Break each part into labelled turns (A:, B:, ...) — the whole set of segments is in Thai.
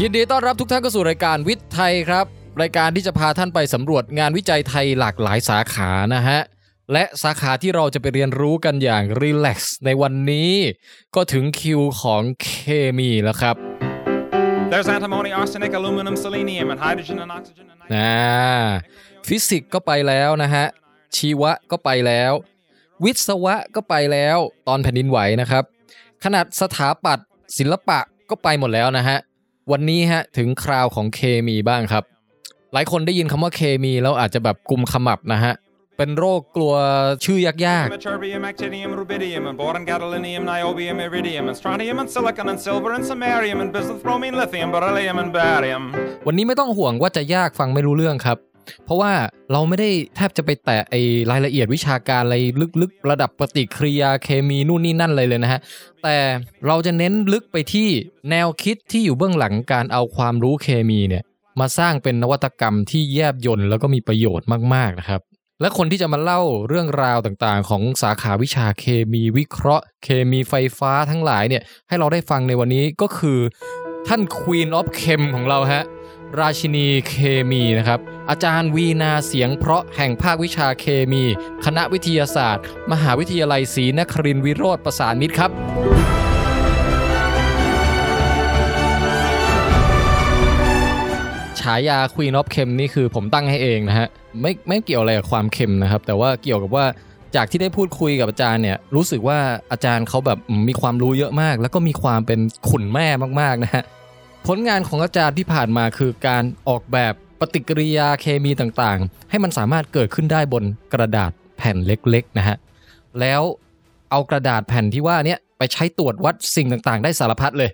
A: ยินดีต้อนรับทุกท่านเข้าสู่รายการวิทย์ไทยครับ รายการที่จะพาท่านไปสำรวจงานวิจัยไทยหลากหลายสาขานะฮะ และสาขาที่เราจะไปเรียนรู้กันอย่างรีแลกซ์ในวันนี้ ก็ถึงคิวของเคมีแล้วครับ
B: There's antimony, arsenic, aluminum, selenium, and hydrogen and oxygen and
A: นะฟิสิกส์ก็ไปแล้วนะฮะ ชีวะก็ไปแล้ว วิศวะก็ไปแล้วตอนแผ่นดินไหวนะครับ ขนาดสถาปัตย์ศิลปะก็ไปหมดแล้วนะฮะ วันนี้ฮะถึงคราวของเคมีบ้างครับ หลายคนได้ยินคำว่าเคมีแล้วอาจจะแบบกลุ่มขมับนะฮะ เป็นโรคกลัวชื่อยาก
B: Ytterbium, actinium, rubidium, and boron, gadolinium, niobium, iridium, and strontium, and silicon, and silver, and samarium, and bismuth, bromine, lithium, beryllium, and barium.
A: ๆ วันนี้ไม่ต้องห่วงว่าจะยากฟังไม่รู้เรื่องครับ เพราะว่าเราไม่ได้แทบจะไปแตะไอ้รายละเอียดวิชาการอะไรลึกๆ ระดับปฏิกิริยาเคมีนู่นนี่นั่นเลยเลยนะฮะ แต่เราจะเน้นลึกไปที่แนวคิดที่อยู่เบื้องหลังการเอาความรู้เคมีเนี่ย มาสร้างเป็นนวัตกรรมที่แยบยลแล้วก็มีประโยชน์มากๆนะครับ และคนที่จะมาเล่าเรื่องราวต่างๆ ของสาขาวิชาเคมีวิเคราะห์ เคมีไฟฟ้าทั้งหลายเนี่ย ให้เราได้ฟังในวันนี้ก็คือท่าน Queen of Chem ของเราฮะ ราชินีเคมีนะครับ อาจารย์วีนาเสียงเพราะแห่งภาควิชาเคมี คณะวิทยาศาสตร์ มหาวิทยาลัยศรีนครินทรวิโรธประสานมิตรครับ ฉายา Queen of Chem นี่คือผมตั้งให้เองนะฮะ ไม่ไม่เกี่ยวอะไรกับความเค็มนะครับ แต่ว่าเกี่ยวกับว่าจากที่ได้พูดคุยกับอาจารย์เนี่ยรู้สึกว่าอาจารย์เขาแบบอืมมีความรู้เยอะมาก แล้วก็มีความเป็นขุนแม่มากๆนะฮะ ผลงานของอาจารย์ที่ผ่านมาคือการออกแบบปฏิกิริยาเคมีต่างๆ ให้มันสามารถเกิดขึ้นได้บนกระดาษแผ่นเล็กๆนะฮะ แล้วเอากระดาษแผ่นที่ว่าเนี้ยไปใช้ตรวจวัดสิ่งต่างๆ ได้สารพัดเลย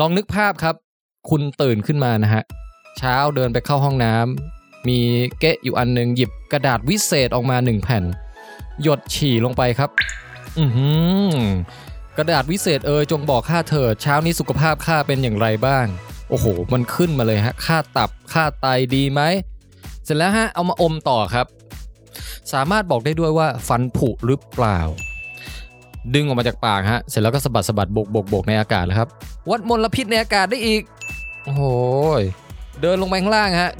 A: ลองนึกภาพครับ คุณตื่นขึ้นมานะฮะ เช้าเดินไปเข้าห้องน้ำมีเก๊ะอยู่อันหนึ่งหยิบกระดาษวิเศษออกมาหนึ่งแผ่น หยดฉี่ลงไปครับ อือหือกระดาษวิเศษเอยจงบอกข้าเถิดเช้านี้สุขภาพข้าเป็นอย่างไรบ้าง โอ้โห มันขึ้นมาเลยฮะ ค่าตับ ค่าไตดีไหม เสร็จแล้วฮะ เอามาอมต่อครับ สามารถบอกได้ด้วยว่าฟันผุหรือเปล่า ดึงออกมาจากปากฮะ เสร็จแล้วก็สะบัดสะบัดบกบกบกในอากาศนะครับ วัดมลพิษในอากาศได้อีก โอ้โห เดินลงไปข้างล่างฮะ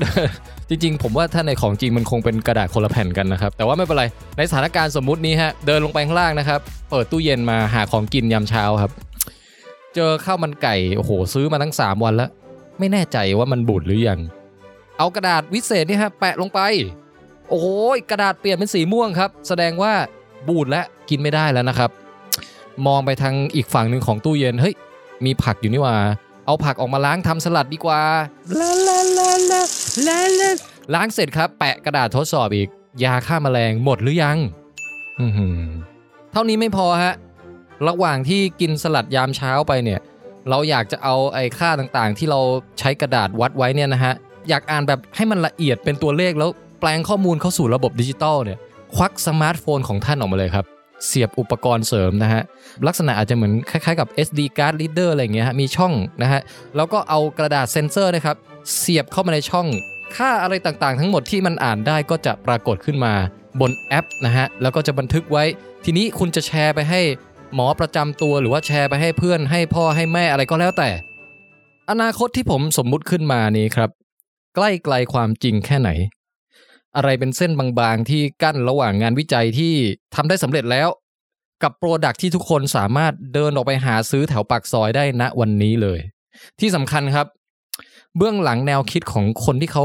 A: จริงๆ ผมว่าถ้าในของจริงมันคงเป็นกระดาษคนละแผ่นกันนะครับ แต่ว่าไม่เป็นไร ในสถานการณ์สมมุตินี้ฮะ เดินลงไปข้างล่างนะครับ เปิดตู้เย็นมาหาของกินยามเช้าครับ เจอข้าวมันไก่ โอ้โห ซื้อมาตั้ง 3 วันแล้ว ไม่แน่ใจว่ามันบูดหรือยัง เอากระดาษวิเศษนี่ฮะ แปะลงไป โอ้โหกระดาษเปลี่ยนเป็นสีม่วงครับ แสดงว่าบูดและกินไม่ได้แล้วนะครับ มองไปทางอีกฝั่งหนึ่งของตู้เย็น เฮ้ย มีผักอยู่นี่หว่า เอาผักออกมาล้างทำสลัดดีกว่า ล้างเสร็จครับ แปะกระดาษทดสอบอีก ยาฆ่าแมลงหมดหรือยัง อื้อหือเท่านี้ไม่พอฮะ ระหว่างที่กินสลัดยามเช้าไปเนี่ย เราอยากจะเอาไอ้ค่าต่างๆ ที่เราใช้กระดาษวัดไว้เนี่ยนะฮะ อยากอ่านแบบให้มันละเอียดเป็นตัวเลขแล้วแปลงข้อมูลเข้าสู่ระบบดิจิตอลเนี่ย ควักสมาร์ทโฟนของท่านออกมาเลยครับ เสียบอุปกรณ์เสริมนะฮะ ลักษณะอาจจะเหมือนคล้ายๆกับ SD card reader อะไรอย่างเงี้ยฮะ มีช่องนะฮะ แล้วก็เอากระดาษเซ็นเซอร์นะครับ เสียบเข้ามาในช่อง ค่าอะไรต่างๆ ทั้งหมดที่มันอ่านได้ก็จะปรากฏขึ้นมาบนแอปนะฮะ แล้วก็จะบันทึกไว้ ทีนี้คุณจะแชร์ไปให้หมอประจำตัวหรือว่าแชร์ไปให้เพื่อนให้พ่อให้แม่อะไรก็แล้วแต่ อนาคตที่ผมสมมุติขึ้นมานี้ครับ ใกล้ไกลความจริงแค่ไหน อะไรเป็นเส้นบางๆ ที่กั้นระหว่างงานวิจัยที่ทำได้สำเร็จแล้ว กับโปรดักที่ทุกคนสามารถเดินออกไปหาซื้อแถวปากซอยได้ณวันนี้เลย ที่สำคัญครับ เบื้องหลังแนวคิดของคนที่เขา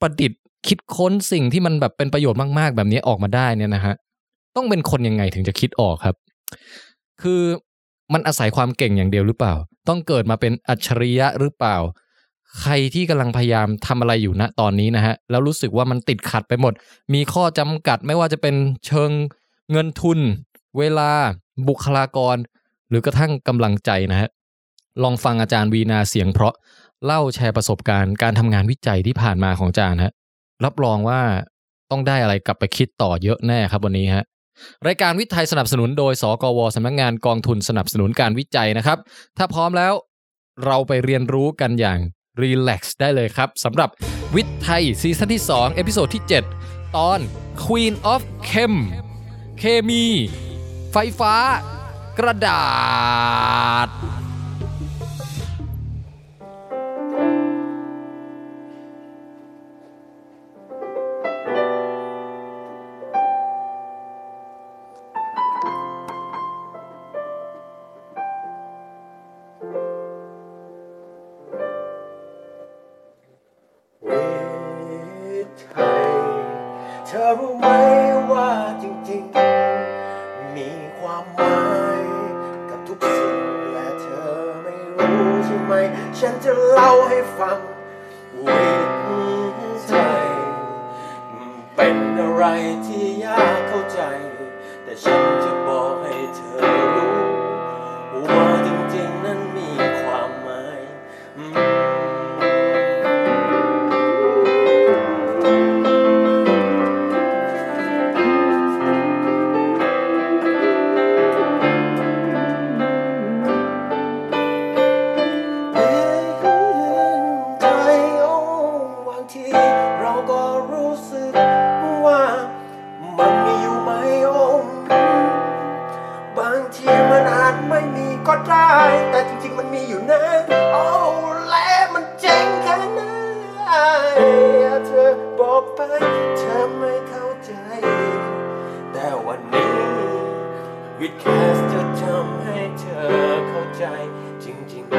A: ประดิษฐ์คิดค้นสิ่งที่มันแบบเป็นประโยชน์มาก ๆ แบบนี้ออกมาได้เนี่ยนะฮะต้องเป็นคนยังไงถึงจะคิดออกครับ คือมันอาศัยความเก่งอย่างเดียวหรือเปล่า ต้องเกิดมาเป็นอัจฉริยะหรือเปล่า ใครที่กำลังพยายามทำอะไรอยู่ณตอนนี้นะฮะแล้วรู้สึกว่ามันติดขัดไปหมด มีข้อจำกัดไม่ว่าจะเป็นเชิงเงินทุน เวลาบุคลากร หรือกระทั่งกำลังใจนะฮะลองฟังอาจารย์วีนาเสียงเพราะ เล่าแชร์ประสบการณ์การทำงานวิจัยที่ผ่านมาของอาจารย์ฮะรับรองว่าต้องได้อะไรกลับไปคิดต่อเยอะแน่ครับวันนี้ฮะรายการวิทย์ไทยสนับสนุนโดย สกวสำนักงานกองทุนสนับสนุนการวิจัยนะครับ ถ้าพร้อมแล้วเราไปเรียนรู้กันอย่างรีแลกซ์ได้เลยครับสำหรับวิทย์ไทยซีซั่นที่ 2 เอพิโซดที่ 7 ตอน Queen of Chem เคมี ไฟฟ้า กระดาษ
B: Thank
C: ไหม ฉันจะเล่าให้ฟังวิถีไทยมันเป็นอะไรที่ยากเข้าใจ แต่ฉันจะบอกให้เธอรู้ ว่าจริงๆนั้นมีความหมายอืม เพียงใจโอ้บางทีเราก็รู้สึกว่ามันมีอยู่ไหมโอ้บางทีมันอาจไม่มีก็ได้ แต่จริงๆมันมีอยู่นะโอ้และมันเจ๋งแค่ไหนอย่าเธอบอกไปเธอไม่เข้าใจ แต่วันนี้ วิดแคสจะทำให้เธอเข้าใจจริง ๆ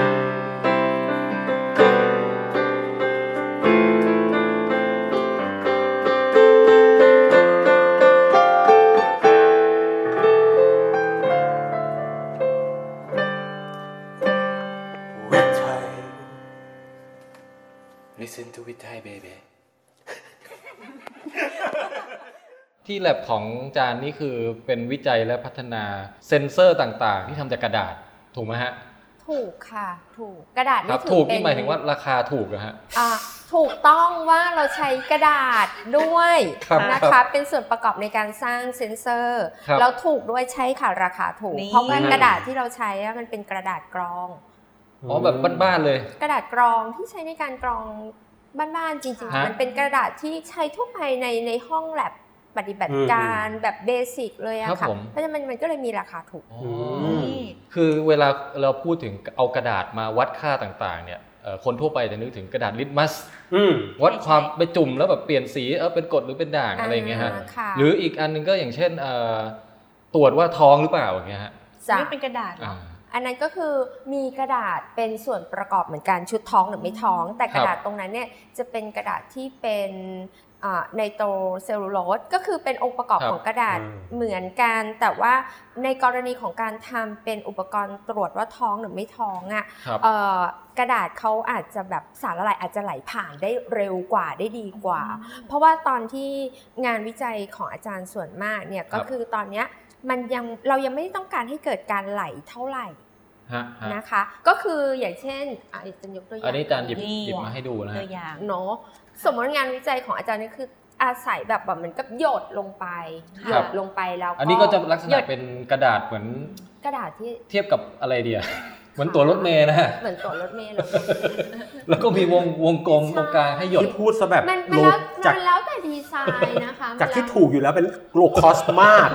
C: with Thai. Listen to with Thai, baby.
A: ที่แลบของจานนี่คือเป็นวิจัยและพัฒนาเซ็นเซอร์ต่างๆ ที่ทำจากกระดาษถูกไหมฮะ
D: ถูกค่ะ ถูกกระดาษนี่
A: ครับ
D: ถือ
A: ถูก
D: เป็
A: นี่หมายถึงว่าราคาถูกนะฮะ
D: อ่ะถูกต้องว่าเราใช้กระดาษด้วย
A: ครับ
D: นะ
A: ครั
D: คะ
A: บ
D: เป็นส่วนประกอบในการสร้างเซนเซอร์
A: ครับ
D: แล้วถูกด้วยใช่ค่ะราคาถูก
E: นี่
D: เพราะงั้น
A: อืม
D: กระดาษที่เราใช้อะมันเป็นกระดาษกรอง
A: อ๋อแบบบ้านๆเลย
D: กระดาษกรองที่ใช้ในการกรองบ้านๆจริง
A: ฮะ
D: ๆ มันเป็นกระดาษที่ใช้ทั่วไปในในห้องแลบปฏิบัติการแบบเบสิกเลยอะ
A: ครับ
D: ค่ะ
A: ผม
D: เพราะฉะนั้นมันมันก็เลยมีราคาถูก
A: อ๋อ
E: อื
A: อ
E: ม
A: คือเวลาเราพูดถึงเอากระดาษมาวัดค่าต่างๆ เนี่ยเอ่อคนทั่วไปจะนึกถึงกระดาษลิตมัส
C: อืม
A: วัด
E: ใช่ใช่
A: ความไปจุ่มแล้วแบบเปลี่ยนสีเออเป็นกรดหรือเป็นด่าง
D: อ่า
A: อะไรอย่างเงี้ยฮะ
D: ค่ะ
A: หรืออีกอันหนึงก็อย่างเช่นเอ่อตรวจว่าท้องหรือเปล่าอย่างเงี้ยฮะ
D: จ้ะ
E: นี่เป็นกระดาษเหร
A: อ่า
E: อ
D: อันนั้นก็คือมีกระดาษเป็นส่วนประกอบเหมือนกันชุดท้องหรือไม่ท้อง แต่กระดาษตรงนั้นเนี่ยจะเป็นกระดาษที่เป็นไนโตรเซลลูโลสก็คือเป็นองค์ประกอบ
A: ครับ
D: ของกระดาษ
C: อืม
D: เหมือนกัน แต่ว่าในกรณีของการทำเป็นอุปกรณ์ตรวจว่าท้องหรือไม่ท้องอ่ะ
A: ครับ
D: เอ่อกระดาษเขาอาจจะแบบสารละลายอาจจะไหลผ่านได้เร็วกว่าได้ดีกว่า เพราะว่าตอนที่งานวิจัยของอาจารย์ส่วนมากเนี่ยก็
A: ครับ
D: คือตอนเนี้ยมันยังเรายังไม่ได้ต้องการให้เกิดการไหลเท่าไหร่
A: ฮะฮะ
D: นะคะก็คืออย่างเช่นอ่ะอาจารย์ยกตัวอย่าง
A: อันนี้อาจารย์หยิบ
E: นี่
A: หยิบมาให้ดูนะ
E: ตั
A: ฮะ
E: วอย่าง
D: เนาะสมมติงานวิจัยของอาจารย์นี่คืออาศัยแบบแบบเหมือนกับหยดลงไป
E: ครับ
D: หยดลงไปแล้ว
A: อันนี้ก็จะลักษ
D: หย
A: ณะ
D: ด
A: เป็นกระดาษเหมือน
D: กระดาษที่
A: เทียบกับอะไรเดี ย เหมือนตัวรถเมล์นะฮะ
D: เหมือนตัวรถเมล์เลย
A: แล้วก็มีวงวงกลมตรงกลางให้หยด
F: ที่พูดซะแบบ
D: มัน
F: โล
D: มันแล้ว
F: จาก
D: มันแล้วแต่ดีไซน์นะคะ
F: จากที่
D: มันแล้ว
F: ถูกอยู่แล้วเป็นโลคอสมาก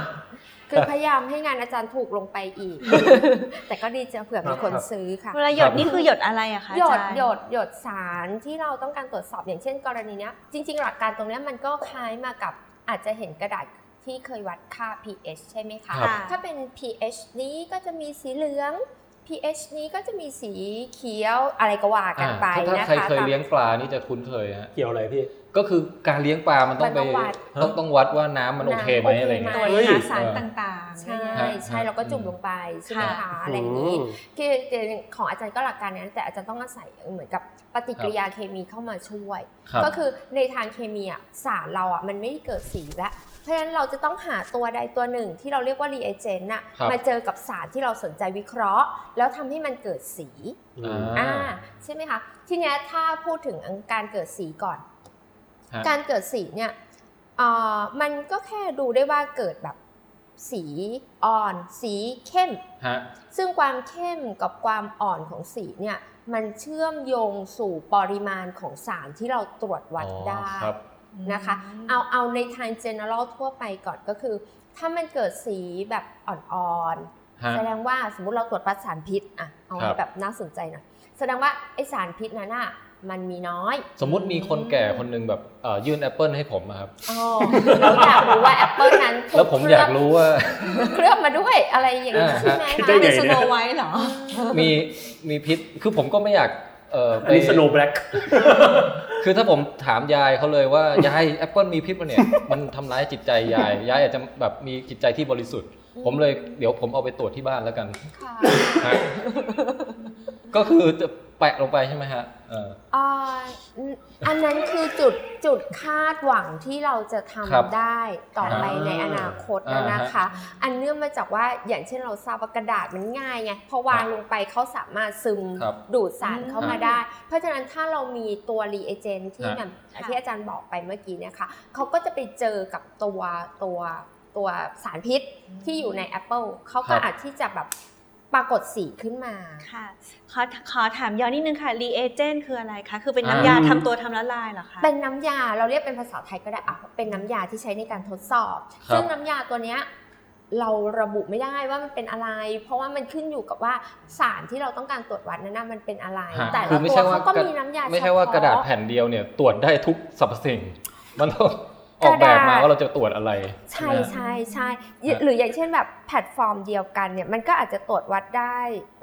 D: คือพยายามให้งานอาจารย์ถูกลงไป อีก แต่ก็ดีจะเผื่อมีคนซื้อค่ะ
E: เวลาหยดนี่คือหยดอะไรอะคะ
D: หยด
E: อาจาร
D: หยดหยดสารที่เราต้องการตรวจสอบอย่างเช่น กรณีเนี้ยจริง ๆ หลักการตรงเนี้ยมันก็คล้ายมากับอาจจะเห็นกระดาษที่เคยวัดค่า pH ใช่ไหม
A: ค
D: คะ
A: รับ
E: ค่ะ
D: ถ้าเป็น pH นี้ก็จะมีสีเหลือง pH นี้ก็จะมีสีเขียวอะไรก็ว่ากัน
A: อ่า
D: ไป
A: ถ้า
D: นะ
A: ใคร
D: คะ
A: เคย
D: ตาม
A: เลี้ยงปลานี่จะคุ้นเคยฮะ
F: เกี่ยวอะไรพี่
A: ก็คือการเลี้ยงปลามันต้อง
D: มัน
A: ไป
D: ต้องวัด
A: ต้องต้องวัดว่าน้ำมันโอเคไหม
D: น้ำ
A: อะไรเงี้ย
D: โค
E: ตัว
D: หม
E: จหาสาร
A: เออ
E: ต่างๆ
D: ใช่
E: อะไรเงี้ย
D: ใช่เราก็จุ่มลงไปใช่ไหม
E: ค่ะ
D: คะอะไรอย่างนี้ คือของอาจารย์ก็หลักการนั้นแต่อาจารย์ต้องอาศัยเหมือนกับปฏิกิริยาเคมีเข้ามาช่วย
A: ครับ
D: ก็คือในทางเคมีอะสารเราอะมันไม่ได้เกิดสีแล้วเพราะฉะนั้นเราจะต้องหาตัวใดตัวหนึ่งที่เราเรียกว่ารีเอเจนต์น่ะ
A: ครับ
D: มาเจอกับสารที่เราสนใจวิเคราะห์ แล้วทำให้มันเกิดสี
A: อ่า
D: อ่าใช่ไหมคะทีเนี้ยถ้าพูดถึงการเกิดสีก่อน
A: ฮะ
D: การเกิดสีเนี่ยเอ่อมันก็แค่ดูได้ว่าเกิดแบบสีอ่อน สีเข้ม
A: ฮะ
D: ซึ่งความเข้มกับความอ่อนของสีเนี่ยมันเชื่อมโยงสู่ปริมาณของสารที่เราตรวจวัดได้
A: อ๋อครับ
D: นะคะ เอาเอาในทาง general ทั่วไปก่อนก็คือ ถ้ามันเกิดสีแบบอ่อน
A: ฮะ
D: ๆ แสดงว่าสมมติเราตรวจวัดสารพิษอะเอา
A: ครับ
D: แบบน่าสนใจหน่อยแสดงว่าไอสารพิษนั้นอะมันมีน้อย
A: สมมุติมีคนแก่คนหนึ่งแบบเอ่อยื่นแอปเปิลให้ผมอะครับ
D: อ๋อเราอยากรู้ว่าแอปเปิลนั้นถู
A: แล้วผมอยากรู้ว่า
D: เคลือบมาด้วยอะไรอย่างนี้
A: อ่าฮะ
D: ใช่ไหม
F: คิด
D: คะ
F: ได้ไง
E: เป็นสโนไวท์เหรอ
A: มีมีพิษคือผมก็ไม่อยากเอ่อไป
F: อันนี้สโนว์แบล็ก
A: คือถ้าผมถามยายเขาเลยว่ายายแอปเปิลมีพิษมันเนี่ย มันทำร้ายจิตใจยาย ยายอาจจะแบบมีจิตใจที่บริสุทธิ์ ผมเลยเดี๋ยวผมเอาไปตรวจที่บ้านแล้วกัน
D: ค่ะ
A: ฮะก็คือจะ แปะลงไปใช่ไหมฮะเออ
D: อ่าอันนั้นคือจุดจุดคาดหวังที่เราจะ
A: ครับ
D: ทำได้ต่อไป
F: อ่า
D: ในอนาคตแล้วนะคะ อันเนื่องมาจากว่าอย่างเช่นเราทราบว่ากระดาษมันง่ายไงพอวางลงไปเขาสามารถซึม
A: ครับ
D: ดูดสารเข้า
A: ค
D: มา
A: รับ
D: ได้ เพราะฉะนั้นถ้าเรามีตัวรีเอเจนที่
A: ฮะ
D: นำที่อาจารย์บอกไปเมื่อกี้เนี่ยค่ะเขาก็จะไปเจอกับตัวตัวตัวสารพิษที่อยู่ใน Apple เขาก็อาจที่จะแบบปรากฏสีขึ้นมา
E: ค่ะ ขอขอถามย้อนนิดนึงค่ะ รีเอเจนคืออะไรคะ คือเป็น
A: อ่า
E: น้ำยาทำตัวทำละลายเหรอคะ
D: เป็นน้ำยาเราเรียกเป็นภาษาไทยก็ได้อะเป็นน้ำยาที่ใช้ในการทดสอบ
A: ครับ
D: ซึ่งน้ำยาตัวเนี้ยเราระบุไม่ได้ว่ามันเป็นอะไร เพราะว่ามันขึ้นอยู่กับว่าสารที่เราต้องการตรวจวัดนั้นนะมันเป็นอะไร
A: ฮะ
D: แต่
A: คื
D: ละ
A: อไม่
D: ตั
A: ใช่
D: ว
A: ว่า
D: เขาก็
A: กระ
D: มีน้ำยา
A: ไม่ใช่ว่ากระดาษ
D: เฉพ
A: แผ่นเดียวเนี่ยตรวจได้ทุกสรรพสิ่ง มันต้องออกแบบมาว่าเราจะตรวจอะไร
D: ใช่
A: นะ
D: ใช่ใช่
A: ฮะ
D: หรืออย่างเช่นแบบแพลตฟอร์มเดียวกันเนี่ยมันก็อาจจะตรวจวัดได้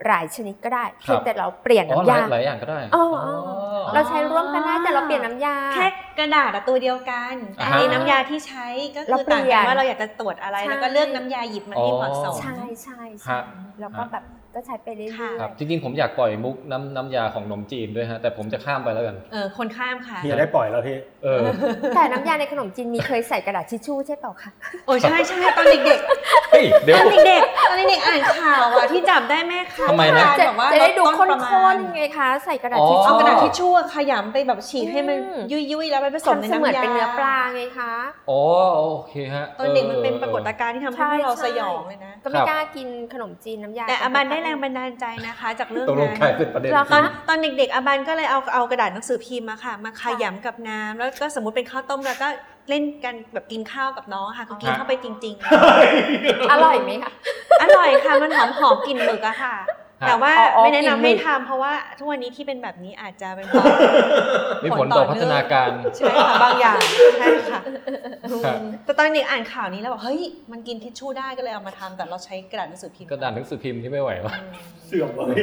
D: หลายชนิดก็ได้
A: ครับ
D: เพียงแต่เราเปลี่ยน
A: อ๋อ
D: น้ำ
A: หลายห
D: ยา
A: ลายอย่างก็ได้
D: อ๋ออ๋อ
A: อ
D: เราใช้ร่วมกันได้แต่เราเปลี่ยนน้ำยา
E: แค่กระดาษอะตัวเดียวกันแต่
A: อ่า
E: อันนี้น้ำยาที่ใช้ก็
D: เรา
E: คือ
D: เปลี่
E: ต่า
D: ย
E: งกัน
D: น
E: ว่าเราอยากจะตรวจอะไร
D: ใช่
E: แล้วก็เลือกน้ำยาหยิบมาที่เหมาะสม
D: ใช่ใช่
A: ฮะ
D: ใช่แล้วก็
A: ฮะ
D: แบบก็ใช้ไปเรื่อย
E: ค่ะ
D: ๆ
A: ครับจริงๆผมอยากปล่อยมุกน้ำน้ำยาของนมจีนด้วยฮะแต่ผมจะข้ามไปแล้วกัน
E: เออคนข้ามค่ะ
F: เฮียได้ปล่อยแล้วพี่
A: เออ
D: แต่น้ำยาในขนมจีนมีเคยใส่กระดาษทิชชู่ใช่เปล่าคะ
E: โอ้ใช่ใช่ตอนเด็ก
A: เฮ้ยเดี๋
E: ๆ
A: ย
E: ต
A: ว
E: อนเด็กๆตอนเด็กๆอ่านข่าวอะที่จับได้แม่ค้า
A: ทำไมนะ
E: แบบว่า
D: จะได้ดู
E: ล
D: ข้
E: ต้ประมาณ
D: นๆไงคะ ใส่กระดาษ
A: อ๋อ
D: ทิช
E: เอา
D: ชู่
E: กระดาษทิชชู่อะขยำไปแบบฉีกให้มัน
D: อืม
E: ยุ่ยๆแล้วไปผสมใน
D: ทำเส
E: น้ำ
D: มือน
E: ยา
D: เป็นเนื้อปลาไงคะ
A: อ๋อโอเคฮะ
E: ตอนเด็กมัน
A: ออ
E: เป็นปรากฏการณ์ที่ทำให้พวกเรา
D: ใช่
E: สยองเลยนะ
D: ก็ไม่
A: ครับ
D: กล้ากินขนมจีนน้ำยา
E: แต่อาบันได้แรงบันดาลใจนะคะจากเรื่อง
A: ตกลง
E: นั้
A: กลาย
E: น
A: เป็นประเด็น
D: เหรอ
E: ตอ
D: คะ
E: นตอนเด็กๆอาบันก็เลยเอาเอากระดาษหนังสือพิมพ์มาค่ะ มาขยำกับน้ำแล้วก็สมมติเป็นข้าวต้มแล้วก็เล่นกันแบบกินข้าวกับน้องอะค่ะก็กิน
A: ฮะ
E: เข้าไปจริง
D: อร่อยไหมคะ
E: ๆ อร่อยค่ะมันหอมหอมกลิ่นหมึกอะค่ะ แต่ว่า
D: อ๋ออ๋อ
E: ไม่แนะ
D: ก
E: นำ
D: ลิ่น
E: ให้
D: หมึก
E: ทำเพราะว่าทุกวันนี้ที่เป็นแบบนี้อาจจะเป็นเพราะ
A: มีผลต่อพัฒนาการ
E: ใช่ค่ะบางอย่างใช่ค่ะ
A: ฮะ
E: แต่ตอนเด็กอ่านข่าวนี้แล้วบอกเฮ้ยมันกินทิชชู่ได้ก็เลยเอามาทำแต่เราใช้กระดาษหนังสือพิมพ์
A: กระดาษหนังสือพิมพ์ที่ไม่ไหววะ
F: เสื่อมเลย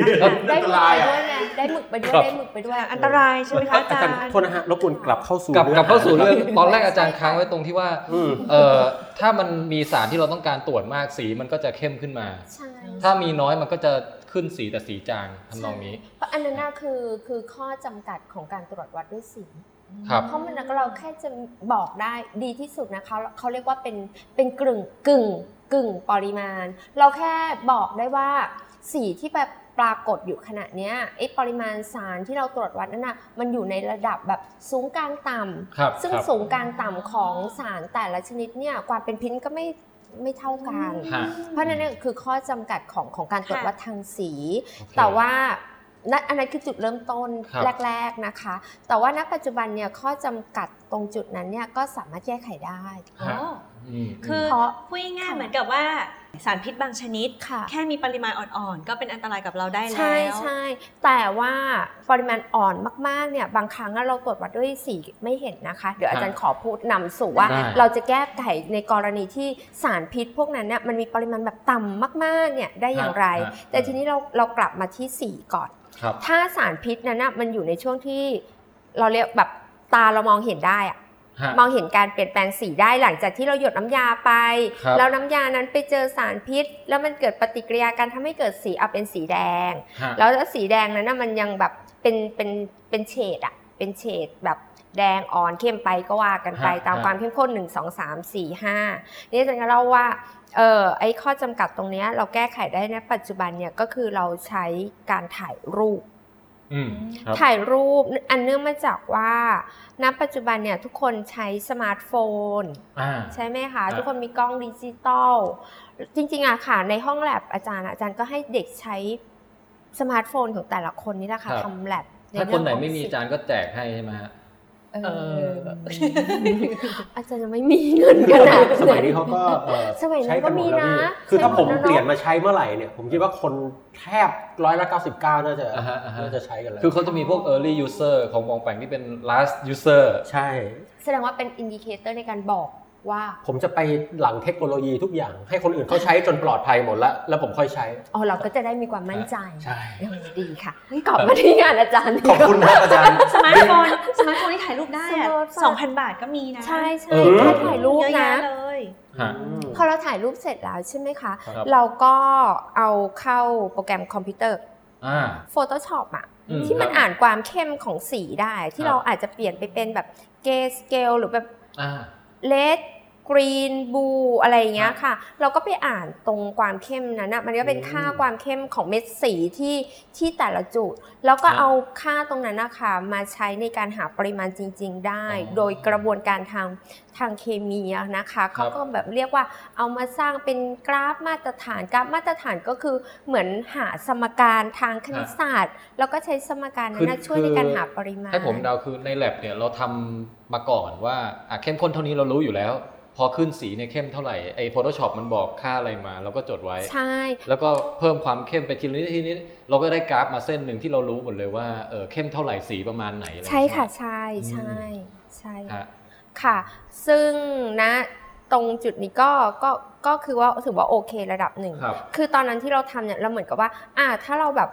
D: ได้
F: อันต
D: หมึกไป
F: ราย
D: ด้
F: อ่ะ
D: วยไงได้หมึกไปด้วย
A: ครับ
D: ได้หมึกไปด้วย
E: อันตรายใช่ไหมคะอาจารย์
F: โทษนะฮะรบกวนกลับเข้าสู่
A: กลับ
F: อง
A: กลับเข้าสู่เรื่อง ตอนแรกอาจารย์ค้างไว้ตรงที่ว่า
F: อืม
A: เออถ้ามันมีสารที่เราต้องการตรวจมากสีมันก็จะเข้มขึ้นมา
D: ใช่
A: ถ้ามีน้อยมันก็จะขึ้นสีแต่สีจางทำนองนี้
D: เพราะอันนั้นน่ะคือคือข้อจำกัดของการตรวจวัดด้วยสี
A: ครับ
D: เพราะมันนะก็เราแค่จะบอกได้ดีที่สุดนะคะเขาเรียกว่าเป็นเป็นกึ่งกึ่งกึ่งปริมาณ เราแค่บอกได้ว่าสีที่แบบปรากฏอยู่ขณะเนี้ยไอ้ปริมาณสารที่เราตรวจวัดนั่นน่ะมันอยู่ในระดับแบบสูงกลางต่ำ
A: ครับ
D: ซึ่ง
A: ครับ
D: สูงกลางต่ำของสารแต่ละชนิดเนี่ยความเป็นพิษก็ไม่ไม่เท่ากัน
A: ฮะ
D: เพราะฉะนั้นเนี่ยคือข้อจำกัดของของการตรวจวัดทางสี
A: โอเค
D: แต่ว่านั่นอันนั้นคือจุดเริ่มต้น
A: ครับ
D: แรก ๆนะคะ แต่ว่าณปัจจุบันเนี่ยข้อจำกัดตรงจุดนั้นเนี่ยก็สามารถแก้ไขได้
E: อ๋อ
A: อืม
E: คือ
D: เพราะ
E: พูดง่ายๆเหมือนกับว่าสารพิษบางชนิด
D: ค่ะ
E: แค่มีปริมาณอ่อนๆ ก็เป็นอันตรายกับเราได้แล้ว
D: ใช่ใช่แต่ว่าปริมาณอ่อนมากๆเนี่ยบางครั้งอะเราตรวจวัดด้วยสีไม่เห็นนะคะ เดี๋ยวอาจารย์ขอพูดนำสู่ว่า
A: ได้
D: เราจะแก้ไขในกรณีที่สารพิษพวกนั้นเนี่ยมันมีปริมาณแบบต่ำมากๆเนี่ยได้อย่างไร
A: ฮะฮะ
D: แต่ทีนี้เราเรากลับมาที่สีก่อน
A: ครับ
D: ถ้าสารพิษนั้นนะมันอยู่ในช่วงที่เราเรียกแบบตาเรามองเห็นได้อะ
A: ฮะ
D: มองเห็นการเปลี่ยนแปลงสีได้หลังจากที่เราหยดน้ำยาไป
A: ครับ
D: แล้วน้ำยานั้นไปเจอสารพิษ แล้วมันเกิดปฏิกิริยาการทำให้เกิดสีเอาเป็นสีแดง
A: ฮะ
D: แล้วสีแดงนั้นนะมันยังแบบเป็นเป็นเป็นเฉดอะเป็นเฉดแบบแดงอ่อนเข้มไปก็ว่ากันไป
A: ฮะ
D: ตาม
A: ฮะ
D: ความเข้มข้น 1 2 3 4 5นี่อาจารย์ก็เล่าว่าเออไอ้ข้อจำกัดตรงเนี้ยเราแก้ไขได้ในะปัจจุบันเนี่ยก็คือเราใช้การถ่ายรูป
A: อืมครับ
D: ถ่ายรูปอันเนื่องมาจากว่าณปัจจุบันเนี่ยทุกคนใช้สมาร์ทโฟน
A: อ่า
D: ใช่ไหมคะ
A: อ่ะ
D: ทุกคนมีกล้องดิจิตอลจริงๆอะค่ะ ในห้องแลบอาจารย์อะอาจารย์ก็ให้เด็กใช้สมาร์ทโฟนของแต่ละคนนี่แหละค่ะ
A: ครับ
D: ทำแลบ
A: ถ้าคนไหนไม่มี
D: สิ
A: อาจารย์ก็แจกให้ใช่ไหมฮะ
D: เอ
E: เอ
D: อ
E: อ
D: อาจารย์จะไม่มีเงินขนาด
F: สมัยนี้เขาก็เอ่อ
D: สมัยนั้น
F: ใช้หดแล้วพี่
D: ก็มีนะ
F: คือถ้าผม
D: ใช้หมด
F: เป
D: แล้วเนอะ
F: ลี่ยนมาใช้เมื่อไหร่เนี่ย ผมคิดว่าคนแทบร้อยละเก้าสิบเก้าน่าจะ
A: อ่าฮะอ่าฮะ
F: น่าจะใช้กันแล้ว
A: คือเขาจะมีพวก early user ของมองแปงที่เป็น last user
F: ใช่
D: แสดงว่าเป็นอินดิเคเตอร์ในการบอกว่า
F: ผมจะไปหลังเทคโนโลยีทุกอย่าง ให้คนอื่นเขาใช้จนปลอดภัยหมดแล้ว แล้วผมค่อยใช้
D: อ๋อเราก็จะได้มีความมั่นใจ
F: ใช่
D: เออดีค่ะเฮ้ยกลับมาที่งานอาจารย์
F: ขอบคุณมากอาจารย์
E: สมาร์ทโฟน สมาร์ทโฟนที่ถ่ายรูปได้อะสองพันบาทก็มีนะ
D: ใช่ใช่
A: เออ
D: แค่ถ่ายรูป
E: เยอะแย
D: นะ
E: เลย
A: ฮะ
D: พอเราถ่ายรูปเสร็จแล้วใช่ไหมคะ
A: ครับ
D: เราก็เอาเข้าโปรแกรมคอมพิวเตอร์
F: อ่า
D: Photoshop อะ
F: อืม
D: ที่มั
F: ค
D: น
F: รับ
D: อ่านความเข้มของสีได้
F: ค
D: ที่
F: รับ
D: เราอาจจะเปลี่ยนไปเป็นแบบเกสเกลหรือแบบ
F: อ่า
D: เลดกรีนบูอะไรอย่างเงี้
F: ค
D: ย
F: รับ
D: ค่ะ เราก็ไปอ่านตรงความเข้มนั้นนะมันก็เป็น
F: อืม
D: ค่าความเข้มของเม็ดสีที่ที่แต่ละจุด แล้วก็
F: ครับ
D: เอาค่าตรงนั้นนะคะมาใช้ในการหาปริมาณจริง ๆ ได้
F: อ๋อ
D: โดยกระบวนการทางทางเคมีอะนะคะเขาก็แบบเรียกว่าเอามาสร้างเป็นกราฟมาตรฐานกราฟมาตรฐานก็คือเหมือนหาสมการทางคณิตศาสตร์ แล้วก็ใช้สมการนั้นนะ
F: คือ
D: ช่วยในการ
F: คือ
D: หาปริมาณ
F: ให้ผมเดาคือใน lab เนี่ยเราทำมาก่อนว่าอ่ะเข้มข้นเท่านี้เรารู้อยู่แล้ว พอขึ้นสีเนี่ยเข้มเท่าไหร่ไอ้ Photoshop มันบอกค่าอะไรมาเราก็จดไว้
D: ใช่
F: แล้วก็เพิ่มความเข้มไปทีละนิดทีละนิดเราก็ได้กราฟมาเส้นหนึ่งที่เรารู้หมดเลยว่าเออเข้มเท่าไหร่สีประมาณไหนอะไร
D: ใช่ค่ะ
F: ใช่
D: ใช่ใช่
F: ไห
D: ใช่
F: มฮะ
D: ค่ะ ซึ่งนะตรงจุดนี้ก็ก็ก็คือว่าถือว่าโอเคระดับหนึ่ง
F: ครับ
D: อตอนนั้นที่เราทำเนี่ยเราเหมือนกับว่า อ่าถ้าเราแบบ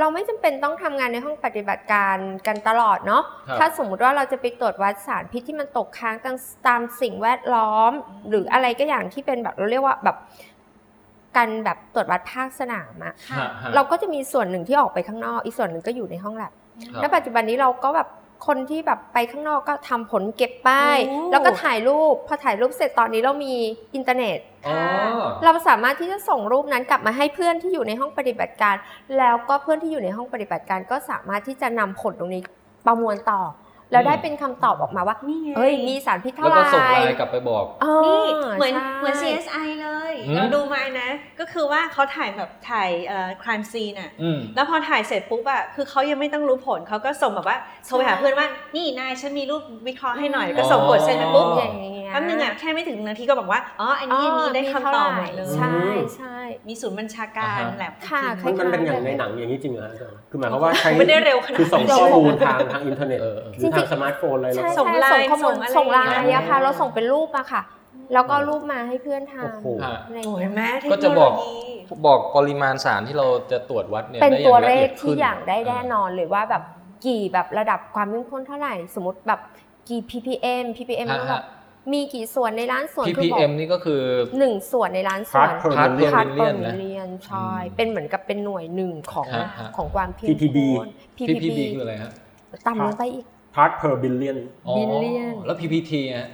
D: เราไม่จำเป็นต้องทำงานในห้องปฏิบัติการกันตลอดเนาะ
F: ครับ
D: ถ้าสมมุติว่าเราจะไปตรวจวัดสารพิษที่มันตกค้างตามตามสิ่งแวดล้อม หรืออะไรก็อย่างที่เป็นแบบเราเรียกว่าแบบการแบบตรวจวัดภาคสนามอะ
F: ฮะฮะ
D: เราก็จะมีส่วนหนึ่งที่ออกไปข้างนอก อีกส่วนหนึ่งก็อยู่ในห้องแลบ
F: ครับ
D: ณปัจจุบันนี้เราก็แบบคนที่แบบไปข้างนอกก็ทำผลเก็บป้าย
E: โอ้
D: แล้วก็ถ่ายรูป พอถ่ายรูปเสร็จตอนนี้เรามีอินเทอร์เน็ต
F: อ๋อ
D: เราสามารถที่จะส่งรูปนั้นกลับมาให้เพื่อนที่อยู่ในห้องปฏิบัติการ แล้วก็เพื่อนที่อยู่ในห้องปฏิบัติการ ก็สามารถที่จะนำผลตรงนี้ประมวลต่อ แล้วได้เป็นคำตอบออกมาว่า
E: นี่ไง
D: เอ้ยมีสารพิษเท่า
F: แล้ว
D: ไหร่
F: ก็ส่งไลน์กลับไปบอก
D: อ๋อ
E: นี่เหมือน
D: ใช่
E: เหมือน CSI เลย
F: อืม
E: เราดูมานะ ก็คือว่าเขาถ่ายแบบถ่ายเอ่อ crime scene อะ
F: อืม
E: แล้วพอถ่ายเสร็จปุ๊บอะคือเขายังไม่ต้องรู้ผลเขาก็ส่งแบบว่าโทรไปหาเพื่อนว่านี่นายฉันมีรูปวิเคราะห์ให้หน่อยก็ส่งกดเซ็นไปปุ๊บ
D: อย่างเงี้ย
E: แป๊บนึงอ่ะแค่ไม่ถึงนาทีก็บอกว่า อ๋อ อันนี้อันนี้ได้คำตอบหมดเลย
D: ใช่
F: อืม
D: ใช่
E: มีศูนย์บัญชาการ
F: อ่าฮะ
E: แลบ
D: ค่ะ
E: อีกที
F: มั
E: นึ
F: น
E: ง
F: มันเป็นอย่างในหนังอย่างนี้จริงเหรอฮะอาจารย์คือหมายความว่าใช้
E: ไม่ได้เร็วขนาด
F: คือส่ง
E: นั้น
F: ข้อมูลทางทางอินเทอร์เน็ต
A: เออเออ
F: หรือทางสมาร์ทโฟนอะไร
D: ใช่
F: แล้ว
D: ใช่
E: ส่
D: ส่ง
E: งไลน์
D: ข้อมูล
E: ส่งอะ
D: ส่ง
E: ไร
D: ไลน์
F: อย่างเงี้
D: อะ
F: ย
D: ค่ะ เราส่งเป็นรูปอะค่ะ แล้วก็เอารูปมาให้เพื่อนทำ
F: โอ้โห
D: อะไรอย่าง
E: โอ้ย
D: เงี้ย
E: แม่เทค
A: ก็
E: โน
A: จะบ
E: โล
A: อก
E: ยี
A: บอกปริมาณสารที่เราจะตรวจวัดเนี่ย
D: เป็น
A: ได้อย่า
D: ตัว
A: ง
D: เล
A: ละเอีย
D: ข
A: ด
D: ที่
A: ขึ้น
D: อย่างได้แน่นอนเลยว่าแบบกี่แบบระดับความเข้มข้นเท่าไหร่ สมมติแบบกี่ ppm ppm
A: ฮะ
D: ก็แบ
A: ฮะ
D: บมีกี่ส่วนในล้านส่วน คือบอก
A: ppm นี่ก็คือ
D: หนึ่งส่วนในล้านส่วน
F: Part per
A: พาร์ท
F: million
A: เพอร์
D: พาร์ท
A: มิ
D: เป
A: เลีนนะ
D: อยร์มิเลียนใช่
A: อืม
D: เป็นเหมือนกับเป็นหน่วยหนึ่งของ
A: ฮะฮะ
D: ของความเข้ม
F: PPB
D: ข้น
A: ppb
D: ppb
A: คืออะไรฮะ
D: ต่ำลงไปอีก
F: part per billion
A: อ๋อ
D: billion
A: แล้ว ppt ฮะ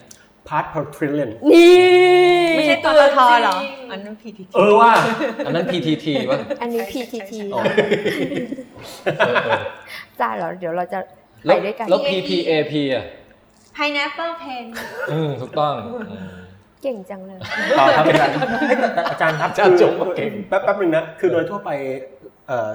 F: part per trillion
D: นี่
E: ไม่ใช่ตัวทอหรอ อันนั้นพีที
F: เออว่า
A: อันนั้น ptt ป่ะ
D: อันนี้ PTT
A: อ๋อเออเออ
D: จ้าเหรอเดี๋ยวเราจะไป
A: แล้ว
D: ด้วยกัน
A: แล้ว ppap อ่ะ
E: ไพแนปเปิลเพน
A: อืมถูกต้องอืม
D: เก่งจังเลย
F: ต่อครับอาจารย์แต่อาจารย์ครับ
A: อาจารย์
F: คือ
A: จงเก่ง
F: แป๊บแป๊บหนึงนะ คือโดยทั่วไปเอ่อ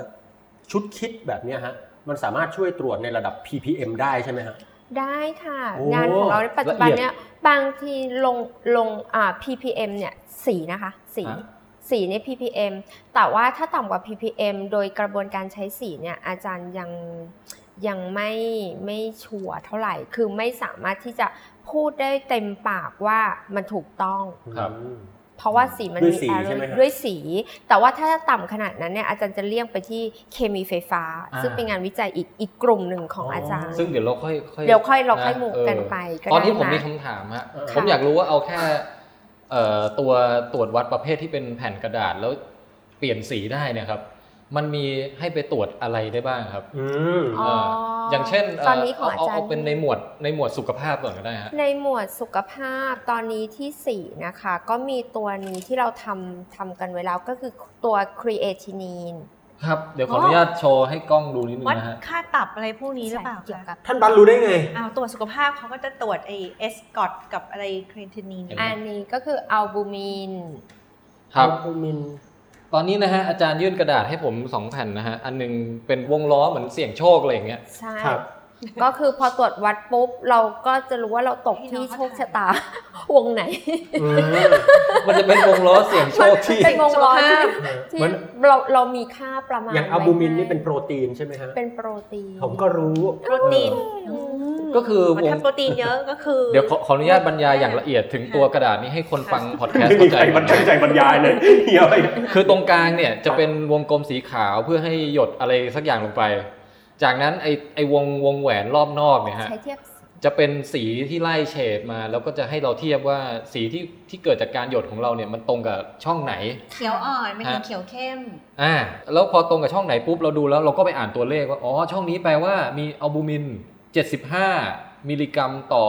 F: ชุดคิดแบบเนี้ยฮะ มันสามารถช่วยตรวจในระดับ ppm ได้ใช่ไหมฮะ
D: ได้ค่ะ
F: โอ้
D: งานของเราในปัจจุบัน
F: ละเอียด
D: เนี่ยบางทีลงลงอ่า ppm เนี่ยสีนะคะสี
F: ฮะ
D: สีใน ppm แต่ว่าถ้าต่ำกว่า ppm โดยกระบวนการใช้สีเนี่ยอาจารย์ยังยังไม่ไม่ชัวร์เท่าไหร่ คือไม่สามารถที่จะพูดได้เต็มปากว่ามันถูกต้อง
A: ครับ
F: อืม
D: เพราะว่าสีมัน
F: ด้วย
D: มี
F: สี
D: แอโร
F: ใช่ไหมครับ
D: ด้วยสี แต่ว่าถ้าต่ำขนาดนั้นเนี่ยอาจารย์จะเลี่ยงไปที่เคมีไฟฟ้า
F: อ่า
D: ซึ่งเป็นงานวิจัยอีกอีกกลุ่มหนึ่งของอาจารย์
A: ซึ่งเดี๋ยวเราค่อยค่อย
D: เดี๋ยวค่อยเราค่อย
A: ะ
D: มูกกันไปก็
A: ตอนนี้
D: ได้
A: ผม
D: นะ
A: มีคำถามฮะ
F: เออ
A: ผมอยากรู้ว่าเอาแค่เอ่อตัวตรวจวัดประเภทที่เป็นแผ่นกระดาษแล้วเปลี่ยนสีได้เนี่ยครับ มันมีให้ไปตรวจอะไรได้บ้างครับ
F: อืม
D: อ๋อ
A: เอ่ออย่างเช่นเ
D: ตอนนี้ของ
A: เา
D: อา
A: เา
D: จารย์
A: เอาเป็นในหมวดในหมวดสุขภาพก่อนก็ได้ฮะ
D: ในหมวดสุขภาพตอนนี้ที่ 4 นะคะ ก็มีตัวนี้ที่เราทำทำกันไว้แล้วก็คือตัวครีเอทินีน
A: ครับ เดี๋ยวขออนุญาตโชว์ให้กล้องดูนิดนึง
E: วัด
A: นะฮะ
E: ค่าตับอะไรพวกนี้หรือเปล่า
D: เกี่ยว
E: คะ
D: กับ
F: ท่านบัตรรู้ได้ไง
E: อ้าวตรวจสุขภาพเขาก็จะตรวจไอเอสกอดกับอะไรครีเอทินีน
A: เห็ไหม
D: อันนี้ก็คืออัลบูมิน
A: ครับ
F: มิน
A: ตอนนี้นะฮะอาจารย์ยื่นกระดาษให้ผมสองแผ่นนะฮะ อันหนึงเป็นวงล้อเหมือนเสี่ยงโชคอะไรอย่างเงี้ย
D: ใช่
F: ครับ
D: ก็คือพอตรวจวัดปุ๊บ เราก็จะรู้ว่าเราตกที่โชคชะตา วงไหน
F: อืม
A: มันจะเป็นวงล้อเสี่ยงโชคที่
D: เป็นวงล้อที่
F: เออ
D: ที่
F: เหมือน
D: เราเรามีค่าประมาณ
F: อย่างอะบูมิน
D: ไว้ให้
F: นี่เป็นโปรตีนใช่ไหมฮะ
D: เป็นโปรตีน
F: ผมก็รู้
E: โปรตีน
D: อื
A: ก็คือวง
E: ถ้าโปรตีนเยอะก็คือ
A: เดี๋ยวขอขออนุญาตบรรยายอย่างละเอียดถึงตัวกระดาษนี้ให้คนฟังพอดแคสต์
F: ไม่มี
A: เข้าใจ
F: ใครบรรจังใจบรรยายเลยเหี้ยอะไร
A: คือตรงกลางเนี่ยจะเป็นวงกลมสีขาวเพื่อให้หยดอะไรสักอย่างลงไป จากนั้นไอไอวงวงแหวนรอบนอกเนี่ยฮะ
D: ใช้เทียบ
A: จะเป็นสีที่ไล่เฉดมา แล้วก็จะให้เราเทียบว่าสีที่ที่เกิดจากการหยดของเราเนี่ยมันตรงกับช่องไหน
E: เขียวอ่อนไม่ถึงเขียวเข้ม
A: อ่าแล้วพอตรงกับช่องไหนปุ๊บเราดูแล้วเราก็ไปอ่านตัวเลขว่าอ๋อช่องนี้แปลว่ามีอัลบูมิน 75 มิลลิกรัมต่อ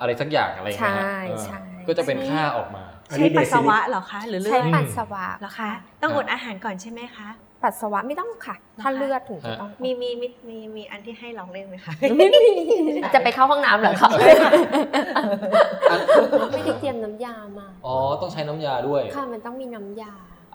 A: อะไรสักอย่างอะไรอย่างเงี้ยฮะ
D: ใช่
A: เออ
D: ใช่
A: ก็จะเป็นค่าออกมา
E: ใช้ปัสสาวะเหรอคะ หรือเลื
D: ใช้
E: อด
D: ปัสสาวะ
E: เหรอคะ ต้องอดอาหารก่อนใช่ไหมคะ
D: ปัสสาวะไม่ต้องค่ะ ถ้าเลือดถึงจะต้อง
E: มีมีมีมีมีอันที่ให้ลองเล่นไหมคะ
D: ไม่มีจะไปเข้าห้องน้ำเหรอคะไม่ได้เตรียมน้ำยามา
A: อ๋อ ต้องใช้น้ำยาด้วย
D: ค่ะมันต้องมีน้ำยา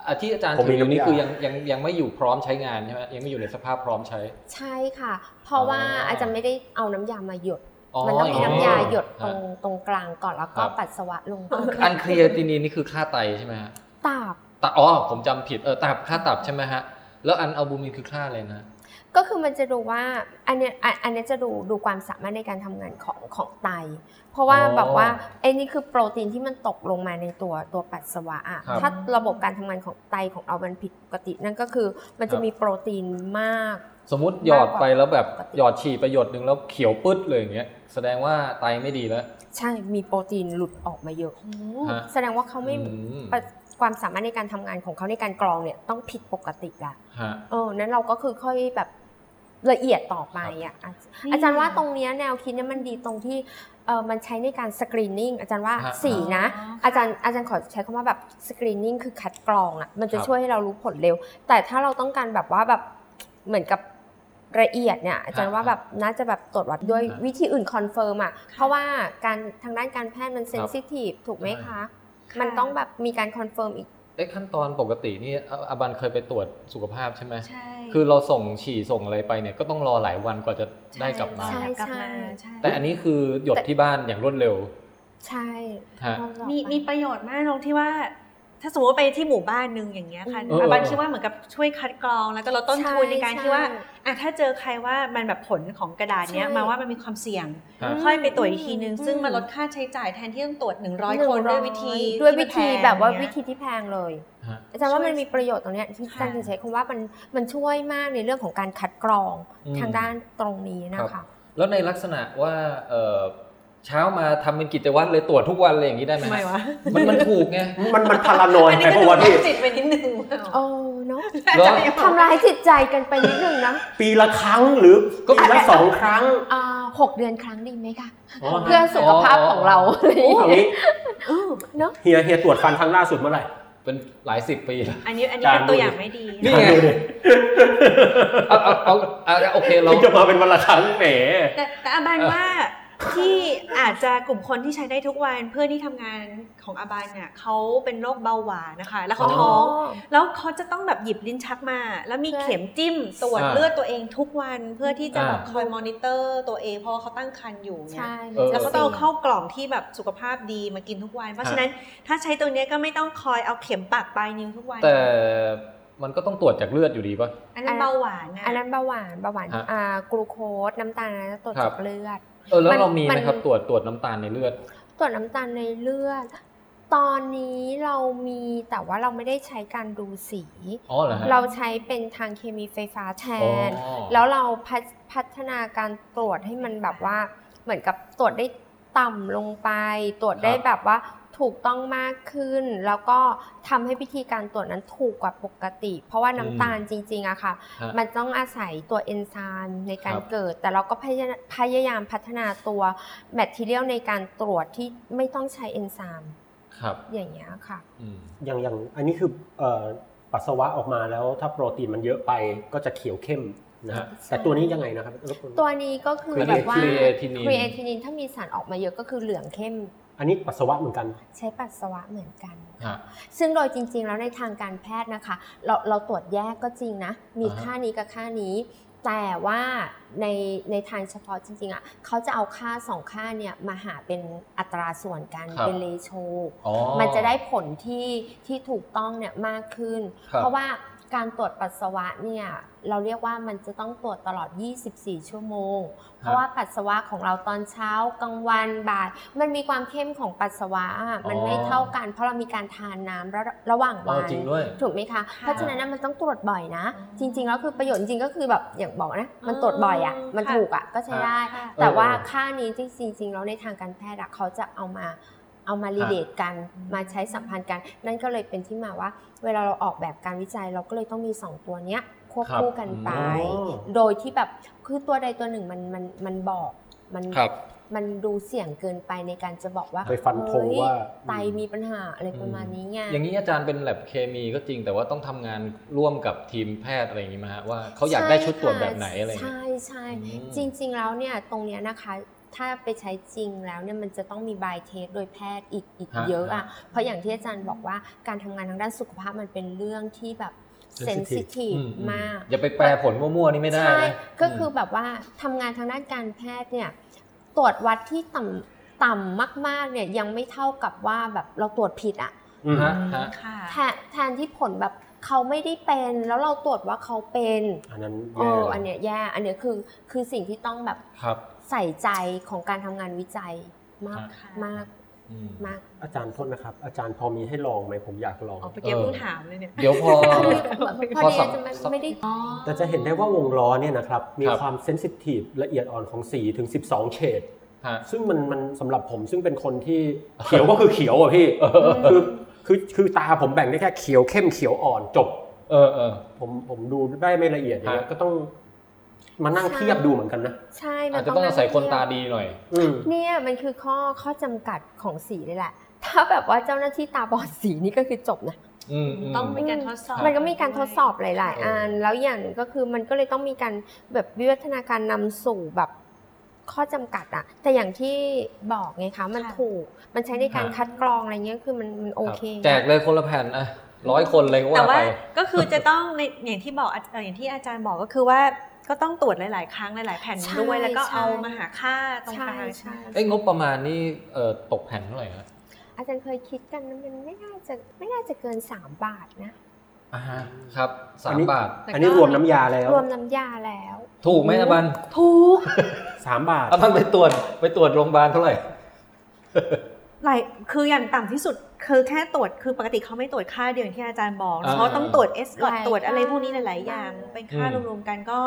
A: อ่ะที่อาจารย์
G: ผม
A: ถื
G: มี
A: ออยู่นี่
G: น้ำยา
A: คือยังยังยังไม่อยู่พร้อมใช้งานใช่ไหมยังไม่อยู่ในสภาพพร้อมใช้
D: ใช่ค่ะ เพราะว่า
A: อ๋ออ
D: อาจจะไม่ได้เอาน้ำยามาหยด มันต้องมี
A: ย่
D: น้ำ
A: นี้
D: ยาหยดตร
A: ฮะ
D: งตรงกลางก่อนแล้วก็
A: ครับ
D: ปัสสาวะ ลงไป
A: อันเครียตินีนี่คือค่าไตใช่ไหมฮะ
D: ตาบ
A: ตับอ๋อผมจำผิดเออตับค่าตับใช่ไหมฮะแล้วอันอัลบูมินคือค่าอะไรนะ
D: ก็คือมันจะดูว่าอันเนี้ยอันอันเนี้ยจะดูดูความสามารถในการทำงานของของไต เพราะว่า
A: อ๋อ
D: แบบว่าไอ้นี่คือโปรตีนที่มันตกลงมาในตัวตัวปัสสาวะอะ
A: ครับ
D: ถ้าระบบการทำงานของไตของเรามันผิดปกติ นั่นก็คือมัน
A: ค
D: จะ
A: รับ
D: มีโปรตีนมาก
A: สมมุติหยอดไปแล้วแบบ
D: ปกติ
A: หยอดฉี่ไปหยดหนึ่งแล้วเขียวปึ๊ดเลยอย่างเงี้ยแสดงว่าไตไม่ดีแล้ว
D: ใช่มีโปรตีนหลุดออกมาเยอะ
A: ฮะ
D: แสดงว่าเขาไม่
A: อืม
D: ปะความสามารถในการทำงานของเขาในการกรองเนี่ยต้องผิดปกติละ
A: ฮะ
D: เออนั้นเราก็คือค่อยแบบละเอียดต่อไปอ่ะอาจ
E: อืม
D: อาจารย์ว่าตรงเนี้ยแนวคิดเนี่ยมันดีตรงที่เออมันใช้ในการสกรีนนิ่งอาจารย์ว่า
A: ฮะ
D: สีนะ อาจารย์อาจารย์ขอใช้คำว่าแบบสกรีนนิ่งคือคัดกรองอ่ะมันจะ
A: ครับ
D: ช่วยให้เรารู้ผลเร็ว แต่ถ้าเราต้องการแบบว่าแบบเหมือนกับละเอียดเนี่ยอาจารย์ว่าแบบน่าจะแบบตรวจวัดด้วย
A: ฮะ
D: วิธีอื่นคอนเฟิร์มอ่ะเพราะว่าการทางด้านการแพทย์มันเซนซิทีฟถูกไหม
A: ใช่
D: คะ มันต้องแบบมีการคอนเฟิร์มอีก
A: เอ๊ะขั้นตอนปกตินี่ออาบันเคยไปตรวจสุขภาพใช่ไหม
E: ใช่
A: คือเราส่งฉี่ส่งอะไรไปเนี่ยก็ต้องรอหลายวันกว่าจะได้กลับมา
D: ใช่
E: กลับมาใช่
A: แต่อันนี้คือหยดที่บ้านอย่างรวดเร็ว
D: ใช่
A: ฮะ
D: รอบต่อ
E: มี
D: ไป
E: มีประโยชน์มากตรงที่ว่า ถ้าสมมติว่าไปที่หมู่บ้านหนึ่งอย่างเงี้ยค่ะ
D: เออ
E: อาบันคิดว่าเหมือนกับช่วยคัดกรองแล้วก็ลดต้นทุนในการ
D: ช่
E: ที่ว่า
D: ใช่
E: อ่ะถ้าเจอใครว่ามันแบบผลของกระดาษเนี้ย
D: ใช่
E: มาว่ามันมีความเสี่ยง
A: ครับ
E: ค่อยไปตรวจอีกทีนึง
D: อื
E: ซึ่งมันลดค่าใช้จ่ายแทนที่ต้องตรวจ
D: ห
E: 100 คนด้วยวิธี
D: ร้อยด้วยวิธี
E: ที่มันพง
D: แบบว่า
E: อย่ง
D: วิ
E: เงี้ย
D: ธีที่แพงเลย
A: ฮะ
D: อาจารย์ว่า
E: ช่วย
D: มันมีประโยชน์ตรงเนี้ยที่อา
E: ค่ะ
D: จารย์ถึงใช้คำว่ามันมันช่วยมากในเรื่องของการคัดกรอง
A: อืม
D: ทางด้านตรงนี้นะคะ
A: แล้วในลักษณะว่าเอ่อเช้ามาทำเป็นกิจวัตรเลยตรวจทุกวันเลยอย่างนี้ได้ไหม
E: ทำไมวะ
A: มันมันถูกไง
G: มันมันพารานอย
E: อัน
G: ไป
E: นี้ก็
G: เพราะว่า
E: ดู
G: พี่
E: โรคจิตไปนิดนึง
D: โอ้เนาะ
E: อาจารย์
D: ทำร้ายจิตใจกันไปนิดนึงนะ
G: ปีละครั้งหรือปีละสองครั้ง
D: อ่าหกเดือนครั้งดีไหมคะ
G: อ๋อ
D: เพื่อสุขภาพของเรา
G: เอางี้
D: เนาะ
G: เฮียเฮียตรวจฟันครั้งล่าสุดเมื่อไหร่
A: เป็นหลายสิบปีแล้ว
E: อันนี้อันนี้เป็นตัวอย่างไม่ดี
A: นี่ไง
G: ดูดิ
A: เอาเอาเอาเอาเอาโอเคเรา
G: มันจะมาเป็นวันละครั้งแหม
E: แต่แต่อาบาน
A: เออ
E: ว่าที่อาจจะกลุ่มคนที่ใช้ได้ทุกวันเพื่อนที่ทำงานของอาบานเนี่ยเขาเป็นโรคเบาหวานนะคะ แล้วเขาท้อง แล้วเขาจะต้องแบบหยิบลิ้นชักมา แล้วมีเข็มจิ้มตรวจ
A: อ่า
E: เลือดตัวเองทุกวันเพื่อที่จะ
A: อ่า
E: แบบคอยมอนิเตอร์ตัวเองเพราะว่าเขาตั้งครรภ์อยู่เนี่ย
D: ใช่
A: เออ
E: แล้วก็ต้องเอาเข้ากล่องที่แบบสุขภาพดีมากินทุกวัน เพราะฉะนั้นถ้าใช้ตัวเนี้ยก็ไม่ต้องคอยเอาเข็มปากปลายนิ้วทุกวัน
A: แต่มันก็ต้องตรวจจากเลือดอยู่ดีป่ะ
E: อันนั้นเบาหวานนะ
D: อันนั้นเบาหวานเบาหวาน
A: ฮะ
D: อ่ากลูโคสน้ำตาลนะตรวจ
A: ครับ
D: จากเลือด
A: เออแล้ว
D: มัน
A: เรามีไห
D: มั
A: ม
D: น
A: ครับตรวจตรวจน้ำตาลในเลือด
D: ตรวจน้ำตาลในเลือด ตอนนี้เรามีแต่ว่าเราไม่ได้ใช้การดูสี
A: อ๋อเหรอฮะ
D: เราใช้เป็นทางเคมีไฟฟ้าแท
A: อ๋อน
D: แล้วเราพัฒพัฒนาการตรวจให้มันแบบว่า เหมือนกับตรวจได้ต่ำลงไป ตรวจได้แบบว่าถูกต้องมากขึ้น แล้วก็ทำให้พิธีการตรวจนั้นถูกกว่าปกติ เพราะว่าน้ำตาลจริงๆอะค่ะ
A: ฮะ
D: มันต้องอาศัยตัวเอนไซม์ในการ
A: ครับ
D: เกิด แต่เราก็พยายามพยายามพัฒนาตัวแมทเทียลในการตรวจที่ไม่ต้องใช้เอนไซม์
A: ครับ
D: อย่างเงี้ยค่ะ
A: อืม
G: อย่างอย่างอันนี้คือเอ่อปัสสาวะออกมาแล้วถ้าโปรตีนมันเยอะไปก็จะเขียวเข้มนะฮะ
D: ใช่
G: แต่ตัวนี้ยังไงนะครับรบกวน
D: ตัวนี้ก็คือ
A: คือ
D: แบบว่า
A: creatinine
D: ครีเอทินินถ้ามีสารออกมาเยอะก็คือเหลืองเข้ม
G: อันนี้ปัสสาวะเหมือนกัน
D: ใช้ปัสสาวะเหมือนกัน
A: ฮะ
D: ซึ่งโดยจริงๆ แล้วในทางการแพทย์นะคะ เราเราตรวจแยกก็จริงนะ มี
A: อ่าฮะ
D: ค่านี้กับค่านี้ แต่ว่าในในทางเฉพาะจริงๆอ่ะเขาจะเอาค่าสองค่าเนี่ยมาหาเป็นอัตราส่วนกันเป็นเลโช
A: อ๋อ
D: มันจะได้ผลที่ที่ถูกต้องเนี่ยมากขึ้น
A: ครับ
D: เพราะว่า การตรวจปัสสาวะเนี่ยเราเรียกว่ามันจะต้องตรวจตลอด 24 ชั่วโมง เพราะว่าปัสสาวะของเราตอนเช้ากลางวันบ่าย มันมีความเข้มของปัสสาวะอะมันไม่เท่ากัน เพราะเรามีการทานน้ำระระหว่าง
F: อ๋อ
D: วัน
F: จริงด้วย
D: ถูกไหมคะ
E: ค่ะ
D: เพราะฉะนั้นนะมันต้องตรวจบ่อยนะ จริงๆแล้วคือประโยชน์จริงๆก็คือแบบอย่างบอกนะ มัน
E: อืม
D: ตรวจบ่อยอ่ะ มัน
E: ค่ะ
D: ถูกอ่ะก็ใช้ได้
E: ค่ะ
D: แต่ว่า
F: เออ
D: ค่านี้จริงๆจริงๆแล้วในทางการแพทย์อะเขาจะเอามาเอามารีเลทกัน มาใช้สัมพันธ์กัน นั่นก็เลยเป็นที่มาว่า เวลาเราออกแบบการวิจัยเราก็เลยต้องมี 2 ตัวเนี้ยควบ
F: ครับ
D: คู่กันไป
G: อ๋อ
D: โดยที่แบบคือตัวใดตัวหนึ่งมันมันมันบอกมัน
F: ครับ
D: มันดูเสี่ยงเกินไปในการจะบอกว่า
G: ไปฟันธง
D: เฮ้ย
G: ว่า
D: ไตมีปัญหาอะไรประมาณนี้ไง
F: อย่างนี้อาจารย์เป็นแลบเคมีก็จริงแต่ว่าต้องทำงานร่วมกับทีมแพทย์อะไรอย่างนี้ไหมฮะว่าเขาอยากได้ชุดตรวจแบบไหนอะไรอย่างเงี้ย
D: ใช่ใช่จริงๆแล้วเนี่ยตรงเนี้ยนะคะถ้าไปใช้จริงแล้วเนี่ยมันจะต้องมีบายเทสโดยแพทย์อีกอีก
F: ฮะ
D: เยอะอ่ะเพราะอย่างที่อาจารย์บอกว่าการทำงานทางด้านสุขภาพมันเป็นเรื่องที่แบบเซน
G: Sensitive
D: ซิทีฟ
F: อืมอืม
D: มาก
F: อย่าไปแปลผลมั่วๆนี่ไม่ได้
D: ใช่
F: นะ
D: ก็คือแบบว่าทำงานทางด้านการแพทย์เนี่ยตรวจวัดที่ต่ำต่ำมากๆเนี่ยยังไม่เท่ากับว่าแบบเราตรวจผิดอ่ะ
G: อืม
F: ฮะ
E: ค่ะ
D: แทนแทนที่ผลแบบเขาไม่ได้เป็นแล้วเราตรวจว่าเขาเป็น
G: อันนั้น
D: โอ้
G: แย่เลย
D: อันเนี้ยแย่อันเนี้ยคือคือสิ่งที่ต้องแบบ
F: ครับ
D: ใส่ใจของการทำงานวิจัยมาก
E: ค่ะ
D: มาก
F: อืม
D: มาก
G: อาจารย์โทษนะครับ อาจารย์พอมีให้ลองไหมผมอยากลอง
E: ออกไปเก็บ
F: เออ
E: เพิ่งถามเลยเนี่ย
F: เดี๋ยวพอ
D: พอ
F: พอ
D: ดี
F: สั
D: อา
F: ม
D: จจะไม่ไม่ได้
G: แต่จะเห็นได้ว่าวงล้อเนี่ยนะครับมี
F: ครับ
G: ความเซนซิทีฟละเอียดอ่อนของสีถึง 12 เฉด
F: ฮะ
G: ซึ่งมันมันสำหรับผมซึ่งเป็นคนที่ เขียวก็คือเขียวอ่ะพี่คือคือคือตาผมแบ่งได้แค่เขียวเข้มเขียวอ่อนจบ
F: เออเออ
G: ผมผมดูได้ไม่ละเอียดอย่างเงี้ย
F: ฮะ
G: ก็ต้องมานั่ง
D: ใช่
G: เทียบดูเหมือนกันนะ
D: ใช่มั
F: อาน จจะต้องอาศัยคนตาดีหน่อย
G: อืม
D: เนี่ยมันคือข้อข้อจำกัดของสีเลยแหละ ถ้าแบบว่าเจ้าหน้าที่ตาบอดสีนี่ก็คือจบนะ
F: อืมอืม
E: ต้องมีการทดสอบ
D: มันก็มีการทดสอบหลาย ๆ อัน แล้วอย่างหนึ่งก็คือมันก็เลยต้องมีการแบบวิวัฒนาการนำสู่แบบข้อจำกัดอะแต่อย่างที่บอกไงคะมัน
E: ค่ะ
D: ถูก มันใช้ในการ
F: ค่ะ
D: คัดกรองอะไรเงี้ยคือมันมันโอ
F: รับ
D: เค
F: แจกเลยคนละแผ่นอะร้อยคนเลยก็
E: แต่
F: ว่า
E: ว่า
F: ไป
E: ก็คือจะต้องในอย่างที่บอกเอ่ออย่างที่อาจารย์บอกก็คือว่าก็ต้องตรวจหลาย ๆ ครั้งหลาย ๆ แผ่น
D: ใช่
E: ด้วยแล้วก็
D: ใช่
E: เอามาหาค่าตรงกลาง
D: ใช่
E: ใช่ไหม
D: ใช่
E: คะ
F: เอ้ยงบประมาณนี่เอ่อตกแผ่นเท่าไหร่ครับ
D: อาจารย์เคยคิดกันนะมันไม่น่าจะไม่น่าจะเกิน 3 บาทนะ
F: อ่าฮะครับสา
G: อัน
F: ม
G: นี้
F: บาท
E: แต่ก็
G: อันนี้รวมน้ำยาแล้ว
D: รวมน้ำยาแล้ว
F: ถูกไหมอาบัน
E: ถูก
G: สามบาท
F: อาบันไปตรวจไปตรวจโรงพยาบาลเท่าไหร่
E: หลายคืออย่างต่ำที่สุดคือแค่ตรวจคือปกติเขาไม่ตรวจค่าเดียวอย่างที่อาจารย์บอก
F: อ่า
E: เขาต้องตรวจเอสกอตตรวจอะไรพวกนี้หลาย ๆ อย่าง เป็นค่ารวม ๆ กันก็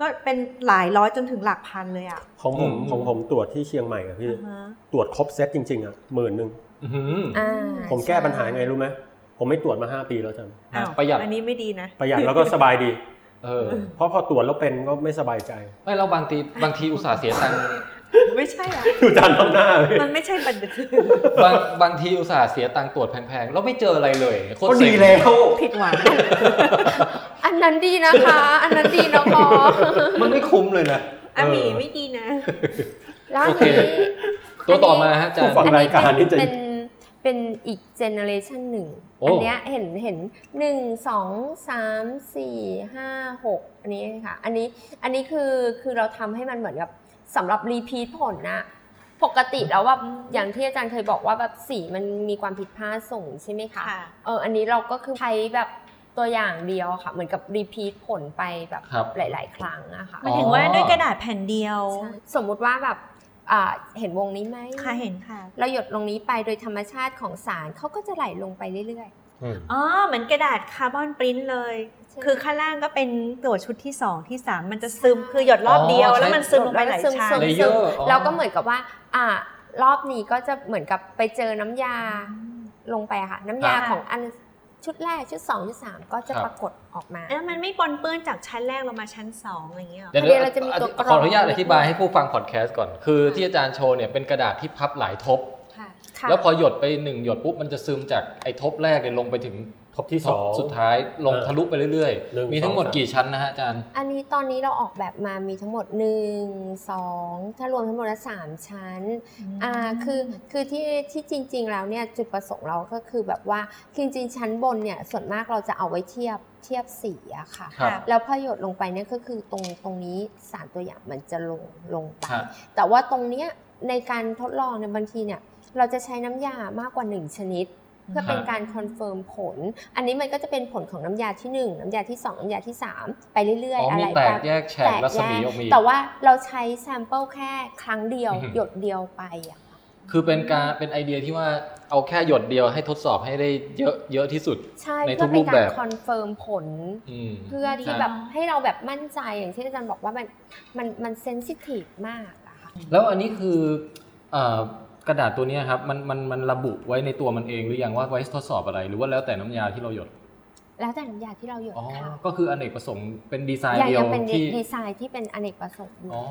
E: ก็เป็นหลายร้อยจนถึงหลักพันเลยอ่ะ
G: ของผม
F: อืม
G: ของผมตรวจที่เชียงใหม่อะพี่
E: อ่าฮะ
G: ตรวจครบเซตจริงๆอ่ะหมื่นหนึ่ง
F: อื้อหือ
D: อ่า
G: ผมแก้ปัญหา
D: ใช่
G: ไงรู้ไหมผมไม่ตรวจมาห้าปีแล้วจัง
E: อ้าว
F: ประหยัด
E: อันนี้ไม่ดีนะ
G: ประหยัดแล้วก็สบายดี
F: เออ
G: เพราะพอตรวจแล้วเป็นก็ไม่สบายใจ
F: ไม่เราบางทีบางทีอุตส่าห์เสียตังค์
E: ไม่ใช่อะ
G: ดูจานทำหน้าพี่
E: มันไม่ใช่บัตรเดบิต
F: บางบางทีอุตส่าห์เสียตังค์ตรวจแพงๆ แล้วไม่เจออะไรเลยโคตร
G: ก็
F: เซ็
G: ดี
F: ง
G: แล้ว
E: ผิดหวัง
D: อันนั้นดีนะคะ อันนั้นดีเนาะพอ
F: มันไม่คุ้มเลยนะ
E: อ่ะหมี
F: เออ
E: ไม่ดีนะ
D: แล้วอัน
F: โอเค
D: นี้
F: ตัวต่อมาฮะอาจาร
G: ผู้
F: ย์
G: ฟังรายการนี่จะ
D: เป็นเป็นอีกเจเนอเรชันหนึ่ง
F: โอ้
D: อันเนี้ยเห็นเห็นหนึ่งสองสามสี่ห้าหกอันนี้ค่ะ อันนี้อันนี้คือคือเราทำให้มันเหมือนกับสำหรับรีพีทผลนะปกติแล้วแบบอย่างที่อาจารย์เคยบอกว่าแบบสีมันมีความผิดพลาดสูงใช่ไหมคะ เอออันนี้เราก็คือใช้แบบตัวอย่างเดียวอะค่ะ เหมือนกับรีพีทผลไปแบบ
F: ครับ
D: หลาย ๆ ครั้งอะค่ะ
E: หมายถึงว่าด้วยกระดาษแผ่นเดียว
D: ใช่สมมุติว่าแบบอ่าเห็นวงนี้ไหม
E: ค่ะเห็นค่ะ
D: เราหยดลงนี้ไปโดยธรรมชาติของสารเขาก็จะไหลลงไปเรื่อย
E: อ๋อ เหมือนกระดาษคาร์บอนปริ้นท์เลย
D: ๆใช่
E: คือข้างล่างก็เป็นตัวชุดที่ 2 ที่ 3 มันจะซึมคือหยดรอบเดียว
F: อ๋อใช่
E: แล้วมันซึมลงไปหลายชั้
D: ซึม
E: น
F: เลเยอร์อ๋อ
D: เราก็เหมือนกับว่า อ่ารอบนี้ก็จะเหมือนกับไปเจอน้ำยาลงไปอะค่ะ น้ำยา
E: ค่ะ
D: ของอันชุดแรกชุดสองชุดสามก็จะ
F: ครับ
D: ปรากฏออกมา
E: แล้วมันไม่ปนเปื้อนจากชั้นแรกลงมาชั้น 2 อะไรอย่างเงี้ยหรอ
F: เดี๋ยว
D: เดี๋ยวเราจะมีตัวกรอง
F: ขออนุญาตอธิบายให้ผู้ฟังพอดแคสต์ก่อน คือที่อาจารย์โชว์เนี่ยเป็นกระดาษที่พับหลายทบ
E: ค่ะ
D: ค่ะ
F: แล้วพอหยดไปหนึ่งหยดปุ๊บมันจะซึมจากไอ้ทบแรกเนี่ยลงไปถึง
G: ทบที่
F: ท
G: ส
F: บ
G: อง
F: สุดท้ายลง
G: เออ
F: ทะลุไปเรื่อย
G: หนึ่ง
F: ๆ มีทั้งหมด
G: สอง
F: กี่ชั้นนะฮะอาจารย์
D: อันนี้ตอนนี้เราออกแบบมามีทั้งหมด 1 2 ถ้ารวมทั้งหมดและสามชั้นอ่าคือคือที่ที่จริง ๆ แล้วเนี่ยจุดประสงค์เราก็คือแบบว่าคือจริงๆชั้นบนเนี่ยส่วนมากเราจะเอาไว้เทียบเทียบสีอะค่ะ
F: ครับ
D: แล้วพอหยดลงไปเนี่ยก็คือตรงตรงนี้สารตัวอย่างมันจะลงลงไป
F: ฮะ
D: แต่ว่าตรงเนี้ยในการทดลองเนี่ยบางทีเนี่ยเราจะใช้น้ำยามากกว่า 1 ชนิด เพื่อเป็นการคอนเฟิร์มผล อันนี้มันก็จะเป็นผลของน้ำยาที่ 1 น้ำยาที่ 2 น้ำยาที่ 3 ไปเรื่อย
A: อ๋อ
D: ๆ อะ
A: มี
D: ไร
A: แตก
D: ปะ
A: แยกแฉก
D: ก
A: รัศมีออกมาอีก
D: แต่ว่าเราใช้แซมเปิลแค่ครั้งเดียว
A: อือหือ
D: หยดเดียวไปอะ
A: คือเป็นการเป็นไอเดียที่ว่าเอาแค่หยดเดียวให้ทดสอบให้ได้เยอะเยอะที่สุด
D: ใช่
A: ในทุ
D: เพื่อก
A: รูป
D: เป็นกา
A: แบ
D: ร
A: บ
D: คอนเฟิร์มผล
A: ม
D: เพื่อที่
A: ใช่
D: แบบให้เราแบบมั่นใจอย่างที่อาจารย์บอกว่ามันมันมันเซนซิทีฟมากอะค่ะ
A: แล้วอันนี้คือเอ่อกระดาษตัวเนี้ยครับมันมันมันระบุไว้ในตัวมันเองหรือยังว่าไว้ทดสอบอะไร หรือว่าแล้วแต่น้ำยาที่เราหยด
D: แล้วแต่น้ำยาที่เราหยด
A: อ๋อ
D: ค่ะ
A: ก็คืออเนกประสงค์เป็นดีไซน์
D: ยัง
A: เดีย
D: ยั
A: ว
D: งเป็น
A: ที่
D: ดีไซน์ที่เป็นอเนกประสงค์อยู่
A: อ๋อ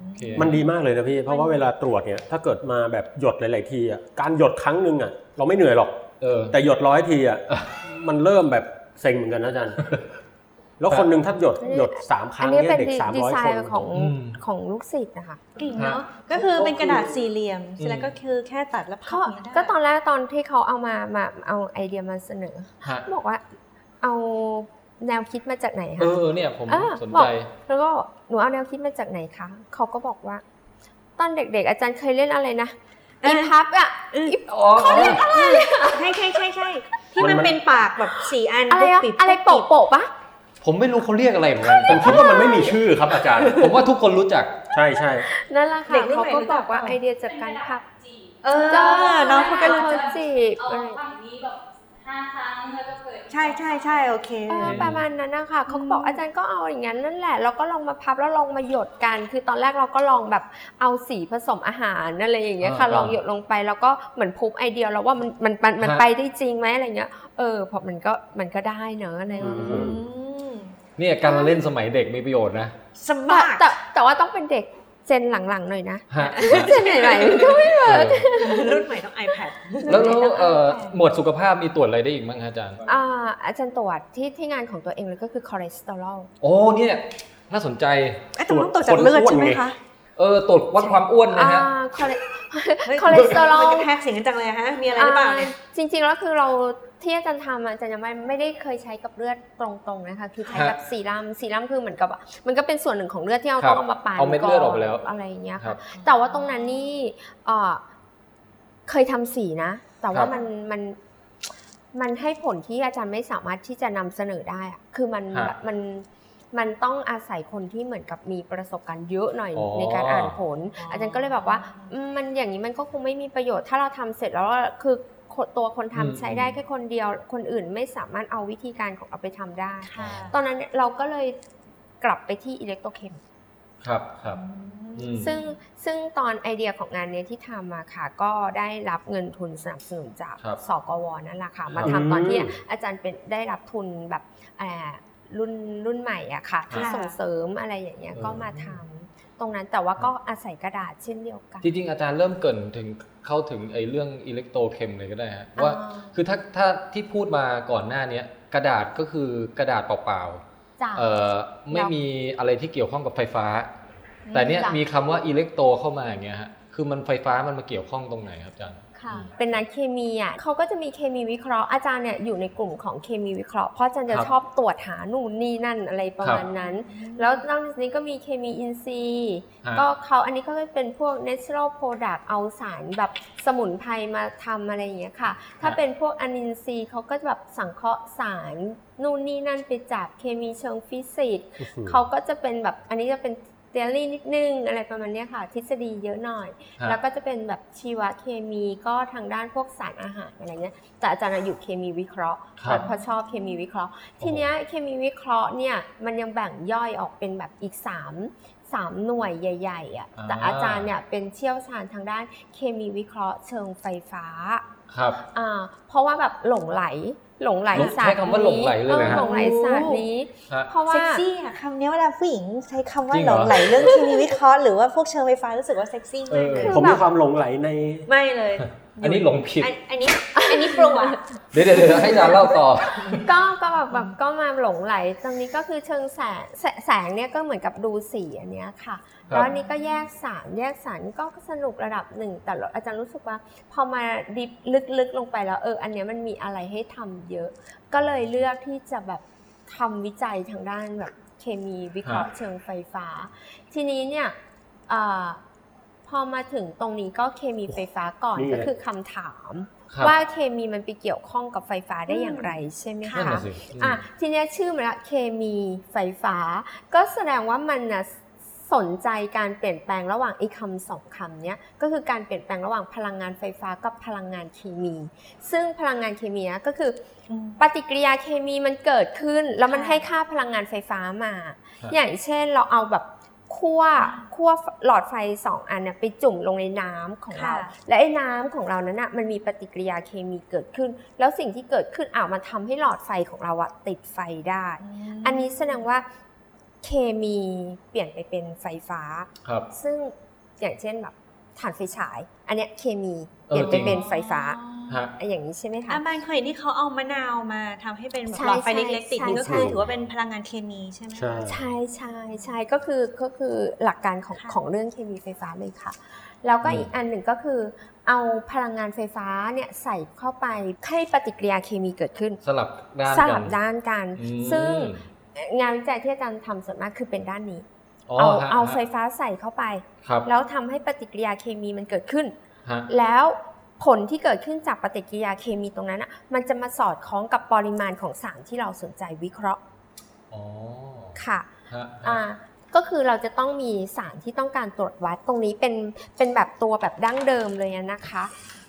A: โอเค
G: มันดีมากเลยนะพี่ เพราะว่าเวลาตรวจเนี่ยถ้าเกิดมาแบบหยดหลาย ๆ ทีอ่ะการหยดครั้งหนึ่งอ่ะเราไม่เหนื่อยหรอก
A: เออ
G: แต่หยดร้อยทีอ่ะมันเริ่มแบบเซ็งเหมือนกันนะอา จารย์ แล้วคนหนึ่งถ้าหยดหยดสามค
D: อั
G: รั้
D: น
G: ง
D: นี้
G: เนี่ย
D: เป็น
G: เด็กสาม
D: ดี
G: ร้อย
D: ไซ
G: คน
D: น์ของ
A: อืม
D: ของลูกศิษย์นะคะ
E: เก่งเนาะก็คือเป็นกระดาษสี่เหลี่ยมเสร็จแล้วก็คือแค่ตัดแล้วพั
D: ก็
E: บย่างเงี้ยได้
D: ก็ตอนแรกตอนที่เขาเอามามาเอาไอเดียมาเสนอ
A: ฮะ
D: บอกว่าเอาแนวคิดมาจากไหน
A: เอ
D: คะ
A: อเนี่ยผม
D: อ่ะ
A: สน
D: บอ
A: ใจ
D: ก แล้วก็หนูเอาแนวคิดมาจากไหนคะเขาก็บอกว่า ตอนเด็กๆ อาจารย์เคยเล่นอะไรนะ
E: เอ่ออี
D: อีพับอ่ะอี
E: เขาเรียกอะไรใช่ใช่ใช่ใช่ที่มันเป็นปากแบบสี่อัน
D: อะไรอะ
E: ปิด
D: อะไร
E: ปิด
D: โปะโปะปะ
A: ผมไม่รู้เขาเรียกอะไรเหมือนกัน
G: ผมคิดว่ามันไม่มีชื่อครับอาจารย์
A: ผมว่าทุกคนรู้จัก
G: ใช่ใช่
D: นั่นแหละค่ะ
E: ด็รุ่น
D: เขา
E: ใหม่
D: ก็
E: รู้
D: บ
E: จั
D: อกว่าไอเดียจากการพับ
E: เออน้องเขาก็รู้
D: ค
E: จั
D: น
E: ก
D: จีบ
H: เอาฝั่งนี้แบบห้าครั้งแล้วก็เปิด
E: ใช่ใช่ใช่โอเค
D: เออประมาณนั้นนะคะเขาก็บอกอาจารย์ก็เอาอย่างนั้นนั่นแหละเราก็ลองมาพับแล้วลองมาหยดกัน คือตอนแรกเราก็ลองแบบเอาสีผสมอาหารอะไรอย่างเงี้ยค่ะ
A: อ่า
D: ลองหยดลงไปแล้วก็เหมือนพบไอเดียเราว่ามันมันมันมัน
A: ฮะ
D: ไปได้จริงไหมอะไรเงี้ยเออพอมันก็มันก็ได้เนอะอะไรอย่างเงี้ย
E: อืม
A: เนี่ยการมาเล่นสมัยเด็กมีประโยชน์นะ
E: สม
D: แต่
E: บัติ
D: แต่แต่ว่าต้องเป็นเด็กเจนหลังๆหน่อยนะ
A: ฮะ
D: เจนไหนๆมันก็ไม่เวิร์ก
E: รุ่นใหม่ต้อง iPad
A: แล้วแล้วเอ่อหมวดสุขภาพมีตรวจอะไรได้อีกบ้างคะอาจารย์
D: อ่าอาจารย์ตรวจที่ที่งานของตัวเองเลยก็คือคอเลสเตอรอล
A: โอ้เนี่ยน่าสนใจ
E: เอ๊ะแต่มันต้องตรวจจากเลือดใช่ไหมคะ
A: เออตรวจวัดความอ้วนนะฮะ
D: อ่าคอเล
E: ฮ้ย
D: คอเลสเตอรอล
E: มันจะแพกเสียงกันจังเลยฮะ มีอะไรหรือเปล่าเนี่ย
D: อ่าจริงๆแล้วคือเราที่อาจารย์ทำอะอาจารย์ยังไม่ไม่ได้เคยใช้กับเลือดตรงๆนะคะคือใช้กับซีรัมซีรัมคือเหมือนกับว่ามันก็เป็นส่วนหนึ่งของเลือดที่เรา
A: ครับ
D: ต้องเอามาปั่น
A: เอาเม็ดเลือดออกไปแล้ว
D: ไรอย่างเงี้ย
A: ค
D: ค่ะ
A: รับ
D: แต่ว่าตรงนั้นนี่เอ่อเคยทำสีนะ แต่ว่า
A: ครับ
D: มันมันมันให้ผลที่อาจารย์ไม่สามารถที่จะนำเสนอได้อะคือมัน
A: ฮะ
D: มันมันต้องอาศัยคนที่เหมือนกับมีประสบการณ์เยอะหน่อย
A: อ๋อ
D: ในการอ่านผล
E: อ๋ออ
D: อาจารย์ก็เลยบอกว่าอืมมันอย่างนี้มันก็คงไม่มีประโยชน์ ถ้าเราทำเสร็จแล้วว่าคือคนตัวคนทำใช้ได้แค่คนเดียว คนอื่นไม่สามารถเอาวิธีการของเราไปทำได้
E: ค่ะ
D: ตอนนั้นเนี่ยเราก็เลยกลับไปที่อิเล็กโตรเคม
A: ครับครับอืม
D: ซึ่งซึ่งตอนไอเดียของงานเนี้ยที่ทำมาค่ะ ก็ได้รับเงินทุนสนับสนุนจาก
A: ครับ
D: สกวนั่นแหละค่ะ มาทำตอนที่อาจารย์เป็นได้รับทุนแบบเอ่อรุ่นรุ่นใหม่อะค่ะ ที่
E: ค่ะ
D: ส่งเสริมอะไรอย่างเงี้ย
A: เออ
D: ก็มาทำตรงนั้นแต่ว่าก็อาศัยกระดาษเช่นเดียวกัน
A: จริงๆอาจารย์เริ่มเกรินถึงเข้าถึงไอ้เรื่องอิเล็กโตรเคมเลยก็ได้ฮะว่า
D: อ่
A: คือถ้าถ้าที่พูดมาก่อนหน้าเนี้ยกระดาษก็คือกระดาษเปล่า
D: จาก
A: ๆเอ่อไม่มีอะไรที่เกี่ยวข้องกับไฟฟ้า
D: อืม
A: แต่เนี้ย
D: จ้ะ
A: มีคำว่าอิเล็กโตรเข้ามาอย่างเงี้ยฮะคือมันไฟฟ้ามันมาเกี่ยวข้องตรงไหนครับอาจารย์
D: เป็นนักเคมีอ่ะเขาก็จะมีเคมีวิเคราะห์อาจารย์เนี่ยอยู่ในกลุ่มของเคมีวิเคราะห์เพราะอาจารย์จะ
A: ครับ
D: ชอบตรวจหานู่นนี่นั่นอะไรประมาณ
A: ครับ
D: นั้น แล้วนอกจากนี้ก็มีเคมีอินทรีย์
A: ฮะ
D: ก็เขาอันนี้ก็เป็นพวก natural product เอาสารแบบสมุนไพรมาทำอะไรอย่างเงี้ยค่ะ ถ้าเป็นพวกอนินทรีย์เขาก็จะแบบสังเคราะห์สารนู่นนี่นั่นไปจากเคมีเชิงฟิสิกส์เขาก็จะเป็นแบบอันนี้จะเป็นเทอรี่นิดนึงอะไรประมาณเนี้ยค่ะ ทฤษฎีเยอะหน่อย
A: ฮะ
D: แล้วก็จะเป็นแบบชีวเคมีก็ทางด้านพวกสารอาหารอะไรเงี้ยแต่อาจารย์อะอยู่เคมีวิเคราะห์
A: ครับ
D: เพราะชอบเคมีวิเคราะห์ ทีเนี้ยเคมีวิเคราะห์เนี่ยมันยังแบ่งย่อยออกเป็นแบบอีก3ามสามหน่วยใหญ่ๆอ่ะแต่อาจารย์เนี่ยเป็นเชี่ยวชาญทางด้านเคมีวิเคราะห์เชิงไฟฟ้า
A: ครับ
D: อ่าเพราะว่าแบบหลงไหลหลงไหล
A: หลง
D: ศาสตร์
A: ใช้คำว่าหลงไหลเลยเหรอฮะ
D: ออหลงไหลศาสตร์นี้
A: ฮะ
D: เพราะว่า
E: เซ็กซี่อะคำนี้เวลาผู้หญิงใช้คำว่า
A: จริง
E: ห
A: เห
E: ล
A: รอ
E: งไหลเรื่องเคมีวิเคราะห์หรือว่าพวกเชิงไฟฟ้ารู้สึกว่าเซ็กซี่มากเลย
A: เออ
G: ผมมีความหลงไหลใน
E: ไม่เลย
A: อันนี้หลงผิด
E: อันอันนี้อันนี้ปรุงอะ
A: เดี๋ยวเดี๋ยวเดี๋ยวให้อาจารย์เล่าต่อ
D: ก็ก็แบบแบบก็มาหลงไหล ตรงนี้ก็คือเชิงแสงแสแสงเนี่ยก็เหมือนกับดูสีอันเนี้ยค่ะ
A: ครับ
D: แล้วอันนี้ก็แยกสารแยกสารก็สนุกระดับหนึ่ง แต่เราอาจารย์รู้สึกว่าพอมาดิบลึกๆลงไปแล้วเอออันเนี้ยมันมีอะไรให้ทำเยอะ ก็เลยเลือกที่จะแบบทำวิจัยทางด้านแบบเคมีวิเคราะห์เชิงไฟฟ้า ทีนี้เนี่ยเอ่อพ พอมาถึงตรงนี้ก็เคมีไฟฟ้าก่อน
G: นี่ไง
D: ก็คือคำถาม
F: ครับ
D: ว่าเคมีมันไปเกี่ยวข้องกับไฟฟ้าได้อย่างไรใช่ไหม
F: นั่น
D: คะ
F: น่ะสิ
D: อ่ะทีเนี้ยชื่อมันละเคมีไฟฟ้า ก็แสดงว่ามันนะสนใจการเปลี่ยนแปลงระหว่างไอ้คำสองคำเนี้ยก็คือการเปลี่ยนแปลงระหว่างพลังงานไฟฟ้ากับพลังงานเคมี ซึ่งพลังงานเคมีนะก็คืออ
E: ม
D: ปฏิกิริยาเคมีมันเกิดขึ้น แล้วมัน
E: ค่ะ
D: ให้ค่าพลังงานไฟฟ้ามา
F: ครับ
D: อย่างเช่นเราเอาแบบคั่วคั่วหลอดไฟสองอันเนี่ยไปจุ่มลงในน้ำของเรา
E: ค่ะ
D: และไอ้น้ำของเรานั้นน่ะมันมีปฏิกิริยาเคมีเกิดขึ้น แล้วสิ่งที่เกิดขึ้นอ่าวมันทำให้หลอดไฟของเราอะติดไฟได้ อันนี้แสดงว่าเคมีเปลี่ยนไปเป็นไฟฟ้า
F: ครับ
D: ซึ่งอย่างเช่นแบบถ่านไฟฉาย อันเนี้ยเคมี
F: เอ
D: เปลี่
F: อยจ
D: นไป
F: ริง
D: เป็นไฟฟ้า
F: ฮะ
D: ไอ้อย่างนี้ใช่ไหมคะ
E: อาบานเคยเห็นที่เขาเอามะนาวมาทำให้เป็นแบบ
D: ใช่
E: หลอดไฟ
D: ใช่
E: เล็กๆติด
D: ใช่
E: นี่ก็คือ
G: ใช่
E: ถือว่าเป็นพลังงานเคมีใช่ไหมคะ
G: ใช่
D: ใช่ใช่ใช่ก็คือก็คือหลักการของ
E: ค่ะ
D: ของเรื่องเคมีไฟฟ้าเลยค่ะ แล้วก็
F: อืม
D: อีกอันหนึ่งก็คือ เอาพลังงานไฟฟ้าเนี่ยใส่เข้าไปให้ปฏิกิริยาเคมีเกิดขึ้น
F: สลับด้าน
D: ส
F: กัน
D: ลับด้านกัน
F: อืม
D: ซึ่งงานวิจัยที่อาจารย์ทำส่วนมากคือเป็นด้านนี้
F: อ๋อ
D: เอา
F: ฮะ
D: เอา
F: ฮะ
D: ไฟฟ้าใส่เข้าไป
F: ครับ
D: แล้วทำให้ปฏิกิริยาเคมีมันเกิดขึ้น
F: ฮะ
D: แล้วผลที่เกิดขึ้นจากปฏิกิริยาเคมีตรงนั้นอ่ะมันจะมาสอดคล้องกับปริมาณของสารที่เราสนใจวิเคราะห์
F: อ๋อ
D: ค่ะ
F: ฮะฮะ
D: อ่าก็คือเราจะต้องมีสารที่ต้องการตรวจวัดตรงนี้เป็นเป็นแบบตัวแบบดั้งเดิมเลยนะคะ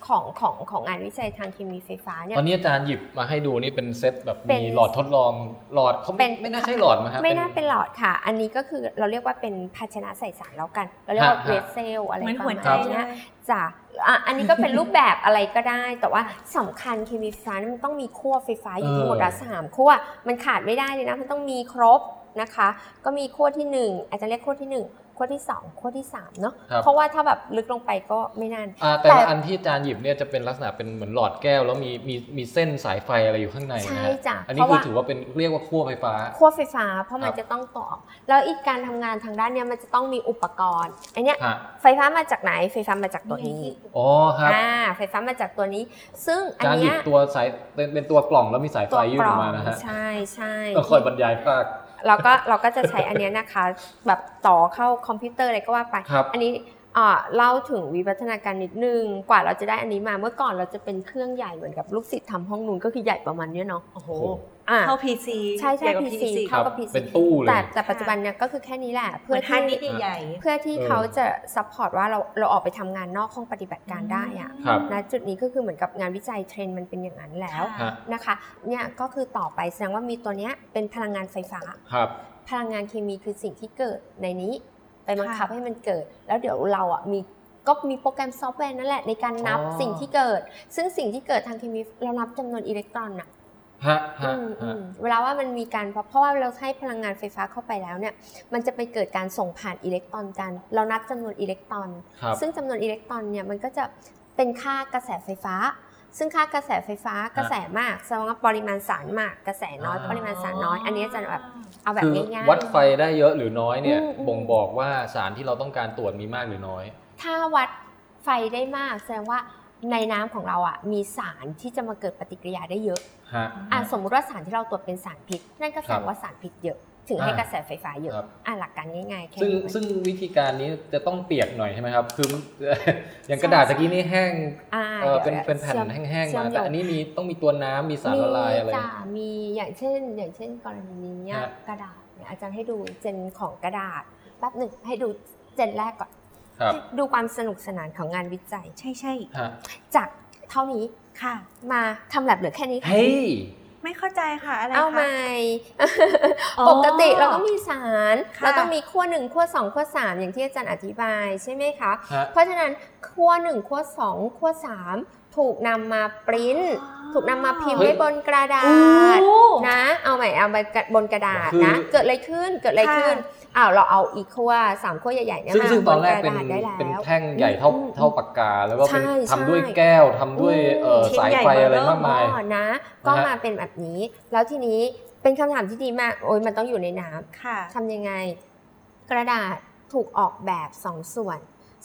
D: ของของของงานวิจัยทางเคมีไฟฟ้าเนี่ย
F: ตอนนี้อาจารย์หยิบมาให้ดูนี่เป็นเซตแบบ
D: เป็
F: มี
D: น
F: หลอดทดลองหลอดเขา
D: เป็
F: ไม่
D: น
F: ไม่น่าใช่หลอดมั้ยฮะ
D: ไม่น่าเป็นหลอดค่ะ อันนี้ก็คือเราเรียกว่าเป็นภาชนะใส่สารแล้วกัน เราเรียกว่า
F: ฮะฮะ
D: เวสเซลอะไร
E: เหมือน
D: ประ
E: หั
D: มาว ณ
E: ใจ
D: เนี้
E: เลย
D: ยจ้ะอ่ะอันนี้ก็เป็นรูปแบบอะไรก็ได้ แต่ว่าสำคัญเคมีไฟฟ้าเนี่ยมันต้องมีขั้วไฟฟ้าอยู่ทั้งหมดละสามขั้วมันขาดไม่ได้เลยนะ มันต้องมีครบนะคะ ก็มีขั้วที่หนึ่งอาจจะเรียกขั้วที่หนึ่งขั้วที่สองขั้วที่สามเนาะ
F: ครับ
D: เพราะว่าถ้าแบบลึกลงไปก็ไม่นาน
F: อ่าแต่ละ
D: แต่
F: อันที่อาจารย์หยิบเนี่ยจะเป็นลักษณะเป็นเหมือนหลอดแก้ว แล้วมีมีมีเส้นสายไฟอะไรอยู่ข้างในนะ
D: ใช่
F: ฮะ
D: จ้ะ
F: อัน
D: เพ
F: นี้คือ
D: ราะว่า
F: ถือว่าเป็นเรียกว่าขั้วไฟฟ้า
D: ขั้วไฟฟ้า เพราะ
F: คน
D: มั
F: รับ
D: จะต้องต่อ แล้วอีกการทำงานทางด้านเนี้ยมันจะต้องมีอุปกรณ์อันเนี้ย
F: ฮะ
D: ไฟฟ้ามาจากไหนไฟฟ้ามาจากตัวนี้
F: อ๋อครับ
D: อ่าไฟฟ้ามาจากตัวนี้ ซึ่ง
F: อา
D: อัน
F: จารย์หยิ
D: เนี้ย
F: บตัวสายเป็นเป็นตัวกล่องแล้วมีสายไฟ
D: ตัว
F: ยื่
D: ก
F: น
D: ร
F: อ
D: อ
F: อก
D: ง
F: มานะฮะ
D: ใช่ใช่
F: ก็คอยบรรยายภาค
D: เราก็เราก็จะใช้อันเนี้ยนะคะ แบบต่อเข้าคอมพิวเตอร์อะไรก็ว่าไป
F: ครับ
D: อันนี้อ่าเล่าถึงวิวัฒนาการนิดนึงกว่าเราจะได้อันนี้มาเมื่อก่อนเราจะเป็นเครื่องใหญ่เหมือนกับลูกศิษย์ทำห้องนูนก็คือใหญ่ประมาณเนี้ยเนาะ
E: โอ้โห
D: อ่า
E: เท่า PC
D: ใช่ใช่
E: หญ่กว่า
D: PC
F: ครั
D: เท่า
F: บ
D: กับ PC
F: เป็นตู้เลย
D: แต่แต่ปัจจุบันเนี่ยก็คือแค่นี้แหละ
E: เพื่
D: เพื่
E: อ
D: อ
E: ท่านนิ
D: ที่
E: ดใหญ่ๆ
D: เพื่อที่
F: เออ
D: เขาจะซัพพอร์ตว่าเราเราออกไปทำงานนอกห้องปฏิบัติการได้อะ
F: ครับ
D: ณจุดนี้ก็คือเหมือนกับงานวิจัยเทรนด์มันเป็นอย่างนั้นแล้ว
F: ฮะ
D: นะคะเนี่ยก็คือต่อไปแสดงว่ามีตัวเนี้ยเป็นพลังงานไฟฟ้า
F: ครับ
D: พลังงานเคมีคือสิ่งที่เกิดในนี้ ไปบัง
E: ค่ะ
D: คับให้มันเกิด แล้วเดี๋ยวเราอ่ะมีก็มีโปรแกรมซอฟต์แวร์นั่นแหละในการนับ
F: อ๋อ
D: สิ่งที่เกิด ซึ่งสิ่งที่เกิดทางเคมีเรานับจำนวนอิเล็กตรอนอะ
F: ฮะฮะ
D: อืม
F: ฮะ
D: อืมเวลาว่ามันมีการเพราะเพราะว่าเราให้พลังงานไฟฟ้าเข้าไปแล้วเนี่ย มันจะไปเกิดการส่งผ่านอิเล็กตรอนกัน เรานับจำนวนอิเล็กตรอน
F: ครับ
D: ซึ่งจำนวนอิเล็กตรอนเนี่ยมันก็จะเป็นค่ากระแสไฟฟ้า ซึ่งค่ากระแสไฟฟ้ากระแสมากแสดงว่าปริมาณสารมากกระแสน้อย
F: อ่า
D: ปริมาณสารน้อย อันนี้จะแบบเอาแบบ
F: คือ
D: ง่าย
F: วัด
D: ๆ
F: ไฟได้เยอะหรือน้อยเนี่ย
D: อืมอืม
F: บ่งบอกว่าสารที่เราต้องการตรวจมีมากหรือน้อย
D: ถ้าวัดไฟได้มากแสดงว่าในน้ำของเราอ่ะมีสารที่จะมาเกิดปฏิกิริยาได้เยอะ
F: ฮะ
D: อ่ะสมมุติว่าสารที่เราตรวจเป็นสารพิษ นั่นก็แสด
F: ครั
D: ง
F: บ
D: ว่าสารพิษเยอะ ถึงให้
F: อ่าก
D: กระแสไฟฟ้าเยอะ
F: ครับ
D: อ่ะหลักการง่ายๆแค่
F: ซึ่ง
D: นี้
F: ซึ่งวิธีการนี้จะต้องเปียกหน่อยใช่ไหมครับ คือ อย่างกระดาษตะกี้นี่แห้ง
D: อ่า
F: เอ่อเป็
D: ดี๋
F: น
D: ยว
F: เป็นแผ่น
D: เชื่อม
F: แห้งๆ
D: เชื่อ
F: มา
D: ม
F: แต่
D: โยง
F: อันนี้มีต้องมีตัวน้ำมีสาร
D: มี
F: ละลายอะไร
D: จ้ะมีอย่างเช่น อย่างเช่น กรณีนี้เนี่ย
F: ฮะ
D: กระดาษเนี่ยอาจารย์ให้ดูเจนของกระดาษแป๊บหนึ่งให้ดูเจนแรกก่อน
F: ครับ
D: ดูความสนุกสนานของงานวิจัย
E: ใช่ใช่
F: ฮะ
D: จากเท่านี้
E: ๆค่ะ
D: มาทำแบบเหลือแค่นี้
F: เฮ้ย
E: ไม่เข้าใจค่ะอะไร
D: เอาให
E: คะ
D: ม่
E: อ๋อ
D: ปกติเราก็มีสาร
E: ค่ะ
D: เราต้องมีขั้วหนึ่งขั้วสองขั้วสามอย่างที่อาจารย์อธิบายใช่ไหมคะ
F: ฮะ
D: เพราะฉะนั้นขั้วหนึ่งขั้วสองขั้วสามถูกนำมาปริ้นถูกนำมาพิมพ์
F: เฮ้ย
D: ไว้บนกระดา
E: โอ้
D: ษ นะ เอาใหม่เอาไปบนกระดาษ
F: คือ
D: นะ เกิดอะไรขึ้น เกิดอะไรขึ้น
E: ค่ะ
D: อ้าวเราเอาอีกขั้วสามขั้วใหญ่ๆเนี่ย
F: ซึ่ง
D: มา
F: ซึ่ง
D: บ
F: ตอน
D: น
F: แร
D: ก
F: ก
D: ระ
F: เป็น
D: ดาษได้แล้ว
F: เป็นแท่งใหญ่เท่า
D: อืม
F: เท่าปากกา แล้วก็เป็น
D: ใช่
F: ทำด้วย
D: ใช่
F: แก้วทำด้วยเอ่อ
D: อืม
F: สายไฟอะไรมากมาย
D: อ๋อนะ ก็
F: นะฮะ
D: มาเป็นแบบนี้ แล้วทีนี้เป็นคำถามที่ดีมาก โอ้ยมันต้องอยู่ในน้ำ
E: ค่ะ
D: ทำยังไง กระดาษถูกออกแบบสองส่วน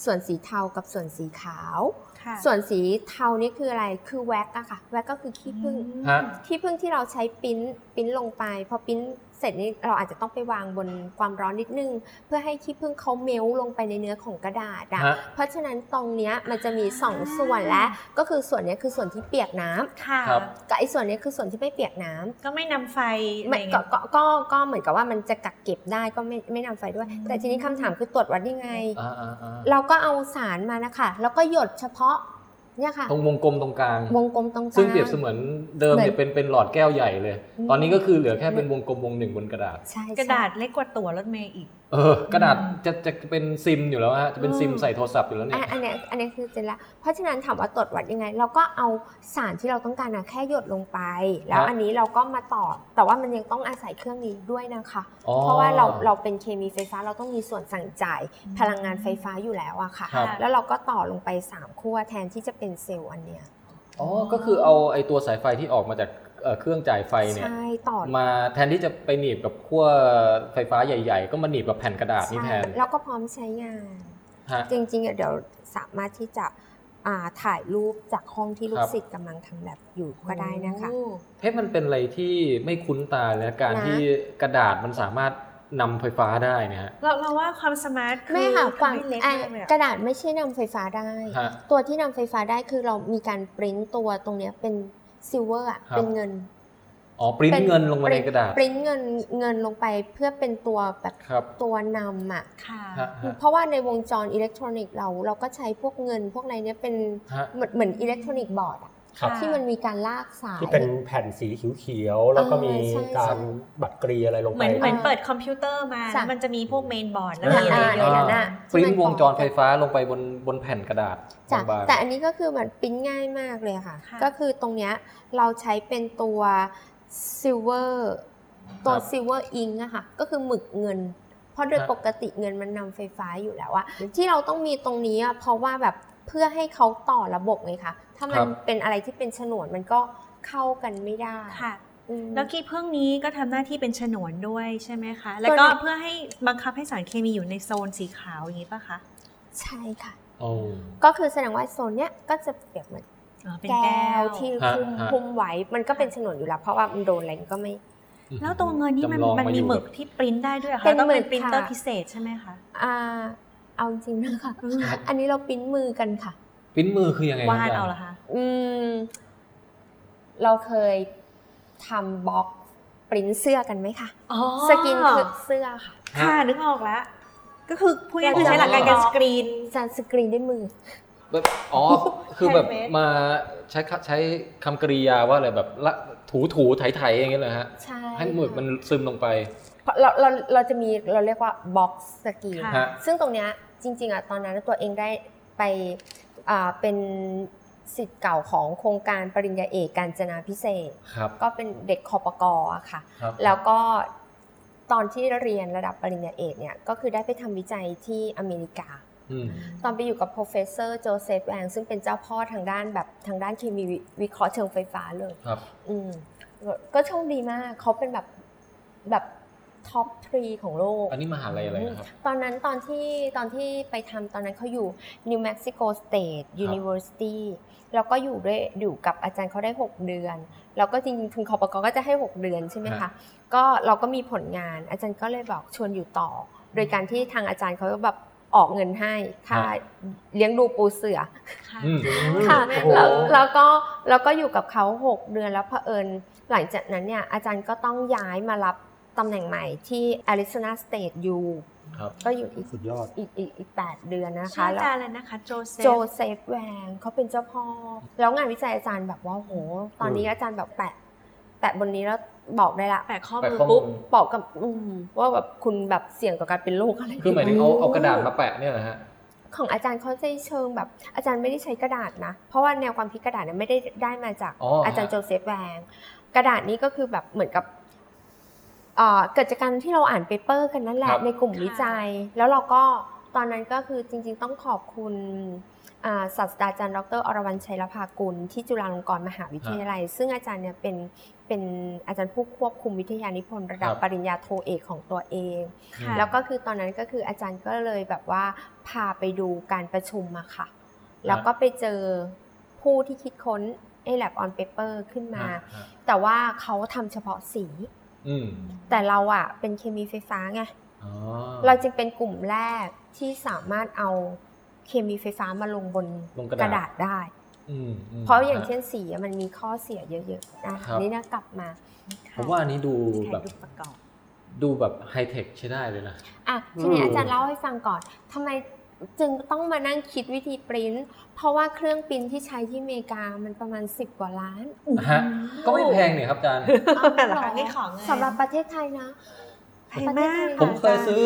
D: ส่วนสีเทากับส่วนสีขาว
E: ค่ ค่ะ
D: ส่วนสีเทานี่คืออะไร คือแว็กอะค่ะ แว็กก็คือขี้ผึ้ง
F: ฮะ
D: ขี้ผึ้งที่เราใช้ปริ้นปริ้นลงไป พอปริ้นเสร็จนี่เราอาจจะต้องไปวางบนความร้อนนิดนึง เพื่อให้ขี้ผึ้งเขาเมลลงไปในเนื้อของกระดาษอะ
F: ฮะ
D: เพราะฉะนั้นตรงเนี้ยมันจะมีสองส่วนและ ก็คือส่วนเนี้ยคือส่วนที่เปียกน้ำ
E: ค่ะ
F: ครับ
D: กับไอ้ส่วนเนี้ยคือส่วนที่ไม่เปียกน้ำ
E: ก็ไม่นำไฟ
D: ไม่
E: อะ
D: ก็
E: ไรเงี้ย
D: ก็ก็ก็เหมือนกับว่ามันจะกักเก็บได้ก็ไม่ไม่นำไฟด้วย
E: อืม
D: แต่ทีนี้คำถามคือตรวจวัดยังไง
F: อ่าอ่าอ่า
D: เราก็เอาสารมานะคะ แล้วก็หยดเฉพาะเนี่ยค่ะ
F: ตรงวงกลมตรงกลาง
D: วงกลมตรงกลาง
F: ซึ่งเปรียบเสมือนเดิมเนี่ย
D: เหมือน
F: เป็นเป็นหลอดแก้วใหญ่เลย
D: อืม
F: ตอนนี้ก็คือเหลือแค่เป็นวงกลมวงหนึ่งบนกระดาษ
D: ใช่
E: กระดาษเล็กกว่าตั๋วรถเมล์อีก
F: เออกระดาษจะจะจะเป็นซิมอยู่แล้วฮะจะเป็นซิมใส่โทรศัพท์อยู่แล้วเนี่
D: ใช่
F: ย
D: อ่ะอันเนี้ยอันเนี้ยคือเจนละเพราะฉะนั้นถามว่าตรวจวัดยังไง เราก็เอาสารที่เราต้องการนะแค่หยดลงไป แล้ว
F: ฮะ
D: อันนี้เราก็มาต่อ แต่ว่ามันยังต้องอาศัยเครื่องนี้ด้วยนะคะ
F: อ๋อ
D: เพราะว่าเราเราเป็นเคมีไฟฟ้าเราต้องมีส่วนสั่งจ่ายพลังงานไฟฟ้าอยู่แล้วอะค่ะ
F: ครับ
D: แล้วเราก็ต่อลงไปสามขั้วแทนที่จะเป็นเซลล์อันเนี้ย
F: อ๋อก็คือเอาไอ้ตัวสายไฟที่ออกมาจากเอ่อเครื่องจ่ายไฟเนี่ย
D: ใช่ต่อ
F: มาแทนที่จะไปหนีบกับขั้วไฟฟ้าใหญ่ ๆ ก็มาหนีบกับแผ่นกระดาษนี่
D: ใช่
F: แทน
D: แล้วก็พร้อมใช้งาน
F: ฮะ
D: จริงๆอ่ะเดี๋ยวสามารถที่จะอ่าถ่ายรูปจากห้องที่ลู
F: ครั
D: ก
F: บ
D: ศิษย์กำลังทำแบบอยู่ก็ได้นะคะ
E: โอ้
F: เฮ้ยมันเป็นอะไรที่ไม่คุ้นตาเลยนะการ
D: นะ
F: ที่กระดาษมันสามารถนำไฟฟ้าได้เนยฮะ
E: เราเราว่าความสมาร์ทคือ
D: แม่ค่ะ
E: ทำ
D: ความ
E: ให้เล็ก
D: อ่ะ
E: มากเลยอะ
D: กระดาษไม่ใช่นำไฟฟ้าได้
F: ฮะ
D: ตัวที่นำไฟฟ้าได้คือเรามีการปริ้นตัวตรงเนี้ยเป็นซิลเวอร์อ่ะ
F: ครับ
D: เป็นเงิน
F: อ๋อปริ้นเงินลงมาในกระดาษ
D: ปริ้นเงินเงินลงไปเพื่อเป็นตัวแบบ
F: ครับ
D: ตัวนำอ่ะ
E: ค่ะ
F: ฮะฮะ
D: เพราะว่าในวงจรอิเล็กทรอนิกส์เราเราก็ใช้พวกเงิน พวกอะไรเนี้ยเป็น
F: ฮะ
D: เหมือนเหมือนอิเล็กทรอนิกส์บอร์ดอะ
F: ครับ
D: ที่มันมีการลากสาย
G: ที่เป็นแผ่นสีเขียวๆแล้วก็มี
D: เออใช่ใช่
G: การบัตรกรีอะไรลงไป
E: เหมือนเหมือนเปิดคอมพิวเตอร์มา
D: จ้ะ
E: มันจะมีพวกเมนบอร์ดแล้ว
D: อ่า
E: มีอะไร
D: ใน
E: เยอะ
D: นั้น
E: นะ
D: อะ
F: ปริ้น
D: ที่มั
F: วงจรไฟฟ้าลงไปบนบนแผ่นกระดาษ
D: จ้ะ
F: บางๆ
D: แต่อันนี้ก็คือเหมือนปริ้นง่ายมากเลยค่ะ
E: ค่ะ
D: ก็คือตรงเนี้ยเราใช้เป็นตัว silver ตัว silver ink อะค่ะ ก็คือหมึกเงิน เพราะโดยปกติเงินมันนำไฟฟ้าอยู่แล้วอะที่เราต้องมีตรงนี้อะเพราะว่าแบบเพื่อให้เขาต่อระบบไงคะถ้ามันเป็นอะไรที่เป็นฉนวนมันก็เข้ากันไม่ได้
E: ค่ะ
D: อืม
E: แล้วขี้ผึ้งนี้ก็ทำหน้าที่เป็นฉนวนด้วยใช่ไหมคะ แล้วก็
D: ตัวเนี่ย
E: เพื่อให้บังคับให้สารเคมีอยู่ในโซนสีขาวอย่างนี้ป่ะคะ
D: ใช่ค่ะ
F: โอ้
D: ก็คือแสดงว่าโซนเนี้ยก็จะเปรียบเหมือน
E: อ๋อเป็น
D: แก้
E: แก้
D: ว
E: ว
D: ที่
F: ฮะ
D: คุม
F: ฮะ
D: คุมไว้มันก็เป็นฉนวนอยู่แล้ว เพราะว่ามันโดนอะไรมันก็ไม่
E: แล้วตัวเงินนี่มัน
F: จำลองา
E: มันมี
F: อยู่
E: หมึกที่ปริ้นได้ด้วยหรอ
D: เป็
E: คะ
D: น
E: ต้อง
D: หมึ
E: เป็
D: ก
E: นปรินเตอร์
D: ค่ะ
E: พิเศษใช่ไหมคะ
D: อ่าเอาจริงนะคะ
E: อืม
D: อันนี้เราปริ้นมือกันค่ะ
F: ปริ้นมือคือยังไง
E: วาด
F: จรย์
E: เอาเหรอคะ
D: อืม เราเคยทำบล็อกปริ้นเสื้อกันไหมคะ
E: อ๋อ
D: สกินคือเสื้อค่ะ
F: ฮะ
E: ค่ะนึกออกแล้ว ก็คือพูดง่ายๆ
D: เราจะ
E: คือใช้หลักการการสกรีน
D: อาจารย์สกรีนด้วยมือ
F: แบบอ๋อ คือแบบ
E: Handmade
F: มาใช้คใช้คำกริยาว่าอะไรแบบละถูถูไถไถอย่างเงี้ยเลยฮะ
D: ใช่
F: ให้หมึกมันซึมลงไป
D: เพราะเราเราเราจะมีเราเรียกว่าบ็อกสกรีน
E: ค่ะ
F: ฮะ
D: ซึ่งตรงเนี้ยจริง ๆอ่ะตอนนั้นตัวเองได้ไปอ่าเป็นสิทธิ์เก่าของโครงการปริญญาเอกการจนาพิเศษก
F: ครับ
D: ก็เป็นเด็กคอปกออะค่ะ
F: ครับ
D: แล้วก็ตอนที่เรียนระดับปริญญาเอกเนี่ย ก็คือได้ไปทำวิจัยที่อเมริกา
F: อืม
D: ตอนไปอยู่กับ professor โจเซฟแองซึ่งเป็นเจ้าพ่อทางด้านแบบทางด้านเคมีวิวิเคราะห์เชิงไฟฟ้าเลย
F: ครับ
D: อืม ก็โชคดีมากเขาเป็นแบบแบบท็อปทรีของโลก
F: อันนี้มหาลัยอะไรนะครับ
D: ตอนนั้นตอนที่ตอนที่ไปทำตอนนั้นเขาอยู่ New Mexico State University แล้วก็อยู่ด้วยอยู่กับอาจารย์เขาได้ 6 เดือน แล้วก็จริงๆถึงคอปกก็จะให้ 6 เดือนใช่ไหมคะ
F: ฮะ
D: ก็เราก็มีผลงานอาจารย์ก็เลยบอกชวนอยู่ต่อ โดยการที่ทางอาจารย์เขาก็แบบออกเงินให้ค่าเลี้ยงดูปูเสือ
E: ค่ะ
F: อืม
D: ค่ะ
E: โอ้โห
D: แล้วแล้วก็แล้วก็อยู่กับเขา 6 เดือนแล้วเผอิญหลังจากนั้นเนี่ยอาจารย์ก็ต้องย้ายมารับตำแหน่งใหม่ที่ Arizona State U
F: ครับ
D: ก็อยู่อีก
G: สุดยอด
D: อีกอีกอีกแปดเดือนนะ
E: ชื่
D: คะ
E: ออา
D: แล้ว
E: จารย์อะไรนะคะโจเซฟ
D: โจเซฟแวงเขาเป็นเจ้าพ่อ แล้วงานวิจัยอาจารย์แบบว่าโห ตอนนี้อาจารย์แบบแปะ แปะบนนี้แล้วบอกได้ละ
E: แปะข้อ
F: แปะ
E: มือ
F: ข้อมื
E: ปุ๊บ
F: อ
D: บอกกับอืมว่าแบบคุณแบบเสี่ยงต่อการเป็นโรคอะไร
F: คือหมายถึงเอาเอากระดาษมาแปะเนี่ยนะฮะ
D: ของอาจารย์เขาจะเชิงแบบ อาจารย์ไม่ได้ใช้กระดาษนะ เพราะว่าแนวความคิดกระดาษเนี่ยไม่ได้ได้มาจาก
F: อ๋ออ
D: อาจารย์โจเซฟแวงกระดาษนี้ก็คือแบบเหมือนกับเอ่อเกิดจากการที่เราอ่านเปเปอร์กันนั่นแหละ
F: ครับ
D: ในกลุ่มวิจัย แล้วเราก็ตอนนั้นก็คือจริง ๆ ต้องขอบคุณอ่าศาสตราจารย์ดรอรวรรณชัยรภากุล ที่จุฬาลงกรณ์มหาวิทยาลัย ซึ่งอาจารย์เนี่ยเป็นเป็นอาจารย์ผู้ควบคุมวิทยานิพนธ์ระดับ
F: ครับ
D: ปริญญาโทเอกของตัวเอง
E: ค่ะ
D: แล้วก็คือตอนนั้นก็คืออาจารย์ก็เลยแบบว่าพาไปดูการประชุมอะค่ะ แล้วก็ไปเจอผู้ที่คิดค้นไอ้ lab on paper ขึ้นมา
F: ฮะ
D: แต่ว่าเขาทำเฉพาะสี
F: อืม
D: แต่เราอะเป็นเคมีไฟฟ้าไง
F: อ๋อ
D: เราจึงเป็นกลุ่มแรกที่สามารถเอาเคมีไฟฟ้ามาลงบน
F: ลงกระ
D: ก
F: ดาษ
D: ระดาษได้
F: อืมม
D: เพราะอย่างเช่นสีอะมันมีข้อเสียเยอะๆนะครับ นี่นะกลับมา
F: ผมว่าอันนี้ดู
E: ถ่าย
F: แบบ
E: รูปประกอบ
F: ดูแบบไฮเทคใช้ได้เลยนะ
D: อ่ะทีนี้
G: อืม
D: อาจารย์เล่าให้ฟังก่อนทำไมจึงต้องมานั่งคิดวิธีปริ้นเพราะว่าเครื่องปริ้นที่ใช้ที่อเมริกามันประมาณ 10 กว่า ล้าน
F: ฮะ ก็ไม่แพงเนี่ยครับอาจารย์
E: เอาเหรอนี่ของไง
D: สำหรับประเทศไทยนะ
E: แพงมาก
F: ผมเคยซื้อ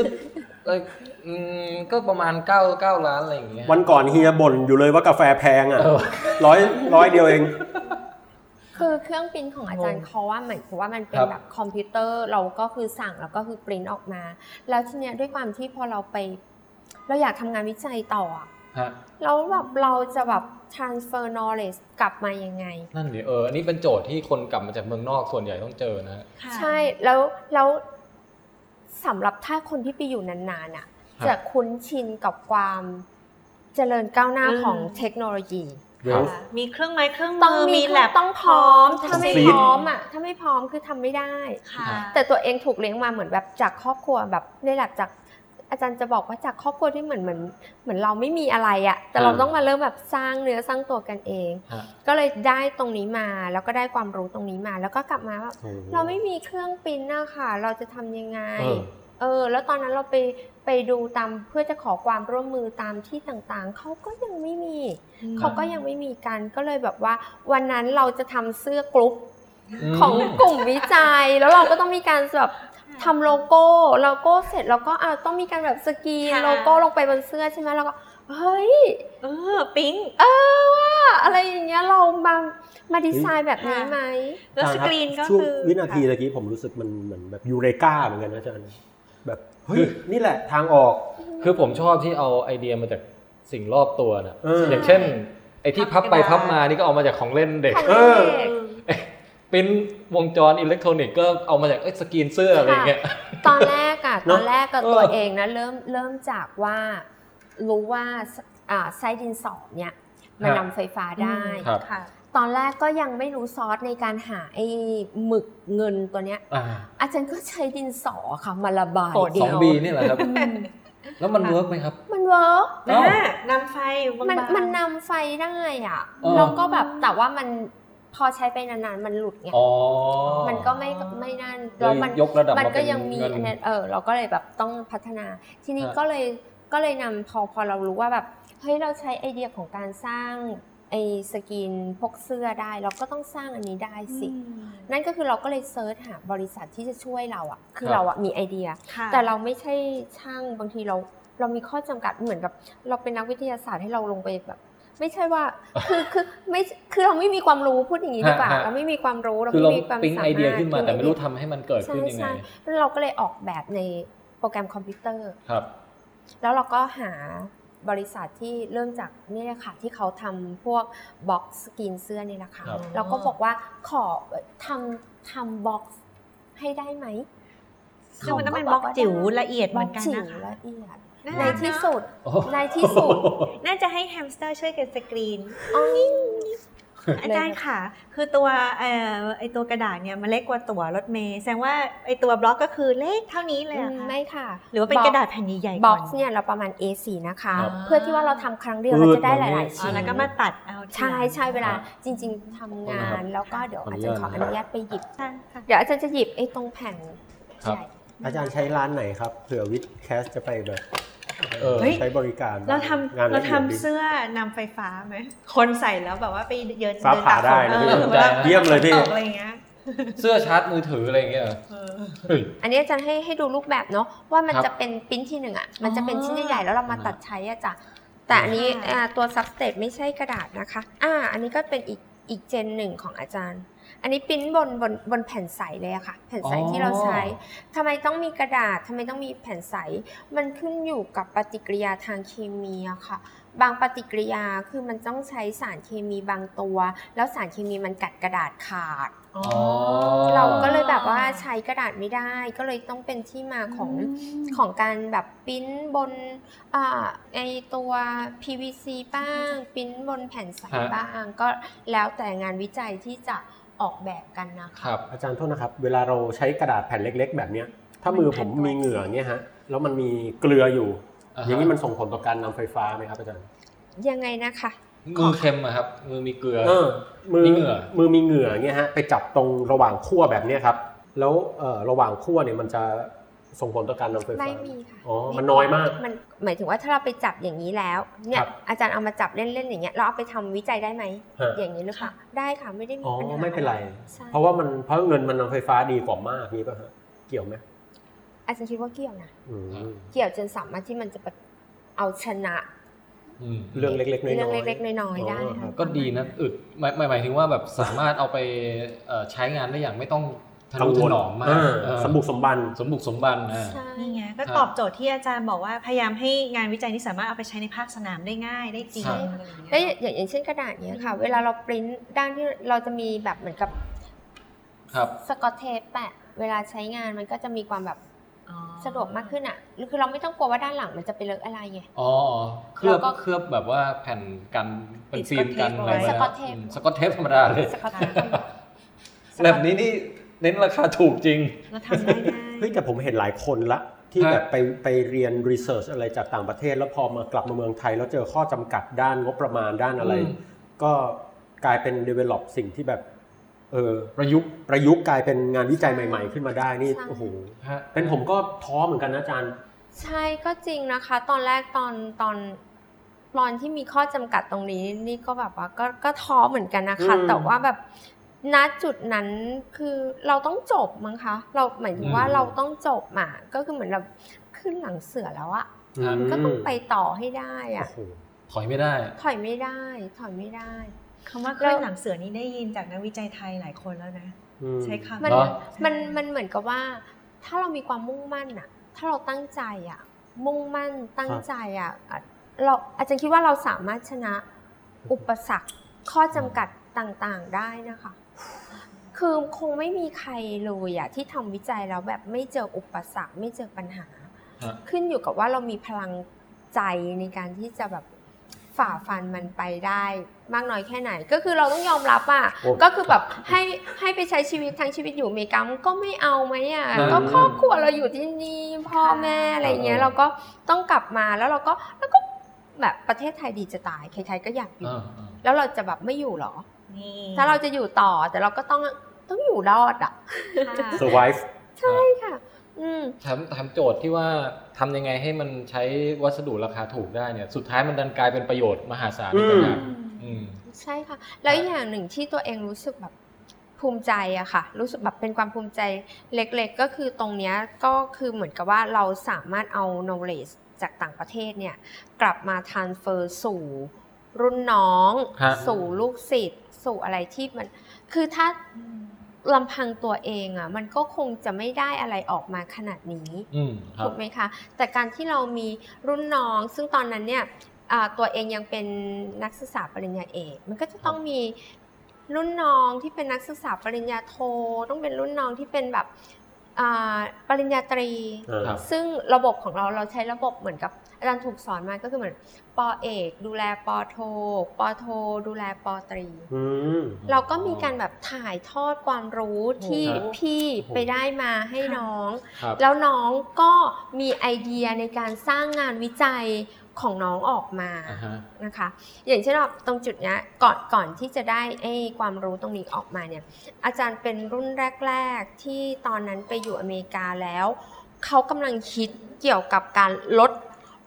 F: เอ่ออืมก็ประมาณ9 9ล้านอะไรอย่างเงี้ย
G: วันก่อนเฮียบ่นอยู่เลยว่ากาแฟแพงอ่ะ
F: เออ
G: ร้อยร้อยเดียวเอง
D: คือเครื่องปริ้นของอาจารย์เขาว่าหมายความว่ามันเป็น
F: ครับ
D: แบบคอมพิวเตอร์เราก็คือสั่งแล้วก็คือปริ้นออกมา แล้วทีเนี้ยด้วยความที่พอเราไป เราอยากทำงานวิจัยต่ออะ
F: ฮะ
D: แล้วแบบเราจะแบบ transfer knowledge กลับมายังไง
F: นั่นดิเออ อันนี้เป็นโจทย์ที่คนกลับมาจากเมืองนอกส่วนใหญ่ต้องเจอนะฮะ
E: ค่ะ
D: ใช่แล้วแล้วสำหรับถ้าคนที่ไปอยู่นานๆอ่ะ
F: ครับ
D: จะคุ้นชินกับความเจริญก้าวหน้าของเทคโนโลยี
E: ค่ะมีเครื่องไม้เครื่อง
D: ต้อง
E: มือ
D: มี
E: มีแลบ
D: ต้องพร้อม ถ้าไม่
G: ซี
D: พ
G: ด
D: ร้อมอ่ะถ้าไม่พร้อมคือทำไม่ได้
E: ค่ะ
D: แต่ตัวเองถูกเลี้ยงมาเหมือนแบบจากครอบครัวแบบในหลักจากอาจารย์จะบอกว่าจากครอบครัวที่เหมือนเหมือนเหมือนเราไม่มีอะไรอะแต่เรา
F: อ่า
D: ต้องมาเริ่มแบบสร้างเนื้อสร้างตัวกันเอง
F: ฮะ
D: ก็เลยได้ตรงนี้มาแล้วก็ได้ความรู้ตรงนี้มา แล้วก็กลับมาว่าเราไม่มีเครื่องปริ้นท์นะคะเราจะทำยังไง
F: เออ
D: เออ แล้วตอนนั้นเราไปไปดูตามเพื่อจะขอความร่วมมือตามที่ต่างๆเขาก็ยังไม่มี เขาก็ยังไม่มีกันก็เลยแบบว่า วันนั้นเราจะทำเสื้อกรุ๊ป
F: ม
D: ของกลุ่มวิจัยแล้วเราก็ต้องมีการแบบทำโลโก้โลโก้เสร็จแล้วก็อ่ะต้องมีการแบบสกรีนโลโก้ลงไปบนเสื้อใช่ไหมแล้วก็เฮ้ย
E: เออปิ๊ง
D: เออว่าอะไรอย่างเงี้ยเรามามาดีไซน์แบบนี้
E: ค่ะ
D: ไหม
E: แล้วส
G: อาจารย์ครับ
E: ก
G: ช่
E: รีนก็
G: วง
E: คือ
G: วินาทีตะกี้ผมรู้สึกมันเหมือนแบบยูเรกาเหมือนกันนะอาจารย์แบบเฮ้ยนี่แหละทางออก
F: คือผมชอบที่เอาไอเดียมาจากสิ่งรอบตัวนะ
G: เอออ
F: อย่างเช่น ไอที่พับไปพับมานี่ก็เอามาจากของเล่นเด็ก
D: ของ
G: เออ
D: เด็ก
F: เป็นวงจรอิเล็กทรอนิกส์ก็เอามาจากเอ้ยสกรีนเสื้ออะไรอย่างเงี้ย
D: ตอนแรกอะ
G: เน
D: ต
G: อะ
D: อนแรกกับ
F: เออ
D: ตัวเองนะเริ่มเริ่มจากว่ารู้ว่าอ่าไส้ดินสอเนี่ยมั
F: ค
D: น
F: รับ
D: นำไฟฟ้าได้
F: ครับ
E: ค่ะ
D: ตอนแรกก็ยังไม่รู้ซอสในการหาไอ้หมึกเงินตัวเนี้ย
F: อ่า
D: อาจารย์ก็ใช้ดินสอค่ะมาระบาย
E: โกรธ
F: ส
D: เดี
F: อง
D: ยว
F: บีนี่แหละครับ
D: อืม
F: แล้วมันเวิร์กไหมครับ
D: มันเวิร์ก
F: เอ้า
E: นะนำไฟบางๆ
D: มันมันนำไฟได้อ่ะ
F: เออ
D: แล้วก็แบบแต่ว่ามันพอใช้ไปนานๆมันหลุดไง
F: อ๋อ
D: มันก็ไม่ไม่นั่น
F: เล
D: แล้ว
F: ย
D: มัน
F: ยกระดับ
D: มัน
F: มา
D: ก็
F: เป็น
D: ยังมี
F: เงิน
D: อันนั้นเออเราก็เลยแบบต้องพัฒนา ทีนี้
F: ฮะ
D: ก็เลยก็เลยนำพอพอเรารู้ว่าแบบเฮ้ยเราใช้ไอเดียของการสร้างไอสกินพวกเสื้อได้ เราก็ต้องสร้างอันนี้ได้
E: อืม
D: สิ นั่นก็คือเราก็เลยเซิร์ชหาบริษัทที่จะช่วยเราอ่ะ คือ
F: ครับ
D: เราอ่ะมีไอเดีย
E: ค่ะ
D: แต่เราไม่ใช่ช่างบางทีเราเรามีข้อจำกัดเหมือนกับ เราเป็นนักวิทยาศาสตร์ให้เราลงไปแบบ ไม่ใช่ ว่า คือคือไม่คือเราไม่มีความรู้พูดอย่างนี้ดีกว่า
F: ฮะฮะ
D: เราไม่มีความรู้เรา
F: คือ
D: ไม่
F: เรา
D: มีความ
F: ปิ๊ง
D: สา
F: ไอ
D: มารถ
F: เดียขึ้นมาแต่ไม่รู้
D: คือ
F: ทำให้มันเกิดขึ้นยังไง
D: ใช่ใช่แล้วเราก็เลยออกแบบในโปรแกรมคอมพิวเตอร์
F: ครับ
D: แล้วเราก็หาบริษัทที่เริ่มจากนี่แหละค่ะที่เขาทำพวกบ็อกสกินเสื้อนี่แหละค่ะ
F: ครับ
D: เราก็บอกว่าขอทำทำบ็อกให้ได้ไหม
E: ซึ่งมันต้องเป็นบล็อกจิ๋วละเอียดเหมือนกัน
D: จิ๋ว
E: นะคะ
D: ละเอียด
E: า
D: ใน
E: รัก
D: ที่
E: เอะ
D: สุด
F: โอ้
D: ในที่สุด
E: น่าจะให้แฮมสเตอร์ช่วยกันสกรีน
D: อ๋อ
E: อาจารย์ค่ะ คือตัวเอ่อไอตัวกระดาษเนี่ยมันเล็กกว่าตั๋วรถเมล์แสดงว่าไอตัวบล็อกก็คือเล็กเท่านี้เลยเหรอคะ
D: ไม่ค่ะ
E: หรือว่าเป็นกระดาษแผ่นใหญ่ๆ
D: บ็
E: ก่
D: อ
E: อก น
D: ซ์เนี่ยเราประมาณ A4 นะคะ
F: ครับ
D: เพื่อที่ว่าเราทำครั้งเดียวเราจะได้หลาย ๆ
E: อ๋อ
D: ชิ้น
E: แล้วก็มาตัดเอา
D: ใช่ใช่เวลา
F: ครับ
D: จริง ๆทำงา
F: ขอบคุณครั
D: น
F: บ
D: แล้วก็เดี๋ยวอาจารย์ข
F: ข
D: อ
F: ออ
D: อ
F: นุญาต
D: นุญาตไปหยิบ
E: ใช่ค่ะ
D: เดี๋ยวอาจารย์จะหยิบไอ้ตรงแผ่น
F: ครับ
D: ใหญ่
G: อาจารย์ใช้ร้านไหนครับเผื่อวิดแคสจะไปแบบ
F: เออ
E: เฮ้ย
G: ใช้บริการ
E: เราท
G: งาน
E: ำ
G: ละ
E: เรา
G: อียดดิ
E: ทำเสื้อนำไฟฟ้าไหม คนใส่แล้วแบบว่าไปเยิน
G: ฟ้าผ่าได้นะ
E: เดิ
G: พี่
E: นตากฝนเออ
F: เ
G: ยี่ยมเลยพี่
E: ตกอะไรอย่างเงี้ย
F: เสื้อชาร์จมือถืออะไรอย่างเงี้ยเหรอ
E: เออ
F: เฮ้ย
D: อันนี้อาจารย์ให้ให้ดูรูปแบบเนาะว่ามัน
F: ครับ
D: จะเป็นปริ้นที่หนึ่งอ่ะมันจะเป็น
E: อ๋อ
D: ชิ้นใหญ่ๆแล้วเรามาตัดใช้อะจ้ะแต่อันนี้
E: ค่ะ
D: อ่าตัวซับสเตทไม่ใช่กระดาษนะคะ อ่า อันนี้ก็เป็นอีกอีกเจนหนึ่งของอาจารย์ อันนี้ปริ้นบนบนบนแผ่นใสเลยอะค่ะ แผ่นใส
F: อ๋อ
D: ที่เราใช้ทำไมต้องมีกระดาษทำไมต้องมีแผ่นใส มันขึ้นอยู่กับปฏิกิริยาทางเคมีอะค่ะ บางปฏิกิริยาคือมันต้องใช้สารเคมีบางตัว แล้วสารเคมีมันกัดกระดาษขาด
E: อ๋อ
D: เราก็เลยแบบว่าใช้กระดาษไม่ได้ก็เลยต้องเป็นที่มาของของการแบบปริ้นบนอ่าไอตัว PVC บ้างปริ้นบนแผ่นใส
F: ฮะ
D: บ้าง ก็แล้วแต่งานวิจัยที่จะออกแบบกันนะ
F: ค
D: คะ
F: รับ
G: อาจารย์โทษนะครับ เวลาเราใช้กระดาษแผ่นเล็ก ๆ แบบเนี้ย ถ้ามือผมมีเหงื่อเงี้ยฮะ แล้วมันมีเกลืออยู่
F: อ่าฮะ
G: อย่างนี้มันส่งผลต่อการนำไฟฟ้าไหมครับอาจารย์
D: ยังไงนะคะ
F: มือเค็มอะครับ มือมีเกลือ
G: เออ มือ
F: มีเหงื่อ
G: มือมีเหงื่อเงี้ยฮะ ไปจับตรงระหว่างขั้วแบบเนี้ยครับ แล้วเอ่อระหว่างขั้วเนี่ยมันจะส่งผลต่อการนำไฟฟ้า
D: ไม่มีค่ะ
G: อ๋อมันน้อยมาก
D: มันหมายถึงว่าถ้าเราไปจับอย่างนี้แล้วเนี่ย
G: ครับ
D: อาจารย์เอามาจับเล่นๆอย่างเงี้ยเราเอาไปทำวิจัยได้ไหม
G: ฮะ
D: อย่างนี้หรือเปล่าได้ค่ะไม่ได้มี
G: อ๋อ
D: ปัญหา
G: ไม่เป็นไร
D: ใช่
G: เพราะว่ามันเพราะเงินมันนำไฟฟ้าดีกว่ามากนี้ป่ะฮะเกี่ยวไหม
D: อาจารย์คิดว่าเกี่ยวนะ
G: อืม
D: เกี่ยวจนสามารถที่มันจะแบบเอาชนะ
F: อืม
G: เรื่องเล็กๆน้อยๆ
D: เรื่องเล็กๆน้อยๆได้
G: อ๋อครั
D: ค่ะ
G: บ
F: ก็ดีนะอึดหมายหมายหมายถึงว่าแบบสามารถเอาไปเอ่อใช้งานได้อย่างไม่ต้องทะนุถนอมมาก
G: เ
F: เออ
G: สมบุกสมบัน
F: สมบุกสมบันอ่า
D: ใช่
E: นี่ไงก็
F: ครับ
E: ตอบโจทย์ที่อาจารย์บอกว่าพยายามให้งานวิจัยนี้สามารถเอาไปใช้ในภาคสนามได้ง่ายได้จริง
F: ครับ
E: อะไรอย่าง
D: แล้ว
E: เงี้ย
D: อย่างอย่างเช่นกระดาษเนี้ยค่ะ เวลาเราปริ้นด้านที่เราจะมีแบบเหมือนกับ
F: ครับ
D: สกอตเทปแปะเวลาใช้งานมันก็จะมีความแบบ
E: อ๋อ
D: สะดวกมากขึ้นอ่ะคือเราไม่ต้องกลัวว่าด้านหลังมันจะไปเลอะอะไรไง
F: อ๋ออ๋อเคลือบ
D: แล้วก็
F: เคลือบแบบว่าแผ่นกันเป็นฟิล์มกันอะไร
D: สกอตเทป
F: มสกอตเทปธรรมดาเลย
D: สกอตเทป
F: แบบนี้นี่เน้นราคาถูกจริง
E: เราทำได้ง่าย
G: เฮ้ยแต่ผมเห็นหลายคนละ ที่
F: ฮะ
G: แบบไปไปเรียนรีเสิร์ชอะไรจากต่างประเทศ แล้วพอมากลับมาเมืองไทย แล้วเจอข้อจำกัดด้านงบประมาณด้านอะไร
F: ม
G: ก็กลายเป็น develop สิ่งที่แบบเออ
F: ประยุกต์
G: ประยุกต์กลายเป็นงานวิจัยใหม่ ๆ ขึ้นมาได้นี่โอ้โห
F: ฮะ
G: เป็นผมก็ท้อเหมือนกันนะอาจารย์
D: ใช่ก็จริงนะคะ ตอนแรกตอนตอนตอนที่มีข้อจำกัดตรงนี้ นี่ก็แบบว่าก็ก็ท้อเหมือนกันนะคะ
G: อืม
D: แต่ว่าแบบณจุดนั้นคือเราต้องจบมั้งคะ เราหมายถึงว่า
F: อืม
D: เราต้องจบอ่ะก็คือเหมือนแบบขึ้นหลังเสือแล้วอะ
F: ฮะ
G: ม
D: ก็ต้องไปต่อให้ได้
G: โอ้
D: อะ
G: โห
F: ถอยไม่ได้
D: ถอยไม่ได้ ถอยไม่ได้
E: คำว่าเคลื่อนหลังเสือนี่ได้ยินจากนักวิจัยไทยหลายคนแล้วนะ
G: อืม
E: ใช้คำ
D: มัน
F: เหรอ
D: มันมันเหมือนกับว่า ถ้าเรามีความมุ่งมั่นอะถ้าเราตั้งใจอะมุ่งมั่นตั้งใจอะอะเราอาจารย์คิดว่าเราสามารถชนะอุปสรรคข้อจำกัดต่างๆได้นะคะ คือคงไม่มีใครเลยอะที่ทำวิจัยแล้วแบบไม่เจออุปสรรคไม่เจอปัญหา
F: ฮะ
D: ขึ้นอยู่กับว่าเรามีพลังใจในการที่จะแบบฝ่าฟันมันไปได้ มากน้อยแค่ไหน ก็คือเราต้องยอมรับอ่ะ
G: โอ้
D: ก็คือแบบให้ให้ไปใช้ชีวิตทั้งชีวิตอยู่อเมริกามันก็ไม่เอาไหมอ่ะ
F: อืม
D: ก็ครอบครัวเราอยู่ที่นี่พ่อแม่อะไรอย่างเงี้ยเราก็ต้องกลับมาแล้วเราก็แล้วก็แบบประเทศไทยดีจะตายใครๆก็อยากอยู่
F: อ่าอ่า
D: แล้วเราจะแบบไม่อยู่เหรอ
E: นี่
D: ถ้าเราจะอยู่ต่อแต่เราก็ต้องต้องอยู่รอดอ่ะ
G: survive
D: ใช่ค่ะ อืม
F: ถามถามโจทย์ที่ว่าทำยังไงให้มันใช้วัสดุราคาถูกได้เนี่ย สุดท้ายมันดันกลายเป็นประโยชน์มหาศาลอีกต่างหากอืม
D: ใช่ค่ะ แล้วอีกอย่างหนึ่งที่ตัวเองรู้สึกแบบภูมิใจอะค่ะ รู้สึกแบบเป็นความภูมิใจเล็กๆ ก็คือตรงเนี้ยก็คือเหมือนกับว่าเราสามารถเอา knowledge จากต่างประเทศเนี่ย กลับมา transfer สู่รุ่นน้อง
F: ฮะ
D: สู่ลูกศิษย์สู่อะไรที่มัน คือถ้าลำพังตัวเองอะมันก็คงจะไม่ได้อะไรออกมาขนาดนี้
F: อืมครั
D: ถู
F: บ
D: กไหมคะ แต่การที่เรามีรุ่นน้อง ซึ่งตอนนั้นเนี่ยอ่าตัวเองยังเป็นนักศึกษาปริญญาเอก มันก็จะต้องมีรุ่นน้องที่เป็นนักศึกษาปริญญาโท ต้องเป็นรุ่นน้องที่เป็นแบบอ่าปริญญาตรี
G: เออ
F: ครับ
D: ซึ่งระบบของเราเราใช้ระบบเหมือนกับอาจารย์ถูกสอนมาก็คือเหมือนปอเอก ดูแลปอโท ปอโท ดูแลปอตรี
G: อืม
D: เราก็มีการแบบถ่ายทอดความรู้ที่
F: โอ้โห
D: พี่ไปได้มาให้น้อง
F: ครับ
D: แล้วน้องก็มีไอเดียในการสร้างงานวิจัยของน้องออกมา
F: อ่าฮะ
D: นะคะ อย่างเช่นแบบตรงจุดเนี้ยก่อนก่อนที่จะได้ไอ้ความรู้ตรงนี้ออกมาเนี่ย อาจารย์เป็นรุ่นแรก ๆ ที่ตอนนั้นไปอยู่อเมริกาแล้ว เขากำลังคิดเกี่ยวกับการลด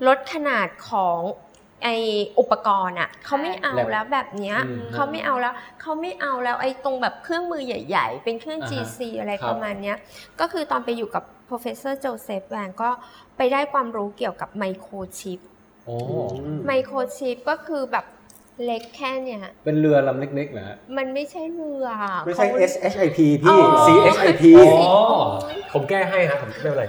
D: ลดขนาดของไออุปกรณ์อะ่ะเขาไม่เอาแล้วแบบเนี้ย
F: อืม
D: เขาไม่เอาแล้วเขาไม่เอาแล้วไอ้ตรงแบบเครื่องมือใหญ่ ๆ เป็นเครื่อง
F: อ่าฮะ
D: GC อะไร
F: ครับ
D: ประมาณเนี้ย ก็คือตอนไปอยู่กับ professor Joseph w a n ก็ไปได้ความรู้เกี่ยวกับไมโครชิป
F: โอ้
D: ไมโครชิปก็คือแบบเล็กแค่เนี่ย
F: เป็นเรือลำเล็กๆนะฮะ
D: มันไม่ใช่เรือ
G: ไม่ใช่
D: เขา
G: SHIP
D: อ๋
G: พี่
D: อ
G: CHIP
F: อ๋อ
G: ผมแก้ให้ครับผมไม่เป็นไร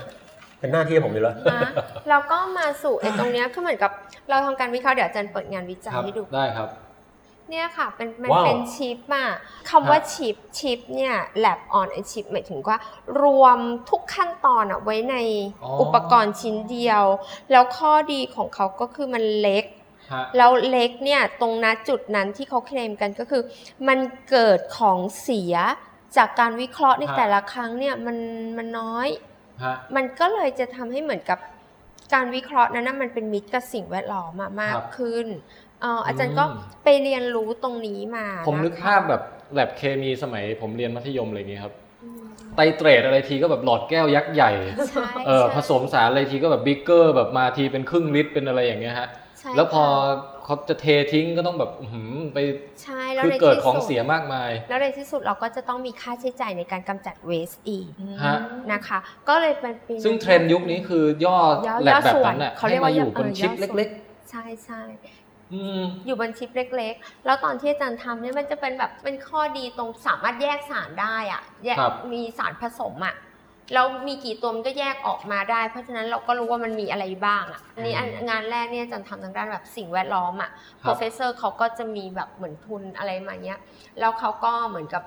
G: เป็นหน้าที่ผมอยู่แล้ว
D: นะแล้วก็มาสู่ไอ้ตรงเนี้ยก็เหมือนกับเราทำการวิเคราะห์เดี๋ยวอาจารย์เปิดงานวิจัย
F: ครับ
D: ให้ดู
F: ได้ครับ
D: เนี่ยค่ะเป็นมัน
F: ว้าว
D: เป็นชิปอะคำว่าชิปชิปเนี่ยแลบออนไอชิปหมายถึงว่า รวมทุกขั้นตอนอะไว้ใน
F: อ๋ออุ
D: อุปกรณ์ชิ้นเดียว แล้วข้อดีของเขาก็คือมันเล็ก
F: ฮะ
D: แล้วเล็กเนี่ยตรงนั้นจุดนั้นที่เขาเคลมกันก็คือ มันเกิดของเสียจากการวิเคราะห์ใน
F: ฮะ
D: แต่ละครั้งเนี่ยมันมันน้อย
F: ฮะ
D: มันก็เลยจะทำให้เหมือนกับการวิเคราะห์นั้นนะมันเป็นมิตรกับสิ่งแวดล้อมอะมาก
F: ครับ
D: ขึ้นเอ่ออาจารย์
F: อืม
D: ก็ไปเรียนรู้ตรงนี้มา
F: ผมนึก
D: ะ
F: ภาพแบบแลบเคมีสมัยผมเรียนมัธยมอะไรอย่างเงี้ยครับไตรเตรดอะไรทีก็แบบหลอดแก้วยักษ์ใหญ่
D: ใช่
F: เอ่อผ
D: ใช่
F: สมสารอะไรทีก็แบบบิ๊กเกอร์แบบมาทีเป็นครึ่งลิตรเป็นอะไรอย่างเงี้ยฮะ
D: ใช่
F: แล้วพอ
D: ค่ะ
F: เขาจะเททิ้งก็ต้องแบบอื้อหือไป
D: ใช่แล้ว
F: คือ
D: ใน
F: เกิด
D: ที่
F: ของ
D: สุด
F: เสียมากมาย
D: แล้วในที่สุดเราก็จะต้องมีค่าใช้จ่ายในการกำจัดเวสอีก
F: ฮะ
D: นะคะ ก็เลยเป็นปี
F: ซึ่งเทรนด์ยุคนี้คือย่อย่
D: อย่
F: แลบแบบ
D: ส่วน
F: นั้นน่ะ
D: เขาเรี
F: ให้มา
D: ยกว่า
F: อยู่
D: ย่อบ
F: น
D: เออ
F: ชิป
D: ย่อส่วน
F: เล็ก
D: ใช่ใช่
F: ๆ อืม
D: อยู่บนชิปเล็กๆ แล้วตอนที่อาจารย์ทำเนี่ยมันจะเป็นแบบเป็นข้อดีตรงสามารถแยกสารได้อะแยก
F: ครับ
D: มีสารผสมอะแล้วมีกี่ตัวมันก็แยกออกมาได้ เพราะฉะนั้นเราก็รู้ว่ามันมีอะไรบ้างอะอันนี้อันงานแรกเนี่ยอาจารย์ทำทางด้านแบบสิ่งแวดล้อมอะ
F: ครั
D: professor เขาก็จะมีแบบเหมือนทุนอะไรมาเนี้ย แล้วเขาก็เหมือนกับ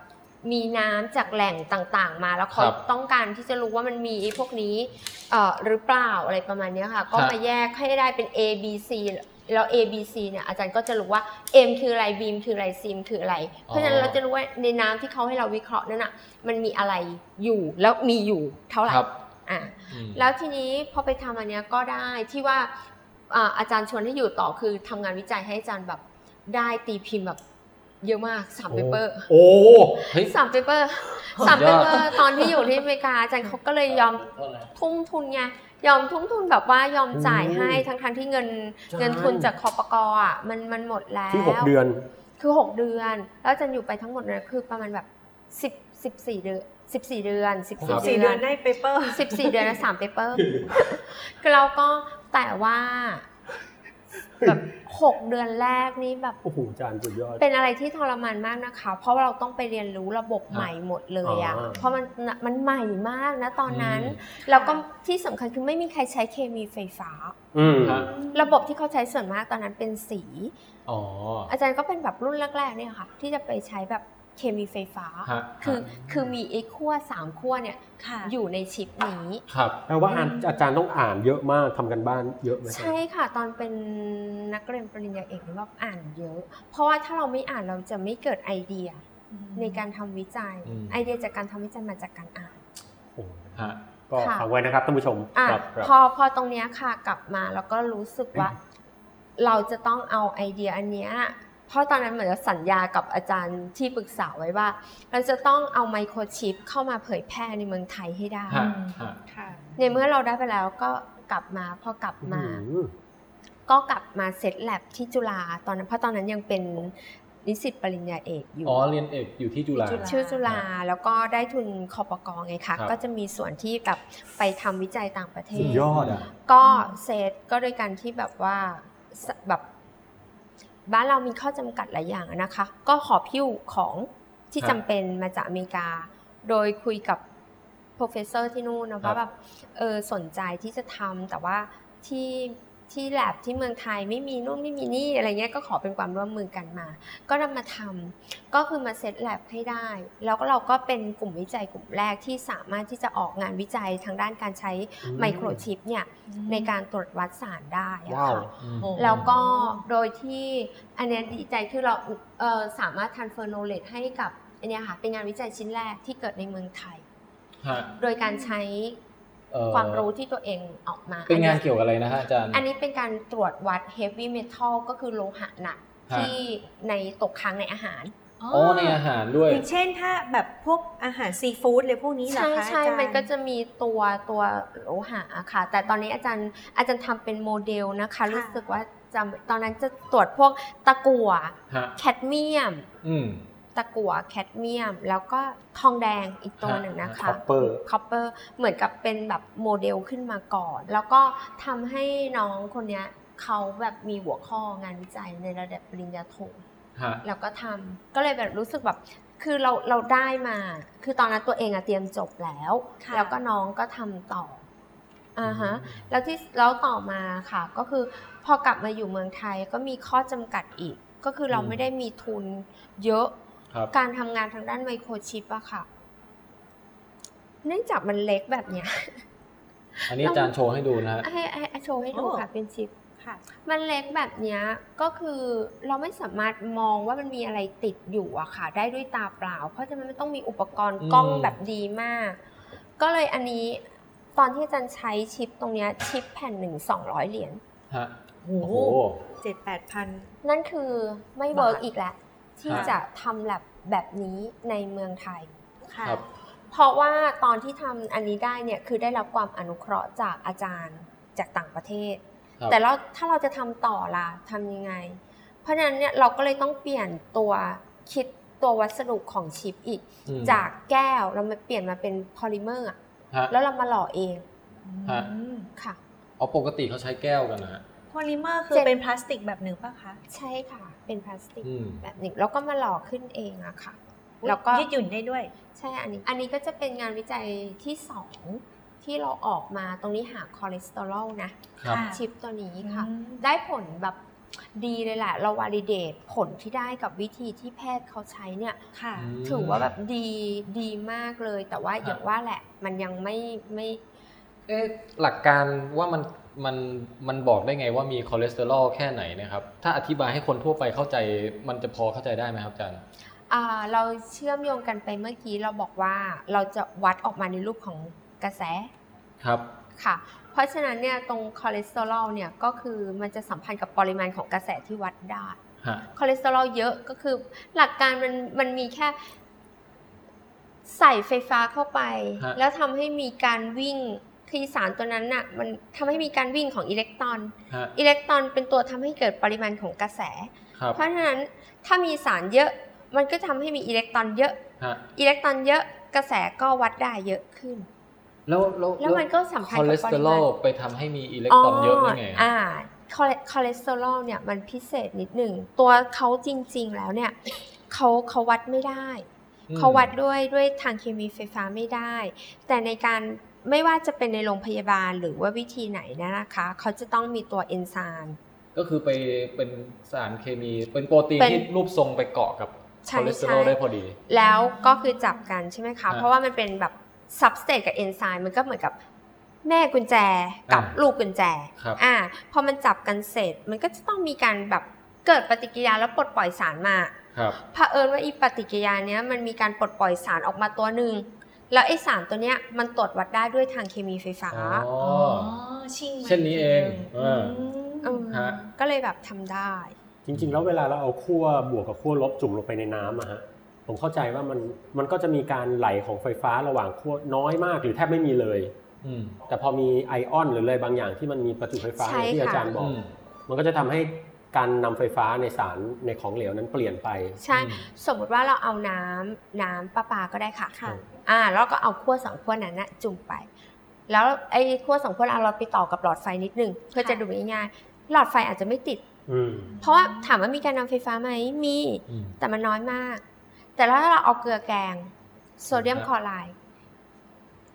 D: มีน้ำจากแหล่งต่างๆ มา แล้วเขา
F: ครับ
D: ต้องการที่จะรู้ว่ามันมีพวกนี้เอ่อหรือเปล่าอะไรประมาณเนี้ยค่ะ ก็
F: ครับ
D: มาแยกให้ได้เป็น A B C แล้ว A B C เนี่ยอาจารย์ก็จะรู้ว่า M คืออะไร B คืออะไร C คืออะไร เพราะฉะนั้น
F: อ๋อ
D: เราจะรู้ว่าในน้ำที่เขาให้เราวิเคราะห์นั่นน่ะมันมีอะไรอยู่แล้วมีอยู่เท่าไหร่
F: ครับ
D: อ่ะ
F: อืม
D: แล้วทีนี้พอไปทำอันเนี้ยก็ได้ที่ว่าอ่าอาจารย์ชวนให้อยู่ต่อคือทำงานวิจัยให้อาจารย์แบบได้ตีพิมพ์แบบเยอะมากสามเปเปอร์
F: โอ้เฮ้ย
D: สามเปเปอร์
F: สุดยอด
D: สามเปเปอร์ตอนที่อยู่ที่อเมริกาอาจารย์เขาก็เลยยอมทุ่มทุนไงยอมทุ่มทุนแบบว่ายอมจ่ายให้ทั้งทั้งๆที่เงินเงินทุนจากคอปกอ่ะมันมันหมดแล้ว
G: ที่หกเดือน
D: คือ 6 เดือน แล้วอาจารย์อยู่ไปทั้งหมดเนี่ยคือประมาณแบบ10 14เดือน14 เดือน
F: ครั
D: 14
F: บ
E: สี่เดือนได้เปเปอร์
D: สิบสี่เดือนละสามเปเปอร์ คือเราก็แต่ว่าแบบหกเดือนแรกนี่แบบ
G: โอ้โหอาจารย์สุดยอด
D: เป็นอะไรที่ทรมานมากนะคะ เพราะว่าเราต้องไปเรียนรู้ระบบใหม่หมดเลยอะ
G: อ่า
D: เพราะมันมันใหม่มากนะตอนนั้น
F: อื
D: แล้วก็ที่สำคัญคือไม่มีใครใช้เคมีไฟฟ้า
G: อืม
F: ฮะ
D: ระบบที่เขาใช้ส่วนมากตอนนั้นเป็นสี
F: อ๋อ
D: อาจารย์ก็เป็นแบบรุ่นแรกๆเนี่ยค่ะ ที่จะไปใช้แบบเคมีไฟฟ้า
F: ฮะ
D: คือคือมีไอ้ขั้วสามขั้วเนี่ย
E: ค่ะ
D: อยู่ในชิปนี้
F: ครับ
G: แปลว่าอาอาจารย์ต้องอ่านเยอะมากทำกันบ้านเยอะไหมครับ
D: ใช่ค่ะตอนเป็นนักเรียนปริญญาเอกนี่แบบอ่านเยอะ เพราะว่าถ้าเราไม่อ่านเราจะไม่เกิดไอเดียในการทำวิจัย
F: อืม
D: ไอเดียจากการทำวิจัยมาจากการอ่าน
G: โอ้โห
F: ฮะ
G: ก็
D: ค่ะ
G: ฟังไว้นะครับท่านผู้ชม
D: อ่ะ
G: ครับครับ
D: พอพอตรงเนี้ยค่ะกลับมาแล้วก็รู้สึกว่า เราจะต้องเอาไอเดียอันเนี้ยเพราะตอนนั้นเหมือนกับสัญญากับอาจารย์ที่ปรึกษาไว้ว่า เราจะต้องเอาไมโครชิปเข้ามาเผยแพร่ในเมืองไทยให้ได้
F: ฮะ ฮะ
E: ค่ะ
D: ในเมื่อเราได้ไปแล้วก็กลับมาพอกลับมา
G: อืม
D: ก็กลับมาเซตแลบที่จุฬาตอนนั้นเพราะตอนนั้นยังเป็นนิสิตปริญญาเอกอยู่
F: อ๋อ เรียนเอกอยู่ที่จุฬา
E: จุฬา
D: ชื่อจุฬาแล้วก็ได้ทุนคอปกไง
F: ครั
D: คะ
F: บ
D: ก็จะมีส่วนที่แบบไปทำวิจัยต่างประเท
G: สุ
D: ศ
G: ดยอดอ่ะ
D: ก็เซตก็โดยการที่แบบว่าสแบบบ้านเรามีข้อจำกัดหลายอย่างอะนะคะ ก็ขอพิ้วของที่
F: ครับ
D: จำเป็นมาจากอเมริกา โดยคุยกับ professor ที่นู่นนะ
F: ครั
D: ว่า
F: บ
D: แบบเออสนใจที่จะทำแต่ว่าที่ที่แลบที่เมืองไทยไม่มีนู่นไม่มีนี่อะไรเงี้ยก็ขอเป็นความร่วมมือกันมา ก็นำมาทำก็คือมาเซตแลบให้ได้ แล้วก็เราก็เป็นกลุ่มวิจัยกลุ่มแรกที่สามารถที่จะออกงานวิจัยทางด้านการใช้
G: อืม
D: ไมโครชิปเนี่ย ในการตรวจวัดสารได้อะ
G: ว้าว
D: ค่ะ
F: อืม
D: แล้วก็โดยที่อันเนี้ยดีใจคือเราเอ่อสามารถ transfer knowledge ให้กับอันเนี้ยค่ะเป็นงานวิจัยชิ้นแรกที่เกิดในเมืองไทย
F: ฮะ
D: โดยการใช้
F: เอ่อ
D: ความรู้ที่ตัวเองออกมา
F: เป็นงานเกี่ยวกับอะไรนะฮะอาจารย์
D: อันนี้เป็นการตรวจวัด heavy metal ก็คือโลหะหนัก
F: ฮะ
D: ที่ในตกค้างในอาหาร
E: อ๋อ
F: อ๋อ ในอาหารด้วย
E: อย่างเช่นถ้าแบบพวกอาหารซีฟู้ดเลยพวกนี้เหรอ
D: ใช่
E: คะ
D: ใช่
E: อาจารย์
D: มันก็จะมีตัวตัวโลหะอะค่ะ แต่ตอนนี้อาจารย์อาจารย์ทำเป็นโมเดลนะคะ รู้สึกว่าจำตอนนั้นจะตรวจพวกตะกั่ว
F: ฮะ
D: แคดเมียม
F: อืม
D: ตะกั่วแคดเมียม แล้วก็ทองแดงอีกตัวหนึ่งนะคะ
G: Copper
D: คอปเปอร์เหมือนกับเป็นแบบโมเดลขึ้นมาก่อน แล้วก็ทำให้น้องคนเนี้ยเขาแบบมีหัวข้องานวิจัยในระดับปริญญาโท
F: ฮะ
D: แล้วก็ทำก็เลยแบบรู้สึกแบบ คือเราเราได้มา คือตอนนั้นตัวเองอะเตรียมจบแล้ว
E: ค่ะ
D: แล้วก็น้องก็ทำต่ออ่าฮะ แล้วที่แล้วต่อมาค่ะ ก็คือพอกลับมาอยู่เมืองไทยก็มีข้อจำกัดอีก ก็คือเราไม่ได้มีทุนเยอะ
F: ครับ
D: การทำงานทางด้านไมโครชิปอะค่ะ เนื่องจากมันเล็กแบบเนี้ย
F: อันนี้อาจารย์โชว์ให้ดูนะฮะ
D: ให้ให้ให้โชว์ให้ดู
E: โอ้
D: ค่ะเป็นชิป
E: ค่ะ
D: มันเล็กแบบเนี้ยก็คือเราไม่สามารถมองว่ามันมีอะไรติดอยู่อะค่ะ ได้ด้วยตาเปล่า เพราะฉะนั้นมันต้องมีอุปกรณ์
F: อืม
D: กล้องแบบดีมาก ก็เลยอันนี้ตอนที่อาจารย์ใช้ชิปตรงเนี้ยชิปแผ่นหนึ่งสองร้อยเหรียญ
F: ฮะ
E: โอ้
F: โอ้
E: โห
F: โห
E: เจ็ดแปดพัน
D: นั่นคือไม่เวิร์ก
E: บาท
D: อีกแล้วที่
F: ครับ
D: จะทำแบบแบบนี้ในเมืองไทย
E: ค่ะ
F: ครับ
D: เพราะว่าตอนที่ทำอันนี้ได้เนี่ยคือได้รับความอนุเคราะห์จากอาจารย์จากต่างประเทศ
F: ครับ
D: แต่แล้วถ้าเราจะทำต่อล่ะทำยังไง เพราะฉะนั้นเนี่ยเราก็เลยต้องเปลี่ยนตัวคิดตัววัสดุของชิปอีก
F: อืม
D: จากแก้วเรามาเปลี่ยนมาเป็นพอลิเมอร์อะ
F: ฮะ
D: แล้วเรามาหล่อเอง
F: ฮะ
E: อืม
D: ค่ะ
F: เอาปกติเขาใช้แก้วกันนะฮะ
E: โพลิเมอร์คือ
D: เจ็ด
E: เป็นพลาสติกแบบหนึ่งป่ะคะ
D: ใช่ค่ะ เป็นพลาสติก
F: อืม
D: แบบหนึ่งแล้วก็มาหล่อขึ้นเองอะค่ะ
E: อุ๊ย
D: แล้วก็
E: ยืดหยุ่นได้ด้วย
D: ใช่อันนี้อันนี้ก็จะเป็นงานวิจัยที่สองที่เราออกมาตรงนี้หาคอเลสเตอรอลนะครับ
E: ค่ะ
D: ชิปตัวนี้ค่ะ
E: อืม
D: ได้ผลแบบดีเลยแหละ เราวาลิเดตผลที่ได้กับวิธีที่แพทย์เขาใช้เนี่ย
E: ค่ะ
F: อืม
D: ถือว่าแบบดีดีมากเลย แต่ว่า
F: ครับ
D: อย่างว่าแหละ มันยังไม่ไม่
F: เอ๊ะหลักการว่ามันมันมันบอกได้ไงว่ามีคอเลสเตอรอลแค่ไหนนะครับ ถ้าอธิบายให้คนทั่วไปเข้าใจมันจะพอเข้าใจได้ไหมครับอาจารย์
D: อ่าเราเชื่อมโยงกันไปเมื่อกี้เราบอกว่าเราจะวัดออกมาในรูปของกระแส
F: ครับ
D: ค่ะ เพราะฉะนั้นเนี่ยตรงคอเลสเตอรอลเนี่ยก็คือมันจะสัมพันธ์กับปริมาณของกระแสที่วัดได้
F: ฮะ
D: คอเลสเตอรอลเยอะก็คือหลักการมันมันมีแค่ใส่ไฟฟ้าเข้าไป
F: ฮะ
D: แล้วทำให้มีการวิ่งคือสารตัวนั้นน่ะมันทำให้มีการวิ่งของอิเล็กตรอน
F: ฮะ
D: อิเล็กตรอนเป็นตัวทำให้เกิดปริมาณของกระแส
F: ครับ
D: เพราะฉะนั้นถ้ามีสารเยอะมันก็ทำให้มีอิเล็กตรอนเยอะ
F: ฮะ
D: อิเล็กตรอนเยอะกระแสก็วัดได้เยอะขึ้น
F: แล้วแล้ว
D: แล้วมันก็สัมพันธ์
F: คอบ
D: กัปริมาณ
F: เลสเตอรอลไปทำให้มีอิเล็กตรอนเยอะได้ไง
D: อ่าคอเลคอเลสเตอรอลเนี่ยมันพิเศษนิดหนึ่ง ตัวเขาจริงๆแล้วเนี่ยเขาเขาวัดไม่ได้
F: อืม
D: เขาวัดด้วยด้วยทางเคมีไฟฟ้าไม่ได้ แต่ในการไม่ว่าจะเป็นในโรงพยาบาลหรือว่าวิธีไหนเนยนะคะ เขาจะต้องมีตัวเอนไซม์
F: ก็คือไปเป็นสารเคมี เป็นโปรตีน
D: เป็น
F: ที่รูปทรงไปเกาะกับค
D: ใช่
F: อเลสเตอรอล
D: ใช่
F: ได้พอดี
D: แล้วก็คือจับกันใช่ไหมคะ
F: อ่า
D: เพราะว่ามันเป็นแบบซับสเตทกับเอนไซม์มันก็เหมือนกับแม่กุญแจกับ
F: อ่า
D: ลูกกุญแจ
F: ครับ
D: อ่าพอมันจับกันเสร็จมันก็จะต้องมีการแบบเกิดปฏิกิริยาแล้วปลดปล่อยสารมา
F: ครับ
D: เผอิญว่าอีปฏิกิริยาเนี้ยมันมีการปลดปล่อยสารออกมาตัวหนึ่ง แล้วไอสารตัวเนี้ยมันตรวจวัดได้ด้วยทางเคมีไฟฟ้า
F: อ๋อ
E: ชิงมา
F: เช่นนี้เองเออ
D: เออ
F: ฮะ
D: ก็เลยแบบทำได้
G: จริง ๆ แล้วเวลาเราเอาขั้วบวกกับขั้วลบจุ่มลงไปในน้ำอะฮะผมเข้าใจว่ามันมันก็จะมีการไหลของไฟฟ้าระหว่างขั้วน้อยมากหรือแทบไม่มีเลย
F: อืม
G: แต่พอมีไอออนหรืออะไรบางอย่างที่มันมีประจุไฟฟ้า
D: ใช่
G: อย่างที่อา
D: ค่ะ
G: จารย์บอ
F: อื
G: ก
F: ม
G: มันก็จะทำให้การนำไฟฟ้าในสารในของเหลวนั้นเปลี่ยนไป
D: ใช่
F: อืม
D: สมมติว่าเราเอาน้ำน้ำประปาก็ได้ค่ะ
E: ค่ะ
D: อ่าแล้วก็เอาขั้วสองขั้วนั้นนะจุ่มไป แล้วไอ้ขั้วสองขั้วนั้นเราไปต่อกับหลอดไฟนิดนึงเพื่อ
E: ค่ะ
D: จะดูง่ายๆหลอดไฟอาจจะไม่ติด
G: อืม
D: เพราะว่าถามว่ามีการนำไฟฟ้าไหมมี
F: อืม
D: แต่มันน้อยมาก แต่แล้วถ้าเราเอาเกลือแกงโซเดีย
F: ค
D: ม
F: รับ
D: คลอไรด์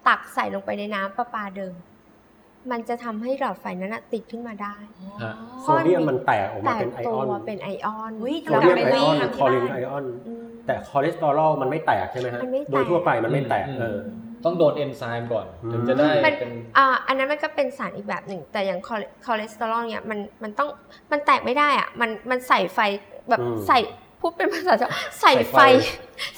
D: ตักใส่ลงไปในน้ำประปาเดิม มันจะทำให้หลอดไฟนั้นนะติดขึ้นมาได้
F: ฮะ
G: โซเดียมมันแตกออกมา
D: แต่
G: เป็นไอ
D: ตั
G: ออน
D: วเป็นไอออน
E: อุ๊ย
G: โซเดียมไอออน
E: กลับไป
G: คอลิน
E: ทำที่บ้าน
G: ไอออน
D: อืม
G: แต่คอเลสเตอรอลมันไม่แตกใช่ไหมฮะ
D: มันไม่แตก
G: โดยทั่วไปมันไม่แตก
F: อืม
G: เออ
F: ต้องโดนเอนไซม์ก่อน
G: อืม
F: ถึงจะได้
D: มัน
F: เป็น
D: อ่าอันนั้นมันก็เป็นสารอีกแบบหนึ่ง แต่อย่างคอเลคอเลสเตอรอลเนี่ยมันมันต้องมันแตกไม่ได้อะมันมันใส่ไฟแบบ
G: อืม
D: ใส่พูดเป็นภาษาชาวใส่ไฟ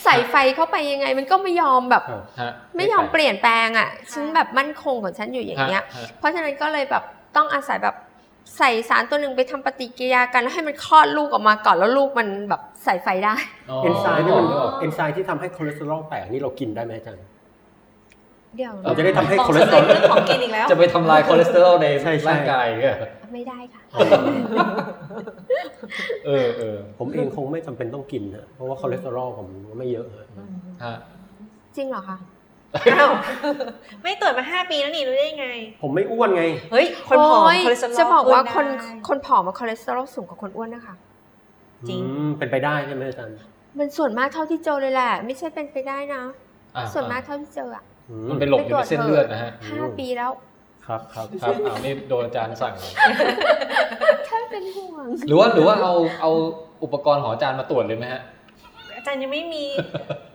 D: ใส่ไฟเข้าไปยังไง มันก็ไม่ยอมแบบ
G: ครับ
F: ฮะ
D: ไม่ยอมเป
F: แตก
D: ลี่ยนแปลงอ่ะฉันแบบมั่นคงของฉันอยู่อย่างเงี้ย
F: ฮะฮะ
D: เพราะฉะนั้นก็เลยแบบต้องอาศัยแบบใส่สารตัวหนึ่งไปทำปฏิกิริยากันแล้วให้มันคลอดลูกออกมาก่อนแล้วลูกมันแบบใส่ไฟได้
G: เอนไซม์นี่มัน
F: อ๋อ
G: เอนไซม์ที่ทำให้คอเลสเตอรอลแตกนี่เรากินได้ไหมอาจารย์
D: เดี๋ยว
F: เรา
G: จะได้ทำให้
E: บก
G: คอเลสเตอรอล
E: เรื่องของกินอีกแล้ว
F: จะไปทำลายคอเลสเตอรอลใน
G: ใช่ใช่
F: ร่างกายเงี้ย
D: ไม่ได้ค่ะ
F: เออเออ
G: ผมเองคงไม่จำเป็นต้องกินนะเพราะว่าคอเลสเตอรอลผมไม่เยอะฮะ
F: ฮะ
D: จริงเหรอคะ
E: อ้าวไม่ตรวจมาห้าปีแล้วนี่รู้ได้ไง
G: ผมไม่อ้วนไง
E: เฮ้ย คนผอม
D: โย
E: คอเลสเตอรอล
D: จะบอกว่าคน
E: ขึ้ได้
D: คนผอมอะคอเลสเตอรอลสูงกว่าคนอ้วนนะคะ
E: จริง
G: อืมเป็นไปได้ใช่ไหมอาจารย์
D: มันส่วนมากเท่าที่เจอเลยแหละ ไม่ใช่เป็นไปได้นะ
F: อ่ะ
D: ส่วนมากเท่าที่เจออะ
G: อื
F: มันไปหลบอยู่ในเส้นเลือดนะฮะ
D: ห้าปีแล้ว
G: ครับครับ
F: ครับเอานี่โดนอาจารย์สั่งมา
D: แค่เป็นห่วง
F: หรือว่าหรือว่าเอาเอา อุปกรณ์หอจานมาตรวจเลยไหมฮะ
E: อาจารย์ยังไม่มี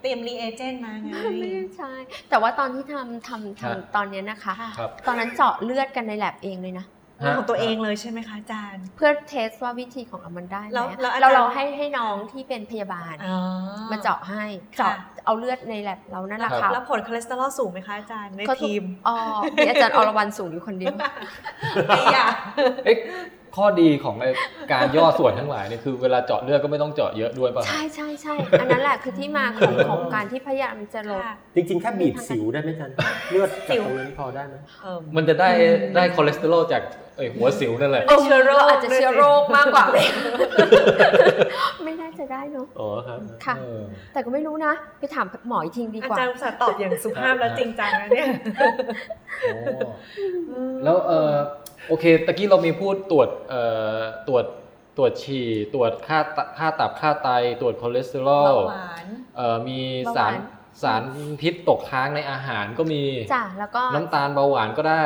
E: เตรียมรีเอเจนต์มาไง
D: ไม่ใช่ แต่ว่าตอนที่ทำทำทำ
F: ฮะ
D: ตอนเนี้ยนะคะ
F: ครับ
D: ตอนนั้นเจาะเลือดกันในแลบเองเลยนะ
E: เป็นของตัวเองเลยใช่ไหมคะอาจารย์
D: เพื่อเทสว่าวิธีของเรามันได้ไหม
E: แล้วแล้วอาจาร
D: เรา
E: ย์
D: เราให้ให้น้องที่เป็นพยาบาล
E: อ๋อ
D: มาเจาะให้
E: ค่ะ
D: เจาะเอาเลือดในแลบเรานั่นแหละ
E: แล้ว
D: ค่ะ
E: แล้วผลคอเลสเตอรอลสูงไหมคะอาจารย์ใน
D: ก็ทุก
E: ทีม
D: อ๋อมีอาจารย์อรวรรณสูงอยู่คนเดียว
E: ไม่อยาก
F: เอ๊ะข้อดีของไอ้การย่อส่วนทั้งหลายเนี่ยคือเวลาเจาะเลือดก็ไม่ต้องเจาะเยอะด้วยป่ะ
D: ใช่ใช่ใช่อันนั้นแหละคือที่มาของของการที่พยายามจะลด
E: ค่ะ
G: จริงๆ แค่บีบสิวได้ไหมจันเลือดจากตรงนั้นพอได้ไหม
E: เอิ่ม
F: มันจะได้ได้คอเลสเตอรอลจากไอ้หัวสิวนั่นแหละ
E: เออเชื้อโรค
D: อาจจะเชื้อโรคมากกว่า ไม่น่าจะได้เนอะ
G: อ๋อครับ
D: ค่ะ
F: เออ
D: แต่ก็ไม่รู้นะ ไปถามหมออีกทีดี
E: อาก
D: ว่า
E: จารย์อุตส่าห์ตอบอย่างสุภาพและจริงจังนะเนี่ย
F: โอ้แล้วเออโอเคตะกี้เรามีพูดตรวจเอ่อตรวจตรวจฉี่ตรวจค่าตะค่าตับค่าไตตรวจคอเลสเตอรอ
E: เบา
F: ล
E: หวาน
F: เอ่อมีสาร
D: เบาหว
F: สารพิษตกค้างในอาหารก็มี
D: จ้ะแล้วก็
F: น้ำตาลเบาหวานก็ได้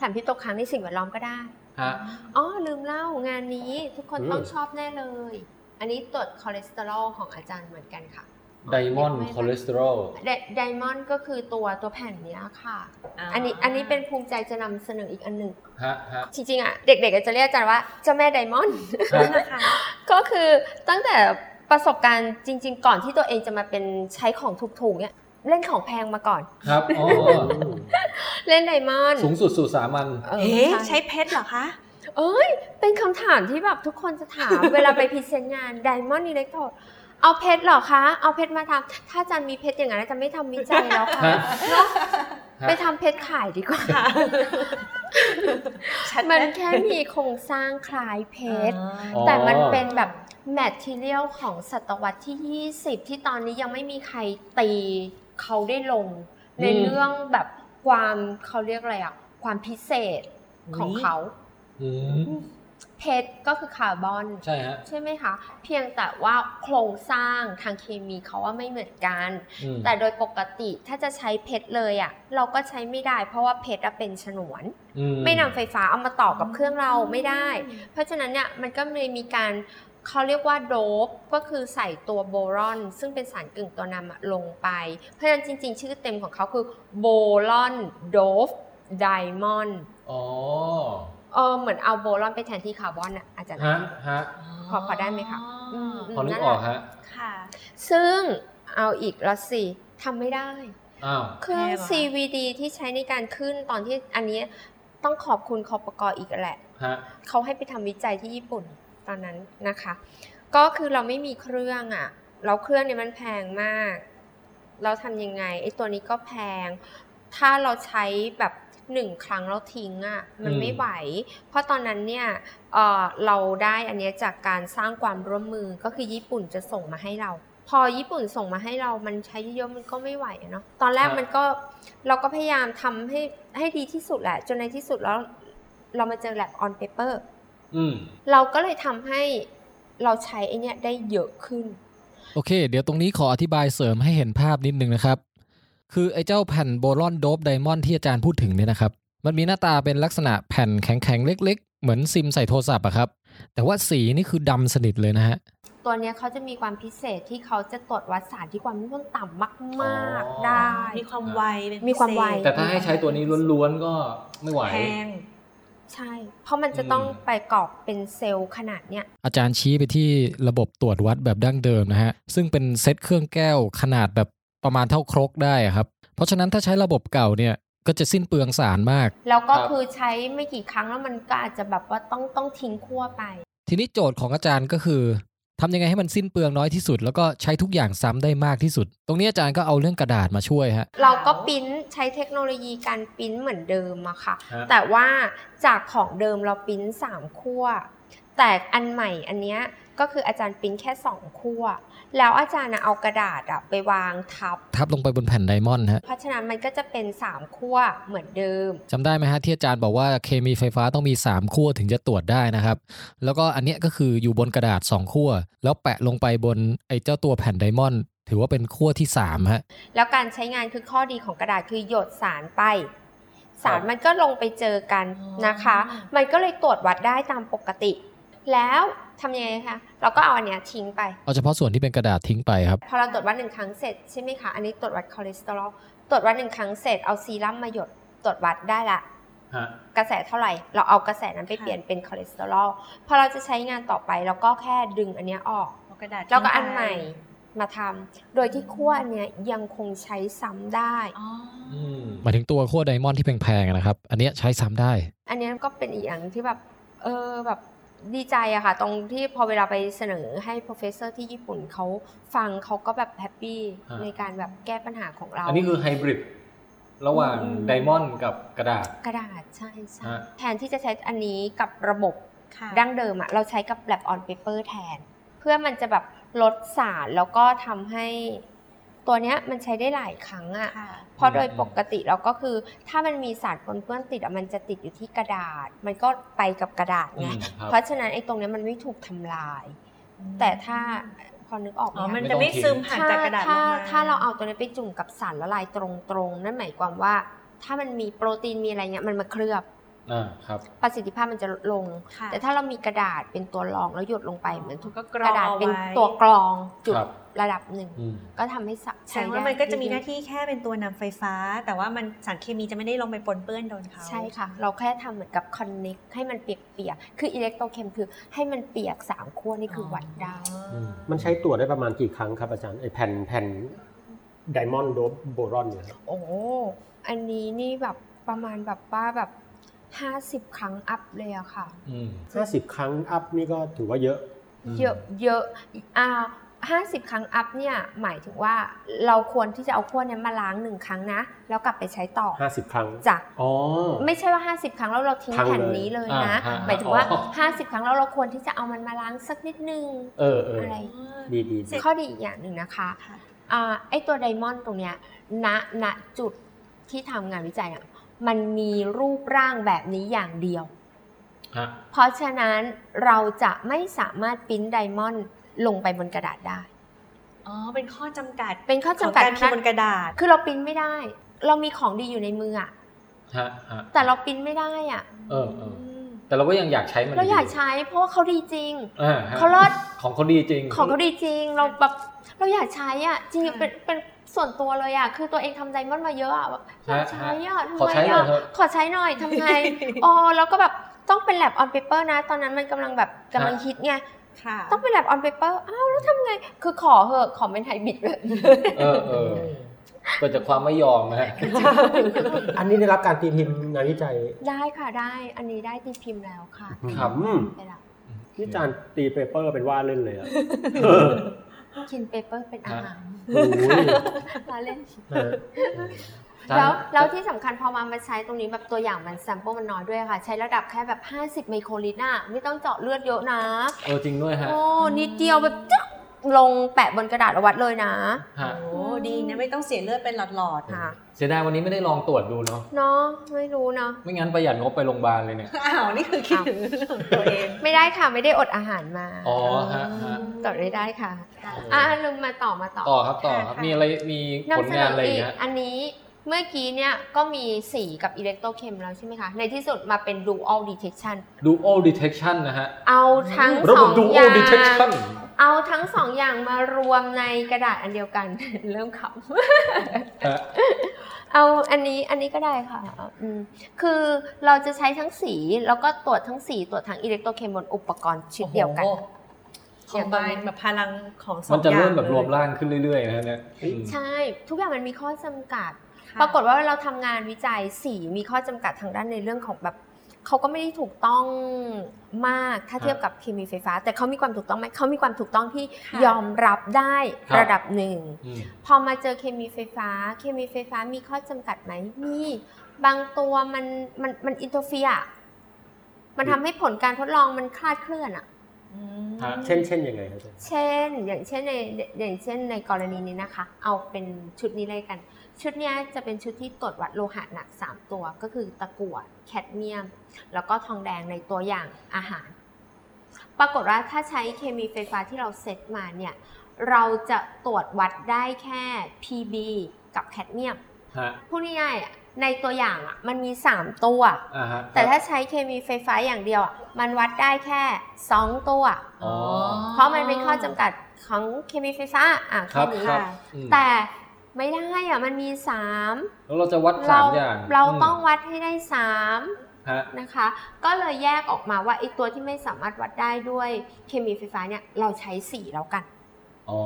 D: ถามพี่ตกค้างในสิ่งแวดล้อมก็ได้
F: ฮะ
D: อ๋อ ลืมเล่างานนี้ทุกคน
G: อืม
D: ต้องชอบแน่เลย อันนี้ตรวจคอเลสเตอรอลของอาจารย์เหมือนกันค่ะ
F: ไดมอนด์คอเลสเตอรอล
D: ไดมอนด์ก็คือตัวตัวแผ่นเนี้ยค่ะ อันนี้อันนี้เป็นภูมิใจจะนำเสนออีกอันหนึ่ง
F: ฮะ ฮะ
D: จริงๆอ่ะเด็กๆอาจจะเรียกอาจารย์ว่าเจ้าแม่ไดมอนด์
E: นั่นนะคะ
D: ก็คือตั้งแต่ประสบการณ์จริง ๆ ก่อนที่ตัวเองจะมาเป็นใช้ของถูกๆเนี่ยเล่นของแพงมาก่อน
F: ครับอ๋อ
D: เล่นไดมอนด์
F: สูงสุดสู่สามัญ
D: เออ
E: เอ๊ะ
D: ใช่
E: ใช้เพชรเหรอคะ
D: เอ้ยเป็นคำถามที่แบบทุกคนจะถาม เวลาไปพรีเซนต์งานไดมอนด์อิเล็กโทรเอาเพชรเหรอคะ เอาเพชรมาทำถ้าอาจารย์มีเพชรอย่างนั้นอาจารย์ไม่ทำวิจัยแล้วค่ะ
F: ฮะ ฮะ
D: ไปทำเพชรขายดีกว่า
E: ค่ะชัดไห
D: มันแค่มีโครงสร้างคล้ายเพชร
F: อ๋อ
D: แต่มันเป็นแบบแมทเทียลของศตวรรษที่ 20 ที่ตอนนี้ยังไม่มีใครตีเขาได้ลง ใน
F: อืม
D: เรื่องแบบความเขาเรียกอะไรอะความพิเศษของเขา
F: อืม
D: เพชรก็คือคาร์บอน
F: ใช่ฮะ
D: ใช่ไหมคะ เพียงแต่ว่าโครงสร้างทางเคมีเขาว่าไม่เหมือนกัน
F: อืม
D: แต่โดยปกติถ้าจะใช้เพชรเลยอะเราก็ใช้ไม่ได้ เพราะว่าเพชรอะเป็นฉนวน
F: อื
D: ไม่นำไฟฟ้าเอามาต่อกับเครื่องเราไม่ได้ เพราะฉะนั้นเนี่ยมันก็เลยมีการเขาเรียกว่าโดปก็คือใส่ตัวโบรอน ซึ่งเป็นสารกึ่งตัวนำอะลงไป เพราะฉะนั้นจริง ๆ ชื่อเต็มของเขาคือโบรอนโดฟไดมอนด์
F: อ๋อ
D: เออเหมือนเอาโบรอนไปแทนที่คาร์บอนอะอาจารย์
F: ฮะฮะ
D: พอพอได้ไหมคะ อืม
F: พอนึก
D: นั่
F: อ
D: นแห
F: อ
D: ละ
F: กฮะ
E: ค่ะ
D: ซึ่งเอาอีกแล้วสิทำไม่ได้
F: อ้าว
D: เครื่อง CVD ที่ใช้ในการขึ้นตอนที่อันนี้ต้องขอบคุณคอปกออีกแหละ
F: ฮะ
D: เขาให้ไปทำวิจัยที่ญี่ปุ่นตอนนั้นนะคะ ก็คือเราไม่มีเครื่องอะ่ะแล้วเครื่องเนี่ยมันแพงมาก เราทำยังไงไอ้ตัวนี้ก็แพง ถ้าเราใช้แบบหนึ่งครั้งแล้วทิ้งอะ่ะมัน
F: อืม
D: ไม่ไหว เพราะตอนนั้นเนี่ยเอ่อเราได้อันเนี้ยจากการสร้างความร่วมมือก็คือญี่ปุ่นจะส่งมาให้เรา พอญี่ปุ่นส่งมาให้เรามันใช้เยอะๆมันก็ไม่ไหวอะเนาะตอนแรก
F: ครับ
D: มันก็เราก็พยายามทำให้ให้ดีที่สุดแหละ จนในที่สุดแล้วเรามาเจอ lab on paper
F: อืม
D: เราก็เลยทำให้เราใช้ไอเนี้ยได้เยอะขึ้น
A: โอเค เดี๋ยวตรงนี้ขออธิบายเสริมให้เห็นภาพนิดนึงนะครับ คือไอ้เจ้าแผ่นโบรอนโดบไดมอนด์ที่อาจารย์พูดถึงเนี่ยนะครับ มันมีหน้าตาเป็นลักษณะแผ่นแข็งๆ เล็กๆ เหมือนซิมใส่โทรศัพท์อะครับ แต่ว่าสีนี่คือดำสนิทเลยนะฮะ
D: ตัวเนี้ยเขาจะมีความพิเศษที่เขาจะตรวจวัดสารที่ความเข้มข้นต่ำมาก
F: อ๋อ
D: ๆได้
E: มีความไวเป็นพิเศษ
D: มีความไว
F: แต่ถ้าให้ใช้ตัวนี้ล้วนๆก็ไม่ไหว
E: แพง
D: ใช่ เพราะมันจะต้อง
F: อืม
D: ไปกรอบเป็นเซลล์ขนาดเนี้ย
A: อาจารย์ชี้ไปที่ระบบตรวจวัดแบบดั้งเดิมนะฮะ ซึ่งเป็นเซตเครื่องแก้วขนาดแบบประมาณเท่าครกได้อะครับ เพราะฉะนั้นถ้าใช้ระบบเก่าเนี่ยก็จะสิ้นเปลืองสารมาก
D: แล้วก็
F: ครับ
D: คือใช้ไม่กี่ครั้งแล้วมันก็อาจจะแบบว่าต้องต้องทิ้งขั้วไป
A: ทีนี้โจทย์ของอาจารย์ก็คือทำยังไงให้มันสิ้นเปลืองน้อยที่สุด แล้วก็ใช้ทุกอย่างซ้ำได้มากที่สุด ตรงนี้อาจารย์ก็เอาเรื่องกระดาษมาช่วยฮะ
D: เราก็ปริ้นใช้เทคโนโลยีการปริ้นเหมือนเดิมอะค่ะ
F: ฮะ
D: แต่ว่าจากของเดิมเราปริ้นสามขั้วแต่อันใหม่อันเนี้ยก็คืออาจารย์ปริ้นแค่สองขั้วแล้วอาจารย์น่ะเอากระดาษอะไปวางทับ
A: ทับลงไปบนแผ่นไดมอนด์ฮะ
D: เพราะฉะนั้นมันก็จะเป็นสามขั้วเหมือนเดิม
A: จำได้ไหมฮะที่อาจารย์บอกว่าเคมีไฟฟ้าต้องมี 3 ขั้วถึงจะตรวจได้นะครับ แล้วก็อันเนี้ยก็คืออยู่บนกระดาษ 2 ขั้ว แล้วแปะลงไปบนไอ้เจ้าตัวแผ่นไดมอนด์ถือว่าเป็นขั้วที่3ฮะ
D: แล้วการใช้งานคือข้อดีของกระดาษคือหยดสารไป สารมันก็ลงไปเจอกันนะคะ มันก็เลยตรวจวัดได้ตามปกติ แล้วทำยังไงคะเราก็เอาอันเนี้ยทิ้งไป
A: เอาเฉพาะส่วนที่เป็นกระดาษทิ้งไปครับ
D: พอเราตรวจวัดหนึ่งครั้งเสร็จใช่ไหมคะ อันนี้ตรวจวัดคอเลสเตอรอล ตรวจวัดหนึ่งครั้งเสร็จเอาซีรั่มมาหยดตรวจวัดได้ละ
F: ฮะ
D: กระแสเท่าไหร่ เราเอากระแสนั้นไป
E: ค่ะ
D: เปลี่ยนเป็นคอเลสเตอรอล พอเราจะใช้งานต่อไปเราก็แค่ดึงอันเนี้ยออก
E: เอากระดาษ
D: แล้วก็อัน
E: ทิ้งไป
D: ใหม่มาทำ โดยที่ขั้วอันเนี้ยยังคงใช้ซ้ำได้
E: อ๋ออ
A: หมายถึงตัวขั้วไดมอนด์ที่แพงๆอะนะครับ อันเนี้ยใช้ซ้ำได้
D: อันเนี้ยก็เป็นอีกอย่างที่แบบเออแบบดีใจอะค่ะ ตรงที่พอเวลาไปเสนอให้ professor ที่ญี่ปุ่นเขาฟังเขาก็แบบแฮปปี้
F: ฮะ
D: ในการแบบแก้ปัญหาของเรา
F: อันนี้คือไฮบริดระหว่าง
D: อืม
F: ไดมอนด์กับกระดาษ
D: กระดาษใช่ใช่
F: ฮะ
D: แทนที่จะใช้อันนี้กับระบบ
E: ค่ะ
D: ดั้งเดิมอะเราใช้กับ lab on paper แทน เพื่อมันจะแบบลดสารแล้วก็ทำให้ ตัวเนี้ยมันใช้ได้หลายครั้งอะ
E: ค่ะ
D: เพราะโดยปกติเราก็คือ ถ้ามันมีสารปนเปื้อนติดอะมันจะติดอยู่ที่กระดาษ มันก็ไปกับกระดาษ
F: อื
D: ไง
F: มครับ
D: เพราะฉะนั้นไอ้ตรงเนี้ยมันไม่ถูกทำลาย แต่ถ้าพอนึกออกไห
E: อ๋อ
D: คะ
E: มัน
F: ไม่ต้
E: จะ
F: อง
E: ไม่
F: ทิ้ง
E: ซึมผ่านจากกระดาษล
D: ถ้าง
E: มา
D: ถ้าเราเอาตัวนี้ไปจุ่มกับสารละลายตรงๆ นั่นหมายความว่า ถ้ามันมีโปรตีนมีอะไรเงี้ยมันมาเคลือบ
F: อ่าครับ
D: ประสิทธิภาพมันจะลดลง
E: ค่ะ
D: แต่ถ้าเรามีกระดาษเป็นตัวรองแล้วหยดลงไปเหมือนทุก
E: ก็
D: ก
E: กรอง
D: ระดาษ
E: เอาไว้
D: เป็นตัวกรองจุด
F: ครับ
D: ระดับหนึ่ง
F: อืม
D: ก็ทำให้สะ
E: แส
D: ใช้
E: ดง
D: ได้
E: ว่ามันก็จะมีหน้าที่แค่เป็นตัวนำไฟฟ้า แต่ว่ามันสารเคมีจะไม่ได้ลงไปปนเปื้อนโดนเขา
D: ใช่ค่ะ เราแค่ทำเหมือนกับคอนเน็กให้มันเปียกๆ คืออิเล็กโตรเคมคือให้มันเปียกสามขั้วนี่คือวัดได้
E: อ๋อ
G: มันใช้ตรวจได้ประมาณกี่ครั้งครับอาจารย์ไอแผ่นแผ่นไดมอนด์โดบโบรอนเนี่ยครับ
D: โอ้ อันนี้นี่แบบประมาณแบบว่าแบบห้าสิบ50 ครั้งอัพเลยอะค่ะ
F: อืม
G: ห้าสิบครั้งอัพนี่ก็ถือว่าเยอะ
F: อืม
D: เยอะเยอะอ่าห้าสิบครั้งอัพเนี่ยหมายถึงว่าเราควรที่จะเอาขั้วเนี้ยมาล้างหนึ่งครั้งนะ แล้วกลับไปใช้ต่อ
G: 50 ครั้ง
D: จาก
G: อ๋อ
D: ไม่ใช่ว่า 50 ครั้งแล้วเราทิ้ง
G: พังเลย
D: แผ่นนี้เลยนะ
F: อ่าฮะ
D: หมายถึงว่า
F: อ๋อ
D: 50 ครั้งแล้วเราควรที่จะเอามันมาล้างสักนิดนึง
F: เออเออ
D: อะไร
G: ดีดีดี
D: ข้อดีอีกอย่างหนึ่งนะคะ
E: ค่ะ
D: อ่าไอตัวไดมอนด์ตรงเนี้ยณณจุดที่ทำงานวิจัยอะมันมีรูปร่างแบบนี้อย่างเดียว
F: ฮะ
D: เพราะฉะนั้นเราจะไม่สามารถปริ้นไดมอนด์ลงไปบนกระดาษได้
E: อ๋อ เป็นข้อจำกัด
D: เป็นข้อ
E: ขอ
D: จำ
E: ง
D: กัด
E: การพิมพ์บนกระดาษ
D: คือเราปริ้นไม่ได้ เรามีของดีอยู่ในมืออะ
F: ฮะฮะ
D: แต่เราปริ้นไม่ได้อะ
F: เออเออแต่เราก็ยังอยากใช้มัน
D: เราอยากใช้เพราะว่าเขาดีจริง
F: อ่าฮะ
D: เขาเลิศ
F: ของเขาดีจริง
D: ของเขาดีจริง เราแบบเราอยากใช้อ่ะ จริง
E: ค่ะ
D: ๆเป็นเป็นส่วนตัวเลยอ่ะ คือตัวเองทำไดมอนด์มาเยอะอ่ะแบบอยากใช้อ่ะทำ
F: ขอ
D: ไม
F: ใช้หน่อย
D: อ่ะ
F: เถอะ
D: ขอใช้หน่อยทำ ไง อ๋อแล้วก็แบบต้องเป็นแ a บออนเปเปอร์นะ ตอนนั้นมันกำลังแบบกำลังฮิตไง
E: ค่ะ
D: ต้องเป็นแ a บออนเปเปอร์อ้าวแล้วทำไง คือขอเหอะขอเป็นไฮบริดเลย
F: เออเออเกิดจากความไม่ยอมนะฮะ
G: อันนี้ได้รับการตีพิมพ์งานวิจัย
D: ได้ค่ะได้ อันนี้ได้ตีพิมพ์แล้วค่ะ
F: ครับ
G: อืม
D: ไปละ
G: นี่อาจารย์ตีเปเปอร์เป็นว่าเล่นเลยอะ
D: กินเปเปอร์เป็นอาหาร
G: โอ้ย
D: มาเล่น
F: อ
G: นะ
F: าจารย์
D: แล้วแล้วที่สำคัญพอมามาใช้ตรงนี้แบบตัวอย่างมันแซมเปิลมันน้อยด้วยค่ะ ใช้ระดับแค่แบบ 50 ไมโครลิตรน่ะไม่ต้องเจาะเลือดเยอะนะ
F: เออจริงด้วยฮะ
D: โอ้นิดเดียวแบบจึ๊กลงแปะบนกระดาษแล้ววัดเลยนะ
F: ฮะ
E: โอ้ดีนะไม่ต้องเสียเลือดเป็นหลอดๆ
D: ค่ะ
F: เสียดายวันนี้ไม่ได้ลองตรวจดูเนาะ
D: เนาะไม่รู้เนาะ
F: ไม่งั้นประหยัดงบไปโรงพยาบาลเลยเนี่ย
E: อ้าว นี่คือคิดถึงเรื่องของตัวเอง
D: ไม่ได้ค่ะไม่ได้อดอาหารมา
F: อ๋อฮะฮะ
D: ตอบได้ได้ค่ะ
E: ค่ะ
D: อ่ะลืมมาต่อมาต่อ
F: ต่อครับต่อครับมีอะไรมีผล
D: นำเสน
F: งาน
D: อ
F: อะไร
D: อี
F: อีก
D: ก
F: ฮะ
D: อันนี้เมื่อกี้เนี่ยก็มีสีกับอิเล็กโตรเคมแล้วใช่ไหมคะ ในที่สุดมาเป็น dual detection
F: ดูโอดีเทคชั่นนะฮะ
D: เอาทั้ง
F: ระ
D: ส
F: บ
D: อบ ง
F: ดู
D: อ
F: โอย่าง ดีเทคชั่น
D: เอาทั้งสองอย่างมารวมในกระดาษอันเดียวกัน เริ่ม
F: ฮะ
D: ขำ เอาอันนี้อันนี้ก็ได้ค่ะอืมคือเราจะใช้ทั้งสีแล้วก็ตรวจทั้งสีตรวจทั้งอิเล็กโทรเคมบนอุปกรณ์ชิ้นเดียวกัน
E: โอ้โหคอมไบน์แบบพลังของสอง
F: มันจะ
E: อย่าง
F: เริ่มแบบรวม
E: เลย
F: ร่างขึ้นเรื่อยๆนะฮะเนี่ยอืม
D: ใช่ ทุกอย่างมันมีข้อจำกัด
E: ค่ะ
D: ปรากฏว่าเราทำงานวิจัยสีมีข้อจำกัดทางด้านในเรื่องของแบบเขาก็ไม่ได้ถูกต้องมากถ้า
F: ฮะ
D: เทียบกับเคมีไฟฟ้า แต่เขามีความถูกต้องไหมเขามีความถูกต้องที่
E: ค่ะ
D: ยอมรับได้
F: ครับ
D: ระดับหนึ่ง
F: อืม
D: พอมาเจอเคมีไฟฟ้า เคมีไฟฟ้ามีข้อจำกัดไหม มี บางตัวมันมันมันอินเทอร์เฟียมันทำให้ผลการทดลองมันคลาดเคลื่อนอะ
E: อืม
F: ฮะ
G: เช่นเช่นยังไงครับอาจารย์
D: เช่น อย่างเช่นในอย่างเช่นในกรณีนี้นะคะ เอาเป็นชุดนี้เลยกัน ชุดเนี้ยจะเป็นชุดที่ตรวจวัดโลหะหนัก 3 ตัว ก็คือตะกั่วแคดเมียม แล้วก็ทองแดงในตัวอย่างอาหาร ปรากฏว่าถ้าใช้เคมีไฟฟ้าที่เราเซตมาเนี่ย เราจะตรวจวัดได้แค่ PB กับแคดเมียม
F: ฮะ
D: พูดง่ายๆอะ ในตัวอย่างอ่ะมันมี 3 ตัว
A: อ่าฮะ
D: แต่ถ้าใช้เคมีไฟฟ้าอย่างเดียวอะมันวัดได้แค่ 2 ตัว
A: อ๋อ
D: เพราะมันเป็นข้อจำกัดของเคมีไฟฟ้าอ่ะ
A: ครั
D: แค่
A: บ
D: นี้
A: ครับ
E: ค่ะ
A: อืม
D: แต่ไม่ได้อ่ะมันมี 3
A: แล้วเราจะวัดสา
D: เรา
A: มอย่าง
D: เรา
A: ม
D: ต้องวัดให้ได้ 3
A: ฮะ
D: นะคะ ก็เลยแยกออกมาว่าไอ้ตัวที่ไม่สามารถวัดได้ด้วยเคมีไฟฟ้าเนี่ยเราใช้ 4 แล้วกัน
A: อ๋อ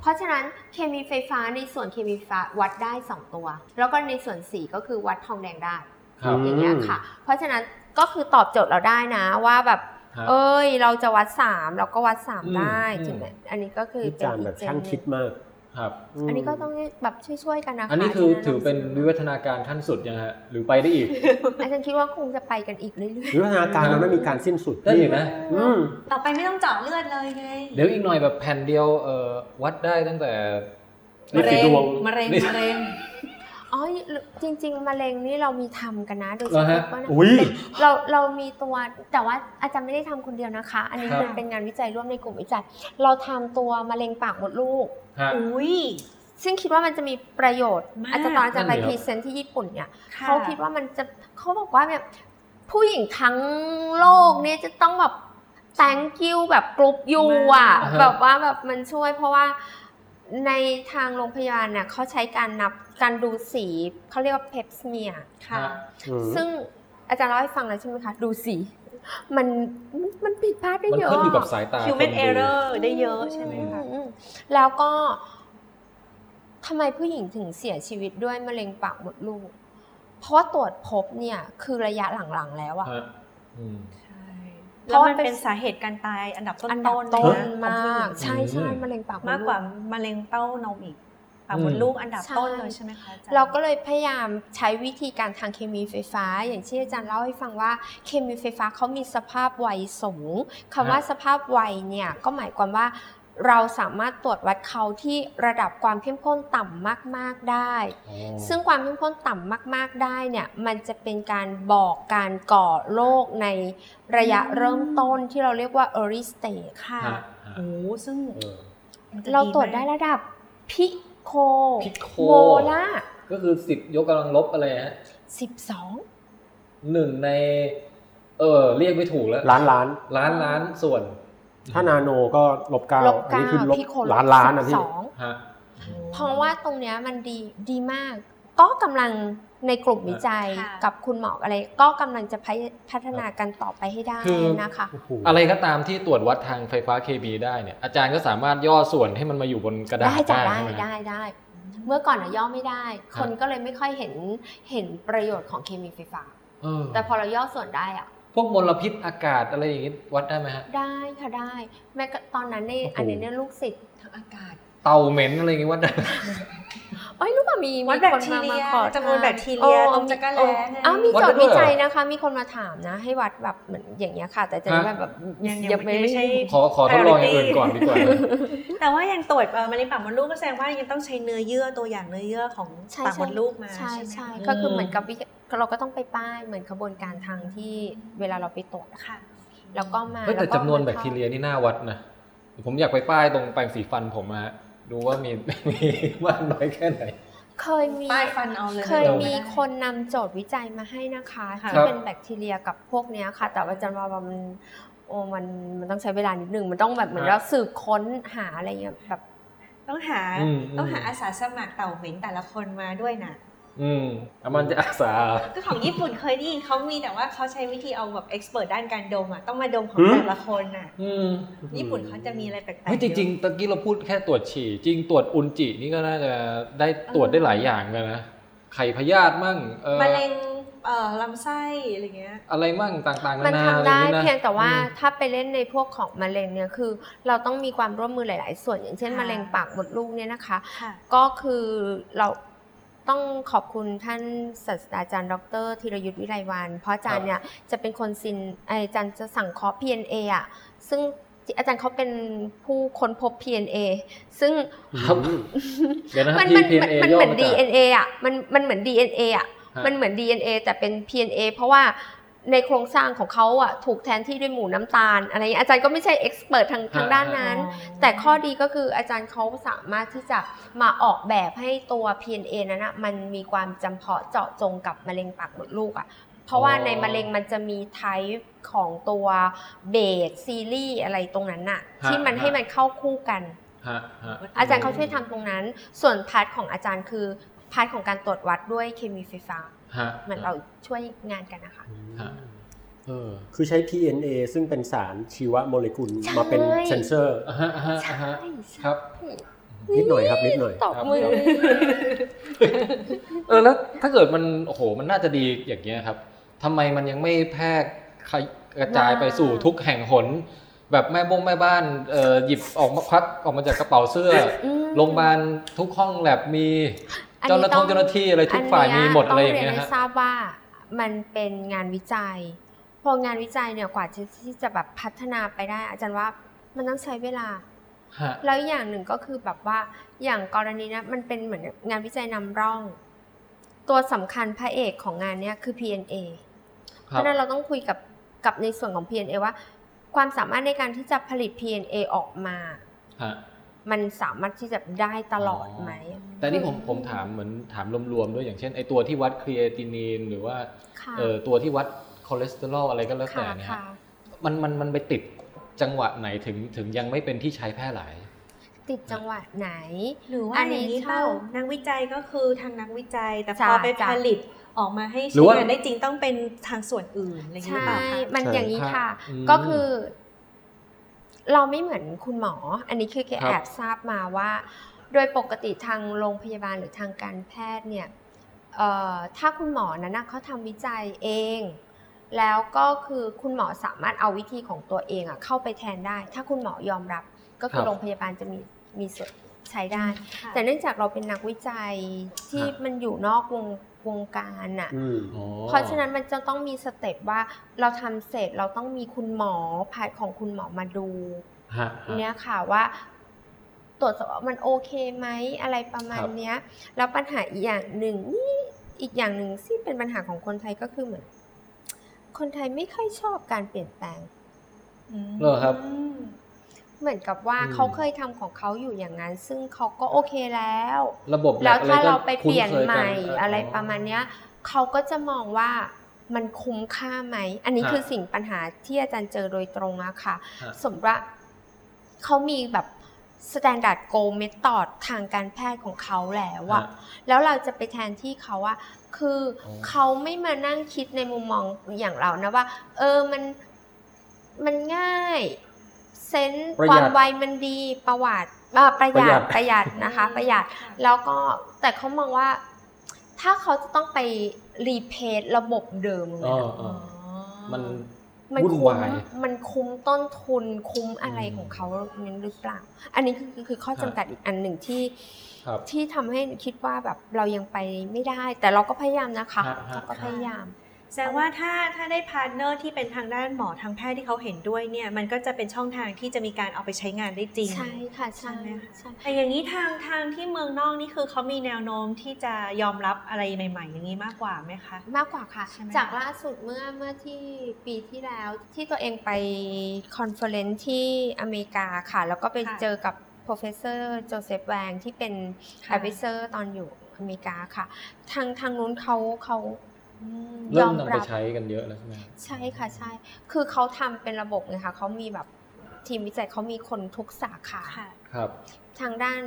D: เพราะฉะนั้นเคมีไฟฟ้าในส่วนเคมีไฟฟ้าวัดได้ 2 ตัว แล้วก็ในส่วน 4 ก็คือวัดทองแดงได้
A: ครับ
G: ม
D: อย่างเงี้ยค่ะ เพราะฉะนั้นก็คือตอบโจทย์เราได้นะว่าแบบ
A: ฮะ
D: เอ้ย เราจะวัดสามเราก็วัดสาม
A: อืม
D: ได้
A: อืม
D: ถึงแม้อันนี้ก็คือ
G: วิจารณ์แบบช่างคิดมาก
A: ครับ
G: ม
D: อันนี้ก็ต้องแบบช่วยๆกันนะคะ
A: อันนี้คือถือเป็นวิวั
D: ฒ
A: ฒนาการขั้นสุดยังฮะ หรือไปได้อีก
D: อาจารย์คิดว่าคงจะไปกันอีกเรื่อย
G: วิวัฒนาการมันไม่มีการสิ้นสุด
A: ได้อีกไหม
G: อืม
E: ต่อไปไม่ต้องเจาะเลือดเลยไง
A: เดี๋ยวอีกหน่อยแบบแผ่นเดียวเอ่อวัดได้ตั้งแต่
G: นี่คือดวง
E: มะเร็ง
A: นี่
E: มะเร็ง
D: ๆ อ๋อ จริง ๆมะเร็งนี่เรามีทำกันนะโดยเฉ
A: เหรอฮะ
D: พาะนะ
G: อุ้ย
D: เราเรามีตัวแต่ว่าอาจารย์ไม่ได้ทำคนเดียวนะคะ อันนี้
A: ครับ
D: มันเป็นงานวิจัยร่วมในกลุ่มวิจัย เราทำตัวมะเร็งปากมดลูก
A: ฮะ
E: อุ้ย
D: ซึ่งคิดว่ามันจะมีประโยชน์
E: มาก
D: อาจารย์ตอนอาจารย์ไป
A: นั่น
D: พ
A: ดิครับ
D: รีเซนต์ที่ญี่ปุ่นเนี่ย
E: ค่ะ
D: เขาคิดว่ามันจะเขาบอกว่าแบบผู้หญิงทั้งโลกเนี่ยจะต้องแบบ thank you แบบกรุ๊ปยูอ่ะ
A: อ่าฮะ
D: แบบว่าแบบมันช่วยเพราะว่าในทางโรงพยาบาลเนี่ยเขาใช้การนับการดูสีเขาเรียกว่าเพปสเมีย
E: ค่ะ
D: ซึ่งอาจารย์เล่าให้ฟังแล้วใช่ไหมคะ ดูสี มันมันผิดพลาดได้
A: มัน
D: เยอะ
A: ขึ้นอยู่กับสายตาคน
E: human
A: ดู
E: error ได้เยอะใช่ไหมคะ
D: อืมแล้วก็ทำไมผู้หญิงถึงเสียชีวิตด้วยมะเร็งปากมดลูก เพราะว่าตรวจพบเนี่ยคือระยะหลังๆแล้วอะ
A: ฮะอืม
E: ใช่แล้วมัน
D: เพราะมันเป็
E: เป็น นสาเหตุการตายอันดับต้น
D: อัน
E: ๆ
D: ดับต้
E: เลย
D: น
E: นะ
D: มาก
E: ของผู้หญิง
D: ใช่ใช่
A: อืม
D: มะเร็งปากมดลู
E: มากกว่ามะเร็งเต้านมอีกปากมดลูกอันดับ
D: ใช่
E: ต้นเลยใช่ไหมคะอจย์
D: เราก็เลยพยายามใช้วิธีการทางเคมีไฟฟ้า อย่างที่อาจารย์เล่าให้ฟังว่าเคมีไฟฟ้าเขามีสภาพวัยสูงคำว่า
A: ฮะ
D: สภาพวัยเนี่ยก็หมายความว่า เราสามารถตรวจวัดเขาที่ระดับความเข้มข้นต่ำมาก ๆได้
A: อ๋อ
D: ซึ่งความเข้มข้นต่ำมาก ๆ ได้เนี่ย มันจะเป็นการบอกการก่อโรคในระยะเริ่มต้นที่เราเรียกว่า early stage
E: ค่ะ
A: ฮะฮะ
E: โอ้โหซึ่ง
A: เออ
E: มันจะ
D: เราตรวจได้
E: มาก
D: ระดับพิโค
A: พิโค
D: โมล่า
A: ก็คือสิบยกกำลังลบอะไรฮะ
D: 12
A: หนึ่งใน เออเรียกไม่ถูกแล้ว
G: ล้านล้าน
A: ล้านล้านส่วน
G: ถ้านาโนก็ลบเก้า
D: ลบ
G: อัน
D: เก้า
G: นี้คือลบ
D: พิโค
G: ล้านล้านนะ
D: สิ
G: พี่
D: บสอง
A: ฮะ
D: เพราะว่าตรงเนี้ยมันดีดีมาก ก็กำลังในกลุ่มวิจัยกับคุณหมออะไร ก็กำลังจะพัฒนากันต่อไปให้ได้
A: คือ
D: นะคะ
G: โอ้โห
A: อะไรก็ตามที่ตรวจวัดทางไฟฟ้าเคมีได้เนี่ย อาจารย์ก็สามารถย่อส่วนให้มันมาอยู่บนกระดาษ
D: ได้จ้ะ
A: ได้
D: ได้
A: ใช่ไหม
D: ได้ได้ เมื่อก่อนอะย่อไม่ได้ คนก็เลยไม่ค่อยเห็นเห็นประโยชน์ของเคมีไฟฟ้า
A: เออ
D: แต่พอเราย่อส่วนได้อะ
A: พวกมลพิษอากาศอะไรอย่างงี้วัดได้ไหมฮะ
D: ได้ค่ะได้ แม้กระตอนนั้นใน
A: โอ้โห
D: อันนี้เนี่ยลูกศิษย์
E: ทางอากาศ
A: เตาเหม็นอะไรอย่างงี้วัดได้ไหม
D: เอ้ยลูกอะมี
E: วัด
D: มี
E: แบ
D: ค
E: คน ที
D: มา
E: เรี
D: มาย ขอ
E: จำนวน
D: ทา
E: แบคทีเรีย
D: โ
E: ตรงจักรแลไง
D: อ้าวมี
A: วัด
D: จ
A: ได้
D: ด
A: ด้วย
D: วิ
A: เหรอ
D: จัยนะคะ มีคนมาถามนะ ให้วัดแบบเหมือนอย่างเงี้ยค่ะ แต่จะ
A: ฮะ
D: แบบ
E: ยัง
D: ยั
E: ยัง ง
D: ไม่
E: ไม่ใช่
A: ขอขอทดลองอย่างอื่นก่อนดีกว่า
E: แต่ว่ายังตรวจเอ่อมะเร็งปากมดลูกก็แสดงว่ายังต้องใช้เนื้อเยื่อตัวอย่างเนื้อเยื่อของ
D: ใช่
E: ปากมดลูกมา
D: ใช่
E: ไหม
D: ใช่
E: คะ
D: ก็คือเหมือนกับวิเราก็ต้องไปป้ายเหมือนขบวนการทางที่เวลาเราไปตรวจอะ
E: ค่ะ
D: แล้วก็มา
A: เฮ้ยแต่
D: ล้วก็
A: จำนวนแบค
D: เข้า
A: ทีเรียนี่น่าวัดนะ ผมอยากไปป้ายตรงแปรงสีฟันผมอะฮะดูว่ามี มีมากน้อยแค่ไหน
D: เคยมี
E: ป้ายฟันเอาเลย
D: เคยมีคนนำโจทย์วิจัยมาให้นะคะ
E: ครับ
D: ที่เป็นแบคทีเรียกับพวกเนี้ยค่ะ แต่ว่าอาจันว่ามันโอ้มันมันต้องใช้เวลานิดนึง มันต้องแบบเหมือน
A: ครับ
D: เราสืบค้นหาอะไรเงี้ยแบบ
E: ต้องหา
A: อืมอืม
E: ต้องหาอาสาสมัครเต่าเหม็นแต่ละคนมาด้วยนะ
A: อืมอามันจะอาสา
E: ก็ของญี่ปุ่นเคยได้ยินเขามีแต่ว่าเขาใช้วิธีเอาแบบเอ็กซ์เพรสด้านการดมอ่ะต้องมาดมของแต่ละคนน่ะ
A: อืม
E: ญี่ปุ่นเขาจะมีอะไรแปลกๆ
A: เฮ้ยจริง
E: เยอะ
A: ๆตะกี้เราพูดแค่ตรวจฉี่ จริงตรวจอุจจินี่ก็น่าจะได้ตรวจได้หลายอย่างกันนะ ไข่พยาธิมั่งเอ่อ
E: มะเร็งเอ่อลำไส้อะไรเงี้ย
A: อะไรมั่งต่างๆนา
D: มัน
A: นา
D: ทำ
A: อะไรอ
D: ได้
A: ย่างงี้นะ
D: เพียงแต่ว่า
A: อืม
D: ถ้าไปเล่นในพวกของมะเร็งเนี่ยคือ เราต้องมีความร่วมมือหลาย ๆ ส่วนอย่างเช่น
E: ค่ะ
D: มะเร็งปากมดลูกเนี่ยนะคะ
E: ค่ะ
D: ก็คือเราต้องขอบคุณท่านศาสตราจารย์ดรธีรยุทธวิไลวัน เพราะอาจารย์เนี่ยจะเป็นคนซินไออาจารย์จะสั่งเคอ PNA อ่ะซึ่งอาจารย์เขาเป็นผู้ค้นพบ PNA ซึ่ง
A: ครับ เดี๋ยวนะครับ
D: มันมัน
A: PPNA
D: มันมัน
A: ย่อ
D: เหมือ
A: มาจาก
D: น DNA อ่ะมันมันเหมือน DNA อ่ะ
A: ฮะ
D: มันเหมือน DNA แต่เป็น PNA เพราะว่า ในโครงสร้างของเขาอ่ะถูกแทนที่ด้วยหมูน้ำตาลอะไรอย่างเงี้ยอาจารย์ก็ไม่ใช่เอ็กซ์เพรสทางทางด้านนั้น แต่ข้อดีก็คืออาจารย์เขาสามารถที่จะมาออกแบบให้ตัว PNA นั้นนะมันมีความจำเพาะเจาะจงกับมะเร็งปากมดลูกอ่ะ เพราะว่าในมะเร็งมันจะมีไทป์ของตัวเบสซีรีส์อะไรตรงนั้นน่ะ
F: ฮะ
D: ที่มัน
F: ฮะ
D: ให้มันเข้าคู่กัน
F: ฮะฮะ
D: อาจารย์เขาช่วยทำตรงนั้น ส่วนพาร์ทของอาจารย์คือพาร์ทของการตรวจวัดด้วยเคมีไฟฟ้า
F: ฮะ
D: เหมือนเราช่วยงานกันนะคะ
F: ฮะเออ
G: คือใช้ PNA ซึ่งเป็นสารชีวโมเลกุลมาเป็น
D: ใช่
G: เซนเซอร์
F: อ่าฮะอ่าฮะอ่าฮะ ครับ
G: นิดหน่อยครับนิดหน่อย
D: ตบมือ
F: ครับ เออแล้วถ้าเกิดมันโอ้โหมันน่าจะดีอย่างเงี้ยครับทำไมมันยังไม่แพร่ขยกระจายไปสู่ทุกแห่งหน แบบแม่บงแม่บ้านเอ่อหยิบออกมาควักออกมาจากกระเป๋าเสื้ออ
D: ม
F: โรงพยาบาลทุกห้องแลบมี
D: อั
F: เจ้าหน้า
D: ต้
F: ที่
D: อง
F: เจ้าหน้าที่อะไรทุกฝ่ายมีหมดอะไรอย่างเงี้ย
D: นนี้ต้
F: ฮะ
D: รีนให้ทราบว่ามันเป็นงานวิจัย พองานวิจัยเนี่ยกว่าที่ที่จะแบบพัฒนาไปได้ อาจารย์ว่ามันต้องใช้เวลา
F: ฮะ
D: แล้วอย่างหนึ่งก็คือแบบว่าอย่างกรณีเนะมันเป็นเหมือนงานวิจัยนำร่อง ตัวสำคัญพระเอกของงานเนี่ยคือ PNA เพ
F: ครั
D: ราะ
F: บ
D: ฉะนั้นเราต้องคุยกับกับในส่วนของ PNA ว่า ความสามารถในการที่จะผลิต PNA ออกมา
F: ฮะ
D: มันสามารถที่จะได้ตลอดไหม
F: แต่นี่ผมผมถามเหมือนถามรวมๆด้วยอย่างเช่นไอตัวที่วัดครีเอตินีนหรือว่า
D: ค่ะ
F: เออตัวที่วัดคอเลสเตอรอลอะไรก็แล้วแต่
D: ค่ะ
F: เนี่ยฮะ
D: ค่ะ
F: มันมันมันไปติดจังหวะไหนถึงถึงยังไม่เป็นที่ใช้แพร่หลาย
D: ติดจังหวะไหน
E: หรือว่า
D: อั
E: อั
D: น
E: น
D: นี้
E: นี้เปล่านักวิจัยก็คือทางนักวิจัย แต่พ
D: จ้ะ
E: อไป
D: จ้ะ
E: ผลิตออกมาให้
F: หรือ
E: ใช้
F: ว่า
E: งานได้จริงต้องเป็นทางส่วนอื่นอะไรอย่างเงี้ยหรือ
D: ใช่
E: เปล่าคะ
D: มัน
G: ใช่
D: อย่างนี้ค่ะ
F: อืม
D: ก็คือ เราไม่เหมือนคุณหมอ อันนี้คือแก
F: ครับ
D: แอบทราบมาว่า โดยปกติทางโรงพยาบาลหรือทางการแพทย์เนี่ยเอ่อถ้าคุณหมอนั้นนะเขาทำวิจัยเอง แล้วก็คือคุณหมอสามารถเอาวิธีของตัวเองอะเข้าไปแทนได้ ถ้าคุณหมอยอมรับ ก็
F: ค
D: คื
F: รั
D: อบ โรงพยาบาลจะมีมีส่วนใช้ได้
E: ค่ะ
D: แต่เนื่องจากเราเป็นนักวิจัยที่มันอยู่นอกวงวงการอะ
G: อืม
F: อ๋อ
D: เพราะฉะนั้นมันจะต้องมีสเต็ปว่าเราทำเสร็จเราต้องมีคุณหมอพายของคุณหมอมาดู
F: ฮะฮะ
D: เนี่ยค่ะว่า ตรวจสอบว่ามันโอเคไหมอะไรประมา
F: ค
D: ณ
F: รับ
D: เนี้ย แล้วปัญหาอีกอย่างหนึ่งนี่อีกอย่างหนึ่งที่เป็นปัญหาของคนไทยก็คือเหมือน คนไทยไม่ค่อยชอบการเปลี่ยนแปลง
E: ม
F: เหรอครับ
D: เหมือนกับว่า
F: อืม
D: เขาเคยทำของเขาอยู่อย่างนั้น ซึ่งเขาก็โอเคแล้ว
F: ระบบ
D: แล้ว
F: บบอะ
D: ถ้า
F: ก็
D: เราไปเปลี่ยน
F: คุ้ค
D: ใหม่
F: กั
D: อะไรประมาณเนี้ยเขาก็จะมองว่ามันคุ้มค่าไหม อันนี้
F: ฮะ
D: คือสิ่งปัญหาที่อาจารย์เจอโดยตรงอะค่ะ
F: ฮะ
D: สมมติว่าเขามีแบบ standard goal method ทางการแพทย์ของเขาแล้วอะ
F: ฮะ
D: แล้วเราจะไปแทนที่เขาอะคืออ
F: อ
D: เขาไม่มานั่งคิดในมุมมองอย่างเรานะว่า เออมันมันง่ายเซนส์
F: ประ
D: ค
F: หยัด
D: วามไวมันดีประวัติอ่าประหยัด
F: ประหยัด
D: ประหยัดนะคะ ประหยัด แล้วก็แต่เขามองว่า ถ้าเขาจะต้องไปรีเพทระบบเดิมเล
F: อ๋อ
D: ยอะ
F: อ๋อมัน
D: มัน
F: วุ่น
D: คุ้ม
F: วาย
D: มันคุ้มต้นทุนคุ้มอะไร
F: อืม
D: ของเขานั้นหรือเปล่า อันนี้คือคือคือข้อจำกัดอีกอันหนึ่งที่
F: ครับ
D: ที่ทำให้คิดว่าแบบเรายังไปไม่ได้ แต่เราก็พยายามนะคะ
F: ฮะฮะ
D: เราก็พยายาม
E: แสดงว่าถ้าถ้าได้พาร์ทเนอร์ที่เป็นทางด้านหมอทางแพทย์ที่เขาเห็นด้วยเนี่ยมันก็จะเป็นช่องทางที่จะมีการเอาไปใช้งานได้จริง
D: ใช่ค่ะใช่
E: ใช่ไหมคะ
D: ใช่
E: แต่อย่างนี้ทางทางที่เมืองนอกนี่คือเขามีแนวโน้มที่จะยอมรับอะไรใหม่ ๆ อย่างนี้มากกว่าไหมคะ
D: มากกว่าค่ะ
E: ใช่ไหมคะ
D: จากล่าสุดเมื่อเมื่อที่ปีที่แล้วที่ตัวเองไปคอนเฟอเรนซ์ที่อเมริกาค่ะ แล้วก็ไปเจอกับ professor โจเซฟแวงที่เป็น advisor ตอนอยู่อเมริกาค่ะ ทางทางนู้นเขาเขา
E: อืม
F: เริ่ม
D: ยอม
F: นำ
D: รั
F: ไป
D: บ
F: ใช้กันเยอะแล้วใช่ไหม
D: ใช่ค่ะใช่ คือเขาทำเป็นระบบไงคะเขามีแบบทีมวิจัยเขามีคนทุกสาขา
E: ค่ะ
F: ครับ
D: ทางด้าน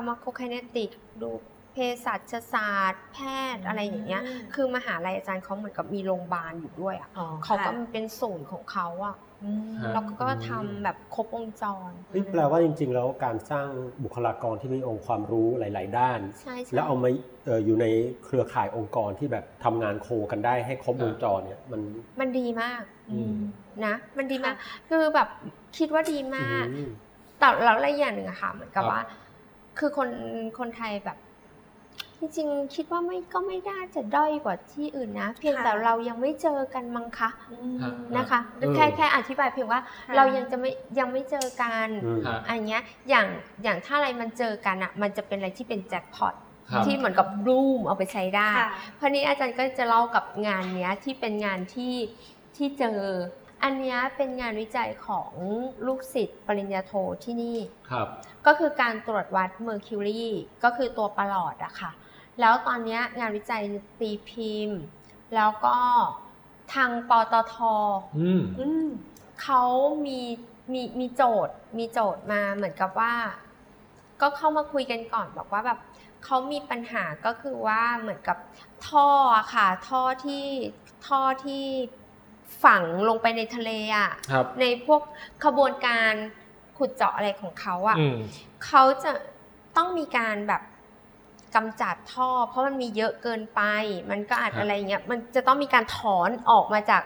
D: pharmacokinetic ดูเภสัชศาสตร์ แพทย์อะไรอย่างเงี้ย
E: อืม
D: คือมหาลัยอาจารย์เขาเหมือนกับมีโรงพยาบาลอยู่ด้วยอะ
E: อ๋อ
D: เขาก็
E: ค่ะ
D: มันเป็นศูนย์ของเขาอะ
E: อืม
F: ฮะ
D: แล้วก็ทำแบบครบวงจร
G: เฮ้ยแปลว่าจริง ๆ แล้วการสร้างบุคลากรที่มีองค์ความรู้หลาย ๆ ด้าน
D: ใช่ใช่
G: แล้วเอามาเอ่ออยู่ในเครือข่ายองค์กรที่แบบทำงานโคกันได้ให้ครบวงจรเนี่ยมัน
D: มันดีมาก
G: อืม
D: นะ มันดีมาก คือแบบคิดว่าดีมาก
G: อืม
D: แต่แล้วอะไรอย่างหนึ่งอะค่ะ เหมือนกับ
F: ครับ
D: ว่า คือคนคนไทยแบบ จริงๆ คิดว่าไม่ก็ไม่น่าจะด้อยกว่าที่อื่นนะ เพียง
E: ค่ะ
D: แต่เรายังไม่เจอกันมั้งคะ
E: อืม
F: ฮะ
D: นะคะ
F: เออ
D: แค่แค่อธิบายเพียงว่า
E: ค่ะ
D: เรายังจะไม่ยังไม่เจอกัน
G: อืม
F: ฮะ
D: อันเนี้ยอย่างอย่างถ้าอะไรมันเจอกันอะมันจะเป็นอะไรที่เป็นแจ็คพอต
F: ครับ
D: ที่เหมือนกับบลูมเอาไปใช้ได้
E: ค่ะ
D: พอนี้อาจารย์ก็จะเล่ากับงานเนี้ยที่เป็นงานที่ที่เจอ อันเนี้ยเป็นงานวิจัยของลูกศิษย์ปริญญาโทที่นี่
F: ครับ
D: ก็คือการตรวจวัดเมอร์คิวรีก็คือตัวประหลอดอะค่ะ แล้วตอนเนี้ยงานวิจัยตีพิมพ์ แล้วก็ทางปตท
F: อืม
E: อืม
D: เขามีมีมีโจทย์มีโจทย์มาเหมือนกับว่า ก็เข้ามาคุยกันก่อนบอกว่าแบบเขามีปัญหาก็คือว่าเหมือนกับท่ออะค่ะ ท่อที่ท่อที่ฝังลงไปในทะเลอะ
F: ครับ
D: ในพวกขบวนการขุดเจาะอะไรของเขาอะ
F: อืม
D: เขาจะต้องมีการแบบกำจัดท่อ เพราะมันมีเยอะเกินไป มันก็อาจ
F: ครับ
D: อะไรเงี้ยมันจะต้องมีการถอนออกมาจาก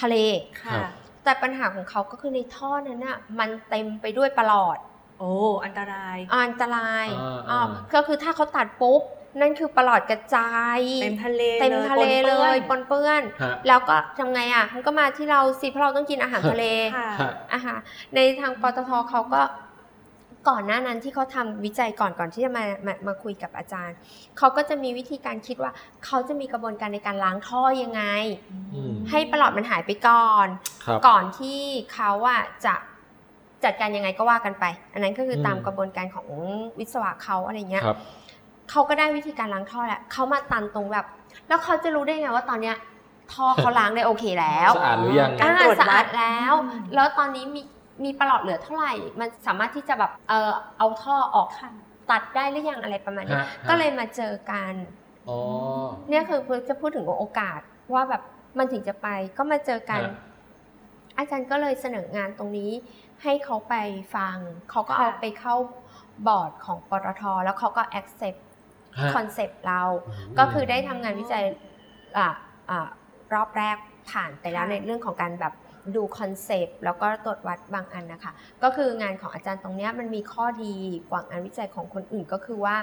D: ทะเล
E: ค่ะ
F: ครับ
D: แต่ปัญหาของเขาก็คือในท่อนั้นน่ะมันเต็มไปด้วยปลอด
E: โอ้ อันตราย
D: อันตราย
F: อ่า
D: อ่า
F: อ่า
D: ก็คือถ้าเขาตัดปุ๊บ นั่นคือปลอดกระจาย
E: เต็มทะเล
D: เต็มทะเลเล
E: ปนปื้อน
D: ยปนเปื้อน
F: ฮะ
D: แล้วก็ทำไงอ่ะมันก็มาที่เราสิเพราะเราต้องกินอาหาร ทะเล
E: ค่ะ
F: ฮะ
D: อาหารในทางปตทเขาก็ก่อนหน้านั้นที่เขาทำวิจัยก่อนก่อนที่จะมามามาคุยกับอาจารย์ เขาก็จะมีวิธีการคิดว่า เขาจะมีกระบวนการในการล้างท่อยังไง
F: อืม
D: ให้ปลอดมันหายไปก่อน
F: ครับ
D: ก่อนที่เขาอะจะจัดการยังไงก็ว่ากันไป อันนั้นก็คืออ
F: ม
D: ตามกระบวนการของวิศวะเขาอะไรเงี้ย
F: ครับ
D: เขาก็ได้วิธีการล้างท่อแหละเขามาตันตรงแบบ แล้วเขาจะรู้ได้ไงว่าตอนเนี้ยท่อเขาล้างได้โอเคแล้ว
F: สะอาดหรือยัง
E: กา
D: อ่าร
E: ตรวจ
D: สะ
E: วั
D: อา
E: ด
D: ดแล้ว
E: อืม
D: แล้วตอนนี้มีมีปลอดเหลือเท่าไหร่ มันสามารถที่จะแบบเออเอาท่อออก
E: ค่ะ
D: ตัดได้หรือยังอะไรประมาณนี้
F: ฮะฮะ
D: ก็เลยมาเจอกัน
F: อ๋อ
D: เนี่ยคือเพื่อจะพูดถึงโอกาสว่าแบบมันถึงจะไปก็มาเจอกัน
F: ฮะ
D: อาจารย์ก็เลยเสนองานตรงนี้ให้เขาไปฟัง เขาก็เอา
E: ค่ะ
D: ไปเข้าบอร์ดของปตทแล้วเขาก็ accept
F: ฮะ
D: คอนเซปต์เรา ก็คือได้ทำงานวิจัยอ่ะอ่ะรอบแรกผ่านไปแล้ว
E: ค่ะ
D: ในเรื่องของการแบบดูคอนเซปต์แล้วก็ตรวจวัดบางอันนะคะ ก็คืองานของอาจารย์ตรงเนี้ยมันมีข้อดีกว่างานวิจัยของคนอื่นก็คือว่า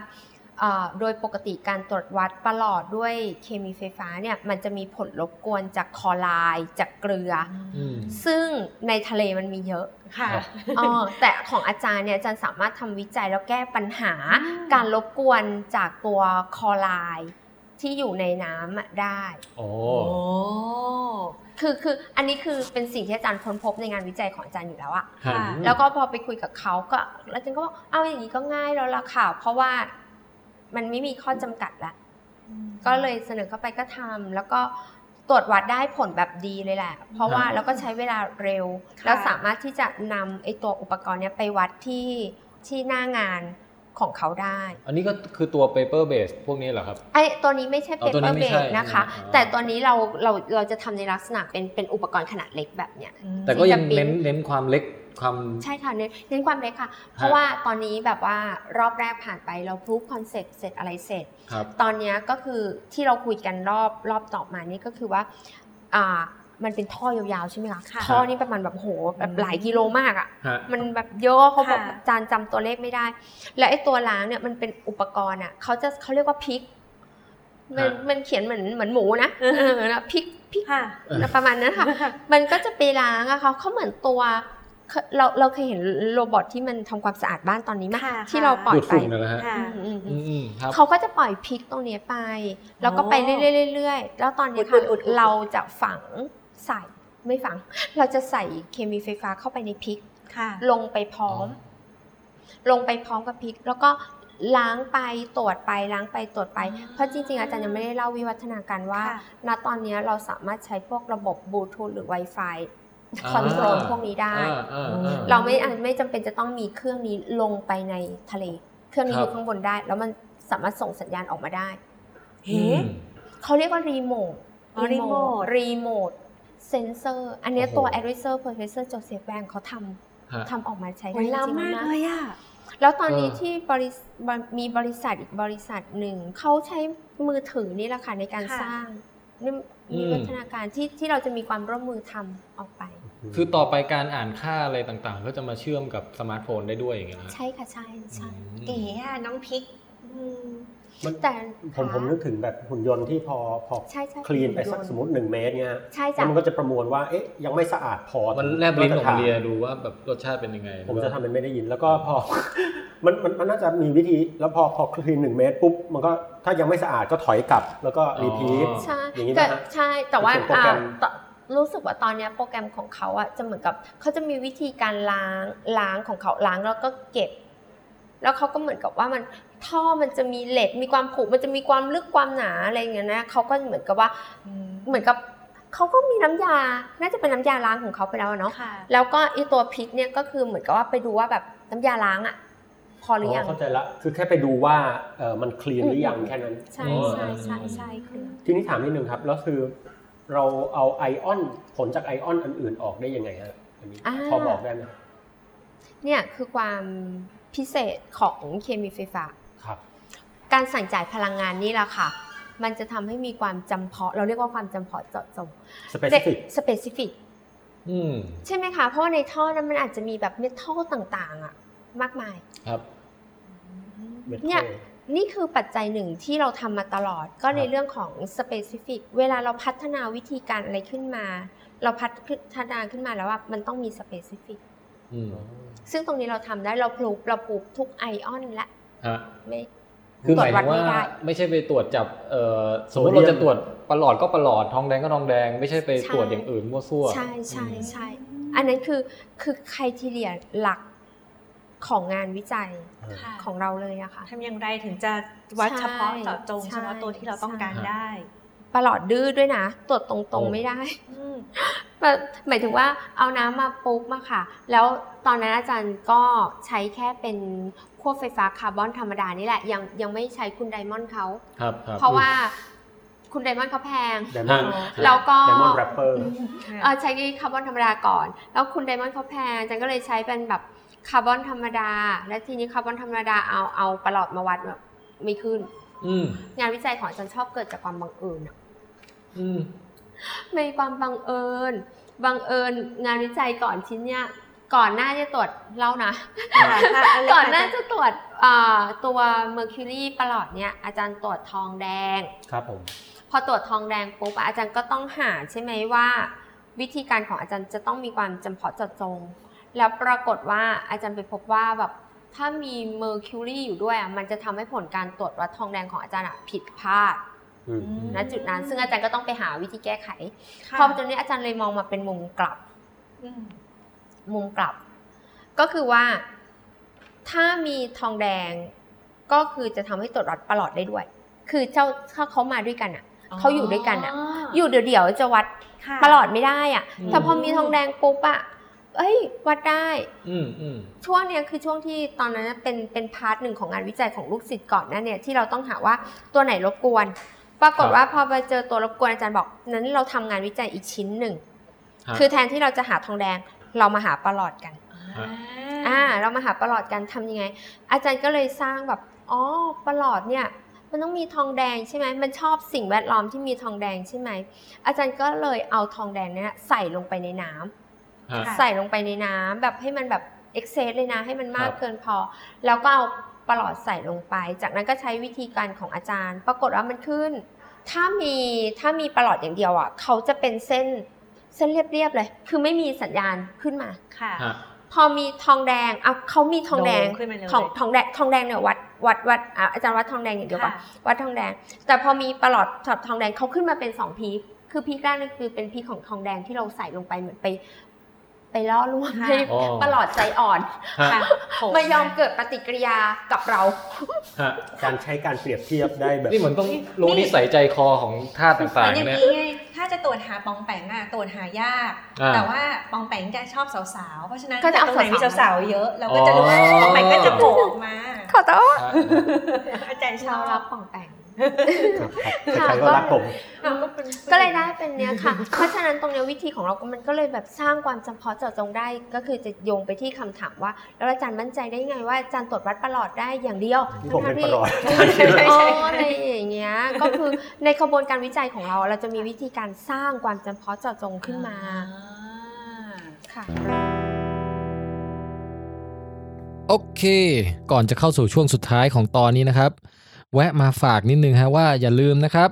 D: เอ่อโดยปกติการตรวจวัดประหลอดด้วยเคมีไฟฟ้าเนี่ยมันจะมีผลรบกวนจากคลอไลน์จากเกลืออ
F: อืม
D: ซึ่งในทะเลมันมีเย อะ
E: ค่ะ
F: ครับ
D: อ๋อแต่ของอาจารย์เนี่ยอาจารย์สามารถทำวิจัยแล้วแก้ปัญหา
E: อืม
D: การรบกวนจากตัวคลอไลน์ที่อยู่ในน้ำอะได้
F: โอ้
E: โอ้
D: คือคืออันนี้คือเป็นสิ่งที่อาจารย์ค้นพบในงานวิจัยของอาจารย์อยู่แล้วอะ
E: ค่ะ
D: แล้วก็พอไปคุยกับเขาก็อาจารย์ก็บอกเอาอย่างนี้ก็ง่ายแล้วล่ะค่ะเพราะว่ามันไม่มีข้อจำกัดละ ก็เลยเสนอเข้าไปก็ทำแล้วก็ตรวจวัดได้ผลแบบดีเลยแหละ เพราะว่า
F: ครับ
D: แล้วก็ใช้เวลาเร็ว
E: ค่ะ
D: แล้วสามารถที่จะนำไอ้ตัวอุปกรณ์เนี้ยไปวัดที่ที่หน้างานของเขาได้
F: อันนี้ก็คือตัว paper base พวกนี้เหรอครับ
D: ไอ้ตัวนี้ไม่ใช่
F: อ๋อตัวนี้
D: paper
F: ไม่ใช่
D: bag นะคะ
F: อ่า
D: แต่ตัวนี้เราเราเราจะทำในลักษณะเป็นเป็นอุปกรณ์ขนาดเล็กแบบเนี้ย
F: แต่ก็ยัง
D: ที่จะ
F: เน้นเน้นความเล็กความ
D: ใช่ค่ะเน้นเน้นความเล็กค่ะ เพราะว่าตอนนี้แบบว่ารอบแรกผ่านไปเราพรูฟคอนเซ็ปต์เสร็จอะไรเสร็จ
F: ครับ
D: ตอนเนี้ยก็คือที่เราคุยกันรอบรอบต่อมานี่ก็คือว่าอ่ามันเป็นท่อยาวๆใช่ไหมคะ
E: ค่ะ
D: ท่อนี่ประมาณแบบโหแบบหลายกิโลมากอะ่ะ
F: ฮะ
D: มันแบบเยอะเขาบอก
E: ค่ะ
D: จานจำตัวเลขไม่ได้ และไอ้ตัวล้างเนี่ยมันเป็นอุปกรณ์อะ่ะเขาจะเขาเรียกว่าพิกมัน
F: ฮะ
D: มันเขียนเหมือนเหมือนหมูนะเออนะพิกพิก
E: ค่ะ
D: นะประมาณนั้นค่ะ มันก็จะไปล้างอะค่ะเขาเหมือนตัวเราเราเคยเห็นโรบอทที่มันทำความสะอาดบ้านตอนนี้ไหม
E: ค่ะ
D: ที่เรา
E: ค่ะ
D: ปล่อย
F: ดูด
D: ไป
F: ฝุ่นน่ะนะฮะ
E: ค่ะ
D: อืมอืมอืม
F: อืมๆครับ
D: เขาก็จะปล่อยพริกตรงนี้ไป แล้วก็ไป
E: อ๋
D: เรื
E: อ
D: อยๆเรื่อยๆแล้วตอนนี้ค่ะ
E: อุดๆๆๆ
D: เราจะฝังใส่ไม่ฝัง เราจะใส่เคมีไฟฟ้าเข้าไปในพริก
E: ค่ะ
D: ลงไปพร้อม
F: อ๋
D: ลงไปพร้อมกับพริก แล้วก็ล้างไปตรวจไปล้างไปตรวจไป
E: อ๋อ
D: เพราะจริงๆ อาจารย์ยังไม่ได้เล่าวิวัฒนาการว่า
E: ค่ะ
D: ณตอนนี้เราสามารถใช้พวกระบบบลูทูธหรือ Wi-Fi
F: อ่า
D: คอนโทรลพวกนี้ได้
F: อ่าอ่าอ่า
D: เราไม่อันไม่จำเป็นจะต้องมีเครื่องนี้ลงไปในทะเล เครื่องนี้
F: ครั
D: อบ ยู่ข้างบนได้ แล้วมันสามารถส่งสัญญาณออกมาได้
F: อื
E: เฮ้
F: ม
D: เขาเรียกว่ารีโมท
E: อ๋อ remote
D: รีโมทเซนเซอร์ อันเนี้ย
F: โอ้โห
D: ตัว advisor professor Joseph Bank เขาท
F: ฮะ
D: ำทำออกมาใช้
E: ย
D: ได้จริง
E: ล้ำ
D: ๆ
E: มาก
D: นะ
E: เลยอ่ะ
D: แล้วตอนนี้
F: เออ
D: ที่บริษบริมีบริษัทอีกบริษัทหนึ่ง เขาใช้มือถือนี่แหละค่ะในการ
E: ค่ะ
D: สร้างนี่มีวัฒนาการที่ที่เราจะมีความร่วมมือทำออกไป
F: คือต่อไปการอ่านค่าอะไรต่างๆ ก็จะมาเชื่อมกับสมาร์ทโฟนได้ด้วยอย่างเงี้ยนะฮะ
D: ใช่ค่ะใช่ใช่
F: อืม
E: เก๋อะน้องพริกอืม
G: มัน
D: แต่
G: ผมผมนึกถึงแบบหุ่นยนต์ที่พอพอ
D: ใช่ใช่
G: คลีนไปสักสมมติ 1 เมตรเนี่ยฮะ
D: ใช่
G: แล้ว
D: จ้ะ
G: มันก็จะประมวลว่าเอ๊ะยังไม่สะอาดพอ
F: มันแลบลิ้นออกมาเลีย
G: มาตรฐ
F: ดูว่าแบบรสชาติเป็นยังไง
G: านผมจะทำเป็นไม่ได้ยินแล้วก็พอ มันมันมันน่าจะมีวิธีแล้วพอพอคลีนหนึ่งเมตรปุ๊บมันก็ถ้ายังไม่สะอาดก็ถอยกลับ แล้วก็รีพีท
F: อ๋อ
D: ใช่
G: อย่างนี้
D: แต่
G: นะฮะ
D: ใช่แต่ว่า
G: เป็นโปรแกร
D: อ
G: ม
D: ่าตรู้สึกว่าตอนเนี้ยโปรแกรมของเขาอะจะเหมือนกับเขาจะมีวิธีการล้างล้างของเขาล้างแล้วก็เก็บ แล้วเขาก็เหมือนกับว่ามันท่อมันจะมีเหล็กมีความผุมันจะมีความลึกความหนาอะไรอย่างเงี้ยนะเขาก็เหมือนกับว่า เหมือนกับเขาก็มีน้ำยา น่าจะเป็นน้ำยาล้างของเขาไปแล้วอะเนาะ
E: ค่ะ
D: แล้วก็ไอีตัวพิษเนี่ยก็คือเหมือนกับว่าไปดูว่าแบบน้ำยาล้างอะพอหรือยัง
G: อ๋อเข้าใจละคือแค่ไปดูว่าเออมันคลีนหรือยัง
D: อืม
G: แค่นั้น
D: ใช่ใช่ใช่ใช่คือ
G: ทีนี้ถามนิดนึงครับ แล้วคือเราเอาไอออนผลจากไอออนอันอื่นออกได้ยังไงฮะอันนี้
D: อ่า
G: พอบอกได้ไหม
D: เนี่ยคือความพิเศษของเคมีไฟฟ้า
G: ครับ
D: การสั่งจ่ายพลังงานนี่แหละค่ะ มันจะทำให้มีความจำเพาะ เราเรียกว่าความจำเพาะเจาะจง
G: สเปซิฟิก
D: สเปซิฟิก
F: อืม
D: ใช่ไหมคะ เพราะว่าในท่อนั้นมันอาจจะมีแบบเมทัลต่างๆอะมากมาย
F: ครับ
D: เนี่ย นี่คือปัจจัยหนึ่งที่เราทำมาตลอด ก็ใน
G: ครับ
D: เรื่องของสเปซิฟิก เวลาเราพัฒนาวิธีการอะไรขึ้นมา เราพัฒนาขึ้นมาแล้วว่ามันต้องมีสเปซิฟิก
F: อืม
D: ซึ่งตรงนี้เราทำได้ เราปลูกเราปลูกทุกไอออนและ
F: ฮะ
D: ไม่
F: คือหมายถึงว่า
D: ตรวจวัดไม่ได้
F: ไม่ใช่ไปตรวจจับเอ่อสมมติ
G: โซเดียม
F: เราจะตรวจประหลอดก็ประหลอดทองแดงก็ทองแดง ไม่ใช่ไปตรวจอย่างอื่นมั่วซั่ว
D: ใช่ใช่ใช่
E: อืม
D: อันนั้นคือคือใครทีเรียหลักของงานวิจัย
E: ค่ะ
D: ของเราเลยอะค่ะ
E: ทำอย่างไรถึงจะวัดเฉพาะเจาะจง
D: ใช่
E: เฉพาะตัวที่เราต้องการได้
D: ประหลอดดื้อด้วยนะ ตรวจตรงๆไม่ได้
E: อืม
D: แบบหมายถึงว่าเอาน้ำมาปุ๊บมาค่ะ แล้วตอนนั้นอาจารย์ก็ใช้แค่เป็นขั้วไฟฟ้าคาร์บอนธรรมดานี่แหละ ยังยังไม่ใช้คุณไดมอนด์เขา
F: ครับครับ
D: เพราะว่าคุณไดมอนด์เขาแพง
G: ไดมอนด์
D: แล้วก็
G: ไดมอนด์แรปเปอร์
D: เออใช้คาร์บอนธรรมดาก่อน แล้วคุณไดมอนด์เขาแพงจันก็เลยใช้เป็นแบบคาร์บอนธรรมดา และทีนี้คาร์บอนธรรมดาเอาเอาประหลอดมาวัดแบบไม่ขึ้น
F: อืม
D: งานวิจัยของอาจารย์ชอบเกิดจากความบังเอิญอะ
F: อืม
D: มีความบังเอิญ บังเอิญงานวิจัยก่อนชิ้นเนี้ยก่อนหน้าจะตรวจเล่านะ
E: อ่าค่ะเเลย
D: ก่อนหน้า
E: ค่ะ
D: จะตรวจเอ่อตัวเมอร์คิวรีประหลอดเนี่ยอาจารย์ตรวจทองแดง
G: ครับผม
D: พอตรวจทองแดงปุ๊บอะอาจารย์ก็ต้องหาใช่ไหมว่า วิธีการของอาจารย์จะต้องมีความจำเพาะเจาะจง แล้วปรากฏว่าอาจารย์ไปพบว่าแบบถ้ามีเมอร์คิวรีอยู่ด้วยอะมันจะทำให้ผลการตรวจวัดทองแดงของอาจารย์อะผิดพลาด
G: อืม
D: ณจุดนั้น ซึ่งอาจารย์ก็ต้องไปหาวิธีแก้ไข
E: ค่ะ
D: พอตอนนี้อาจารย์เลยมองมาเป็นมุมกลับ
E: อืม
D: มุมกลับ ก็คือว่าถ้ามีทองแดงก็คือจะทำให้ตรวจวัดประหลอดได้ด้วย คือเจ้าถ้าเขามาด้วยกันอะ เขาอยู่ด้วยกันอะ อยู่เดี๋ยวๆจะวัด
E: ค่ะ
D: ประหลอดไม่ได้อะ
E: อืม
D: แต่พอมีทองแดงปุ๊บอะเอ้ย วัดได้
F: อืมอืม
D: ช่วงเนี้ยคือช่วงที่ตอนนั้นนะเป็นเป็นพาร์ทหนึ่งของงานวิจัยของลูกศิษย์ก่อนหน้าเนี่ยที่เราต้องหาว่าตัวไหนรบกวน ปรากฏว่าพอไปเจอตัวรบกวนอาจารย์บอกนั้นเราทำงานวิจัยอีกชิ้นหนึ่ง
F: ฮะ
D: คือแทนที่เราจะหาทองแดงเรามาหาประหลอดกัน
E: อ่า
D: อ่า เรามาหาประหลอดกันทำยังไง อาจารย์ก็เลยสร้างแบบ อ๋อ ประหลอดเนี่ย มันต้องมีทองแดงใช่ไหม มันชอบสิ่งแวดล้อมที่มีทองแดงใช่ไหม อาจารย์ก็เลยเอาทองแดงเนี่ยนะใส่ลงไปในน้ำ
F: ฮะ
E: ค่ะ
D: ใส่ลงไปในน้ำแบบให้มันแบบเอ็กเซสเลยนะ ให้มันมาก
F: ครับ
D: เกินพอ แล้วก็เอาประหลอดใส่ลงไป จากนั้นก็ใช้วิธีการของอาจารย์ ปรากฏว่ามันขึ้น ถ้ามีถ้ามีประหลอดอย่างเดียวอ่ะเขาจะเป็นเส้นเส้นเรียบๆเลย คือไม่มีสัญญาณขึ้นมา
E: ค่ะ
F: ฮะ
D: พอมีทองแดงอ่ะเขามีทองแดง
E: ขึ้นมาเลย
D: ทองทองแดงทองแดงเนี่ยวัดวัดวัดอ่ะอาจารย์วัดทองแดงอย่างเดียวก่อน
E: ค่ะ
D: วัดทองแดง แต่พอมีประหลอดช็อตทองแดงเขาขึ้นมาเป็นสองพีคคือพีคแรกนั่นคือเป็นพีคของทองแดงที่เราใส่ลงไปเหมือนไป ไปล่อลวงให้
F: อ๋อ
D: ประหลอดใจอ่อน
F: ฮะ
E: ค่ะโผล่
D: ไม่ยอมเกิดปฏิกิริยากับเรา
F: ฮะ
G: การใช้การเปรียบเทียบได้แบบ
F: นี่เหมือนต้องรู้นิสัยใจคอของธาตุต่าง
E: มั
F: ๆ
E: นอย่าง
F: เนี่ย
E: นี้ไงถ้าจะตรวจหาปองแปงอะตรวจหายาก
F: อ่า
E: แต่ว่าปองแปงจะชอบสาวๆ เพราะฉะนั้น
D: ก็จะเอา
E: ตรงไหนมี
D: สาวๆ
E: สาวๆเยอะ เราก็จะรู้ว่า
F: อ๋อ
E: ปองแปงก็จะโผล่ออกมา
D: ขอโทษ
F: ฮะ
E: อาจารย์ช
D: เรา
E: อบ
D: รักของแต่ง
G: ครับ
D: ค่ะ
G: ใครๆก็
D: ก็
G: รักผม
E: เราก็เป็น
D: ก็เลยได้เป็นเนี้ยค่ะ เพราะฉะนั้นตรงเนี้ยวิธีของเราก็มันก็เลยแบบสร้างความจำเพาะเจาะจงได้ ก็คือจะโยงไปที่คำถามว่า แล้วอาจารย์มั่นใจได้ยังไงว่าอาจารย์ตรวจวัดประหลอดได้อย่างเดียว
G: ที่ผมเป็น
D: ทั้งๆ
G: ป
D: ที่
G: ระหลอด
E: ไม่
D: อ๋อ
E: ใช่
D: อะไรอย่างเงี้ย ก็คือในกระบวนการวิจัยของเรา เราจะมีวิธีการสร้างความจำเพาะเจาะจงขึ้นมาค่ะ
A: โอเค ก่อนจะเข้าสู่ช่วงสุดท้ายของตอนนี้นะครับ แวะมาฝากนิดนึงฮะว่าอย่าลืมนะครับ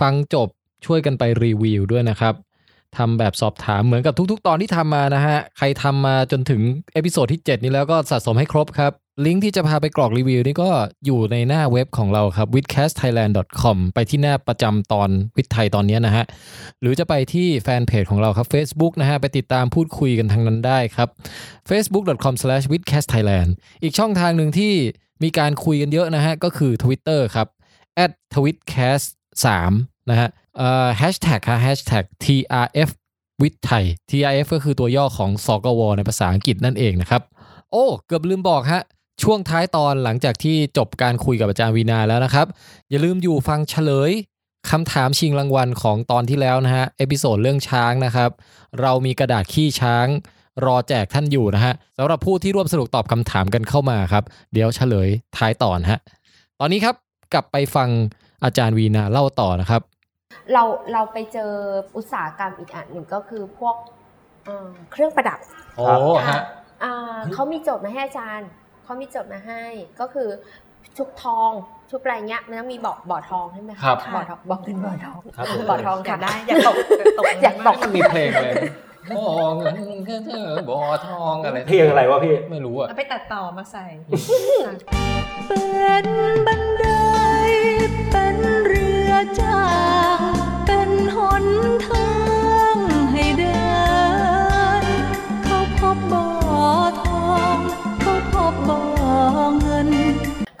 A: ฟังจบช่วยกันไปรีวิวด้วยนะครับทำแบบสอบถามเหมือนกับทุก ๆ ตอนที่ทำมานะฮะ ใครทำมาจนถึงเอพิโซดที่ 7 นี้แล้วก็สะสมให้ครบครับ ลิงก์ที่จะพาไปกรอกรีวิวนี่ก็อยู่ในหน้าเว็บของเราครับ withcastthailand.com ไปที่หน้าประจำตอนวิทย์ไทยตอนเนี้ยนะฮะ หรือจะไปที่แฟนเพจของเราครับ Facebook นะฮะ ไปติดตามพูดคุยกันทางนั้นได้ครับ facebook.com/withcastthailand อีกช่องทางหนึ่งที่มีการคุยกันเยอะนะฮะ ก็คือ Twitter ครับ @twitcast 3นะฮะเอ่อ hashtag ฮะ hashtag trf วิทย์ไทย TRF ก็คือตัวย่อของสกวในภาษาอังกฤษนั่นเองนะครับ โอ้ เกือบลืมบอกฮะ ช่วงท้ายตอนหลังจากที่จบการคุยกับอาจารย์วีนาแล้วนะครับ อย่าลืมอยู่ฟังเฉลยคำถามชิงรางวัลของตอนที่แล้วนะฮะ เอพิโซดเรื่องช้างนะครับ เรามีกระดาษขี้ช้าง รอแจกท่านอยู่นะฮะสำหรับผู้ที่ร่วมสนุกตอบคำถามกันเข้ามาครับ เดี๋ยวเฉลยท้ายตอนฮะ ตอนนี้ครับกลับไปฟังอาจารย์วีนาเล่าต่อนะครับ
D: เราเราไปเจออุตสาหกรรมอีกอันหนึ่งก็คือพวกเอ่อเครื่องประดับ
F: โอ้ฮะ
D: อ่าเขามีโจทย์มาให้อาจารย์ เขามีโจทย์มาให้ ก็คือชุบทองชุบอะไรเงี้ยมันต้องมีบ่อบ่อทองใช่ไหมะ
F: ครับ
D: บ่อทองบ่อเป็นบ่อทอง
G: ครับผม
D: บ่อทอง
E: อยา
D: ค่ะ
E: ก
D: ได้
E: ได้อยากตกอยากตก
D: อยากตก
F: มันมีเพลงเลยบ่อเงินเธอบอทองอะไร
G: เพลงอะไรวะพี่
F: ไม่รู้อ่ะ
E: แล้วไปตัดต่อมาใส่
I: เป็นบันไดเป็นเรือจาง เป็นหนทางให้เดิน เขาพบบ่อทอง เขาพบบ่อเงิน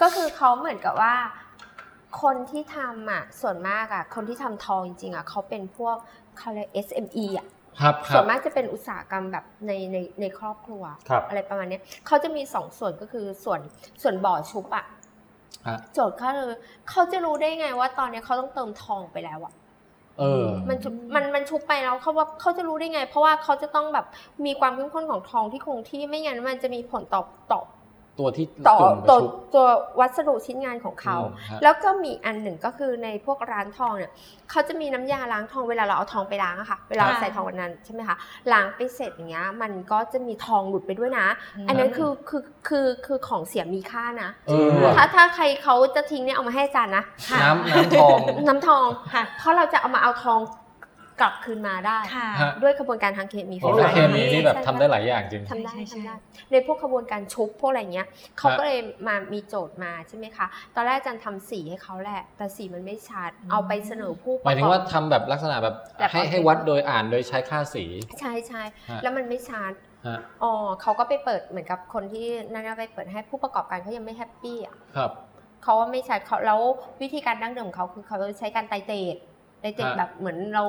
D: ก็คือเขาเหมือนกับว่า คนที่ทำอ่ะส่วนมากอ่ะคนที่ทำทองจริงๆอ่ะเขาเป็นพวกเขาเรียก SME อ่ะ
F: ครับค
D: ส่
F: รั
D: ว
F: บ
D: นมากจะเป็นอุตสาหกรรมแบบในในในครอบครัว
G: ครับ
D: อะไรประมาณเนี้ยเขาจะมีสองส่วนก็คือส่วนส่วนบ่อชุบอะ
F: ฮะ
D: โจทย์เขาเลยเขาจะรู้ได้ไงว่าตอนเนี้ยเขาต้องเติมทองไปแล้วอะ
F: เออ
D: มันชุบมันมันชุบไปแล้วเขาว่าเขาจะรู้ได้ไง เพราะว่าเขาจะต้องแบบมีความเข้มข้นของทองที่คงที่ไม่งั้นมันจะมีผลต่อต่อ
F: ตัวที่
D: ต่อ
F: จุ่มไป
D: ต่อ
F: ชุบ
D: ตัววัสดุชิ้นงานของเขา
F: อืมฮะ
D: แล้วก็มีอันหนึ่งก็คือในพวกร้านทองเนี่ยเขาจะมีน้ำยาล้างทองเวลาเราเอาทองไปล้างอะค่ะ เวลาเรา
E: ค่ะ
D: ใส่ทองวันนั้นใช่ไหมคะล้างไปเสร็จอย่างเงี้ยมันก็จะมีทองหลุดไปด้วยนะ อันนั้นคือคือคือคือของเสียมีค่านะ
F: เออว่ะ
D: ถ้าถ้าใครเขาจะทิ้งเนี่ยเอามาให้อาจารย์นะ
E: ค่ะ
F: น้ำน้ำทอง
D: น้ำทอง
E: ค่ะ
D: เพราะเราจะเอามาเอาทองกลับคืนมาได้
E: ค่ะ
F: ฮะ
D: ด้วยกระบวนการทางเคมีไฟ
F: โอ้
D: ฟ้า
F: เคมีนี่แบบ
D: ใช่
F: ทำได้หลายอย่างจริง
D: ทำได้
E: ใช่ใช่
D: ทำได้ในพวกกระบวนการชุบพวกอะไรเงี้ยเขาก็เลยมามีโจทย์มาใช่ไหมคะตอนแรกอาจารย์ทำสีให้เขาแหละ แต่สีมันไม่ชัดเอาไปเสนอผู้ป
F: หมา
D: ระ
F: ยถึ
D: ก
F: ง
D: อ
F: ว่า
D: บ
F: ทำแบบลักษณะแบบ
D: แบบ
F: ให้
D: เอา
F: ให้วัดโดยอ่านโดยใช้ค่าสี
D: ใช่ใช่
F: ฮะ
D: แล้วมันไม่ชัด
F: ฮะ
D: อ๋อเขาก็ไปเปิดเหมือนกับคนที่นั่นนะไปเปิดให้ผู้ประกอบการเขายังไม่แฮปปี้อ่ะ
F: ครับ
D: เขาว่าไม่ใช่เขาแล้ววิธีการดั้งเดิมของเขาคือเขาใช้การไตเตดไตเตด
F: ฮะ
D: แบบเหมือนเรา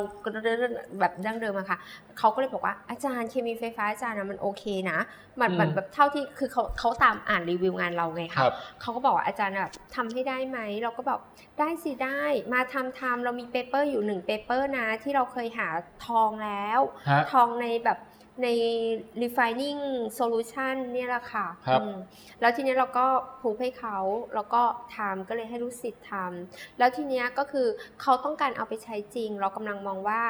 D: แบบดั้งเดิมอะค่ะเขาก็เลยบอกว่าอาจารย์เคมีไฟฟ้าอาจารย์นะมันโอเคนะมันมันแบบเท่าที่คือเขาเขาตามอ่านรีวิวงานเราไง
F: ค
D: คะ
F: รับ
D: เขาก็บอกว่าอาจารย์แบบทำให้ได้ไหมเราก็บอกได้สิได้มาทำทำเรามีเปเปอร์อยู่หนึ่งเปเปอร์นะ ที่เราเคยหาทองแล้ว
F: ฮะ
D: ทองในแบบใน refining solution เนี่ยแหละค่ะ
F: ครับ
D: อืมแล้วทีเนี้ยเราก็พูให้เขาแล้วก็ทำก็เลยให้ลูกศิษย์ทำแล้วทีเนี้ยก็คือเขาต้องการเอาไปใช้จริง เรากำลังมองว่า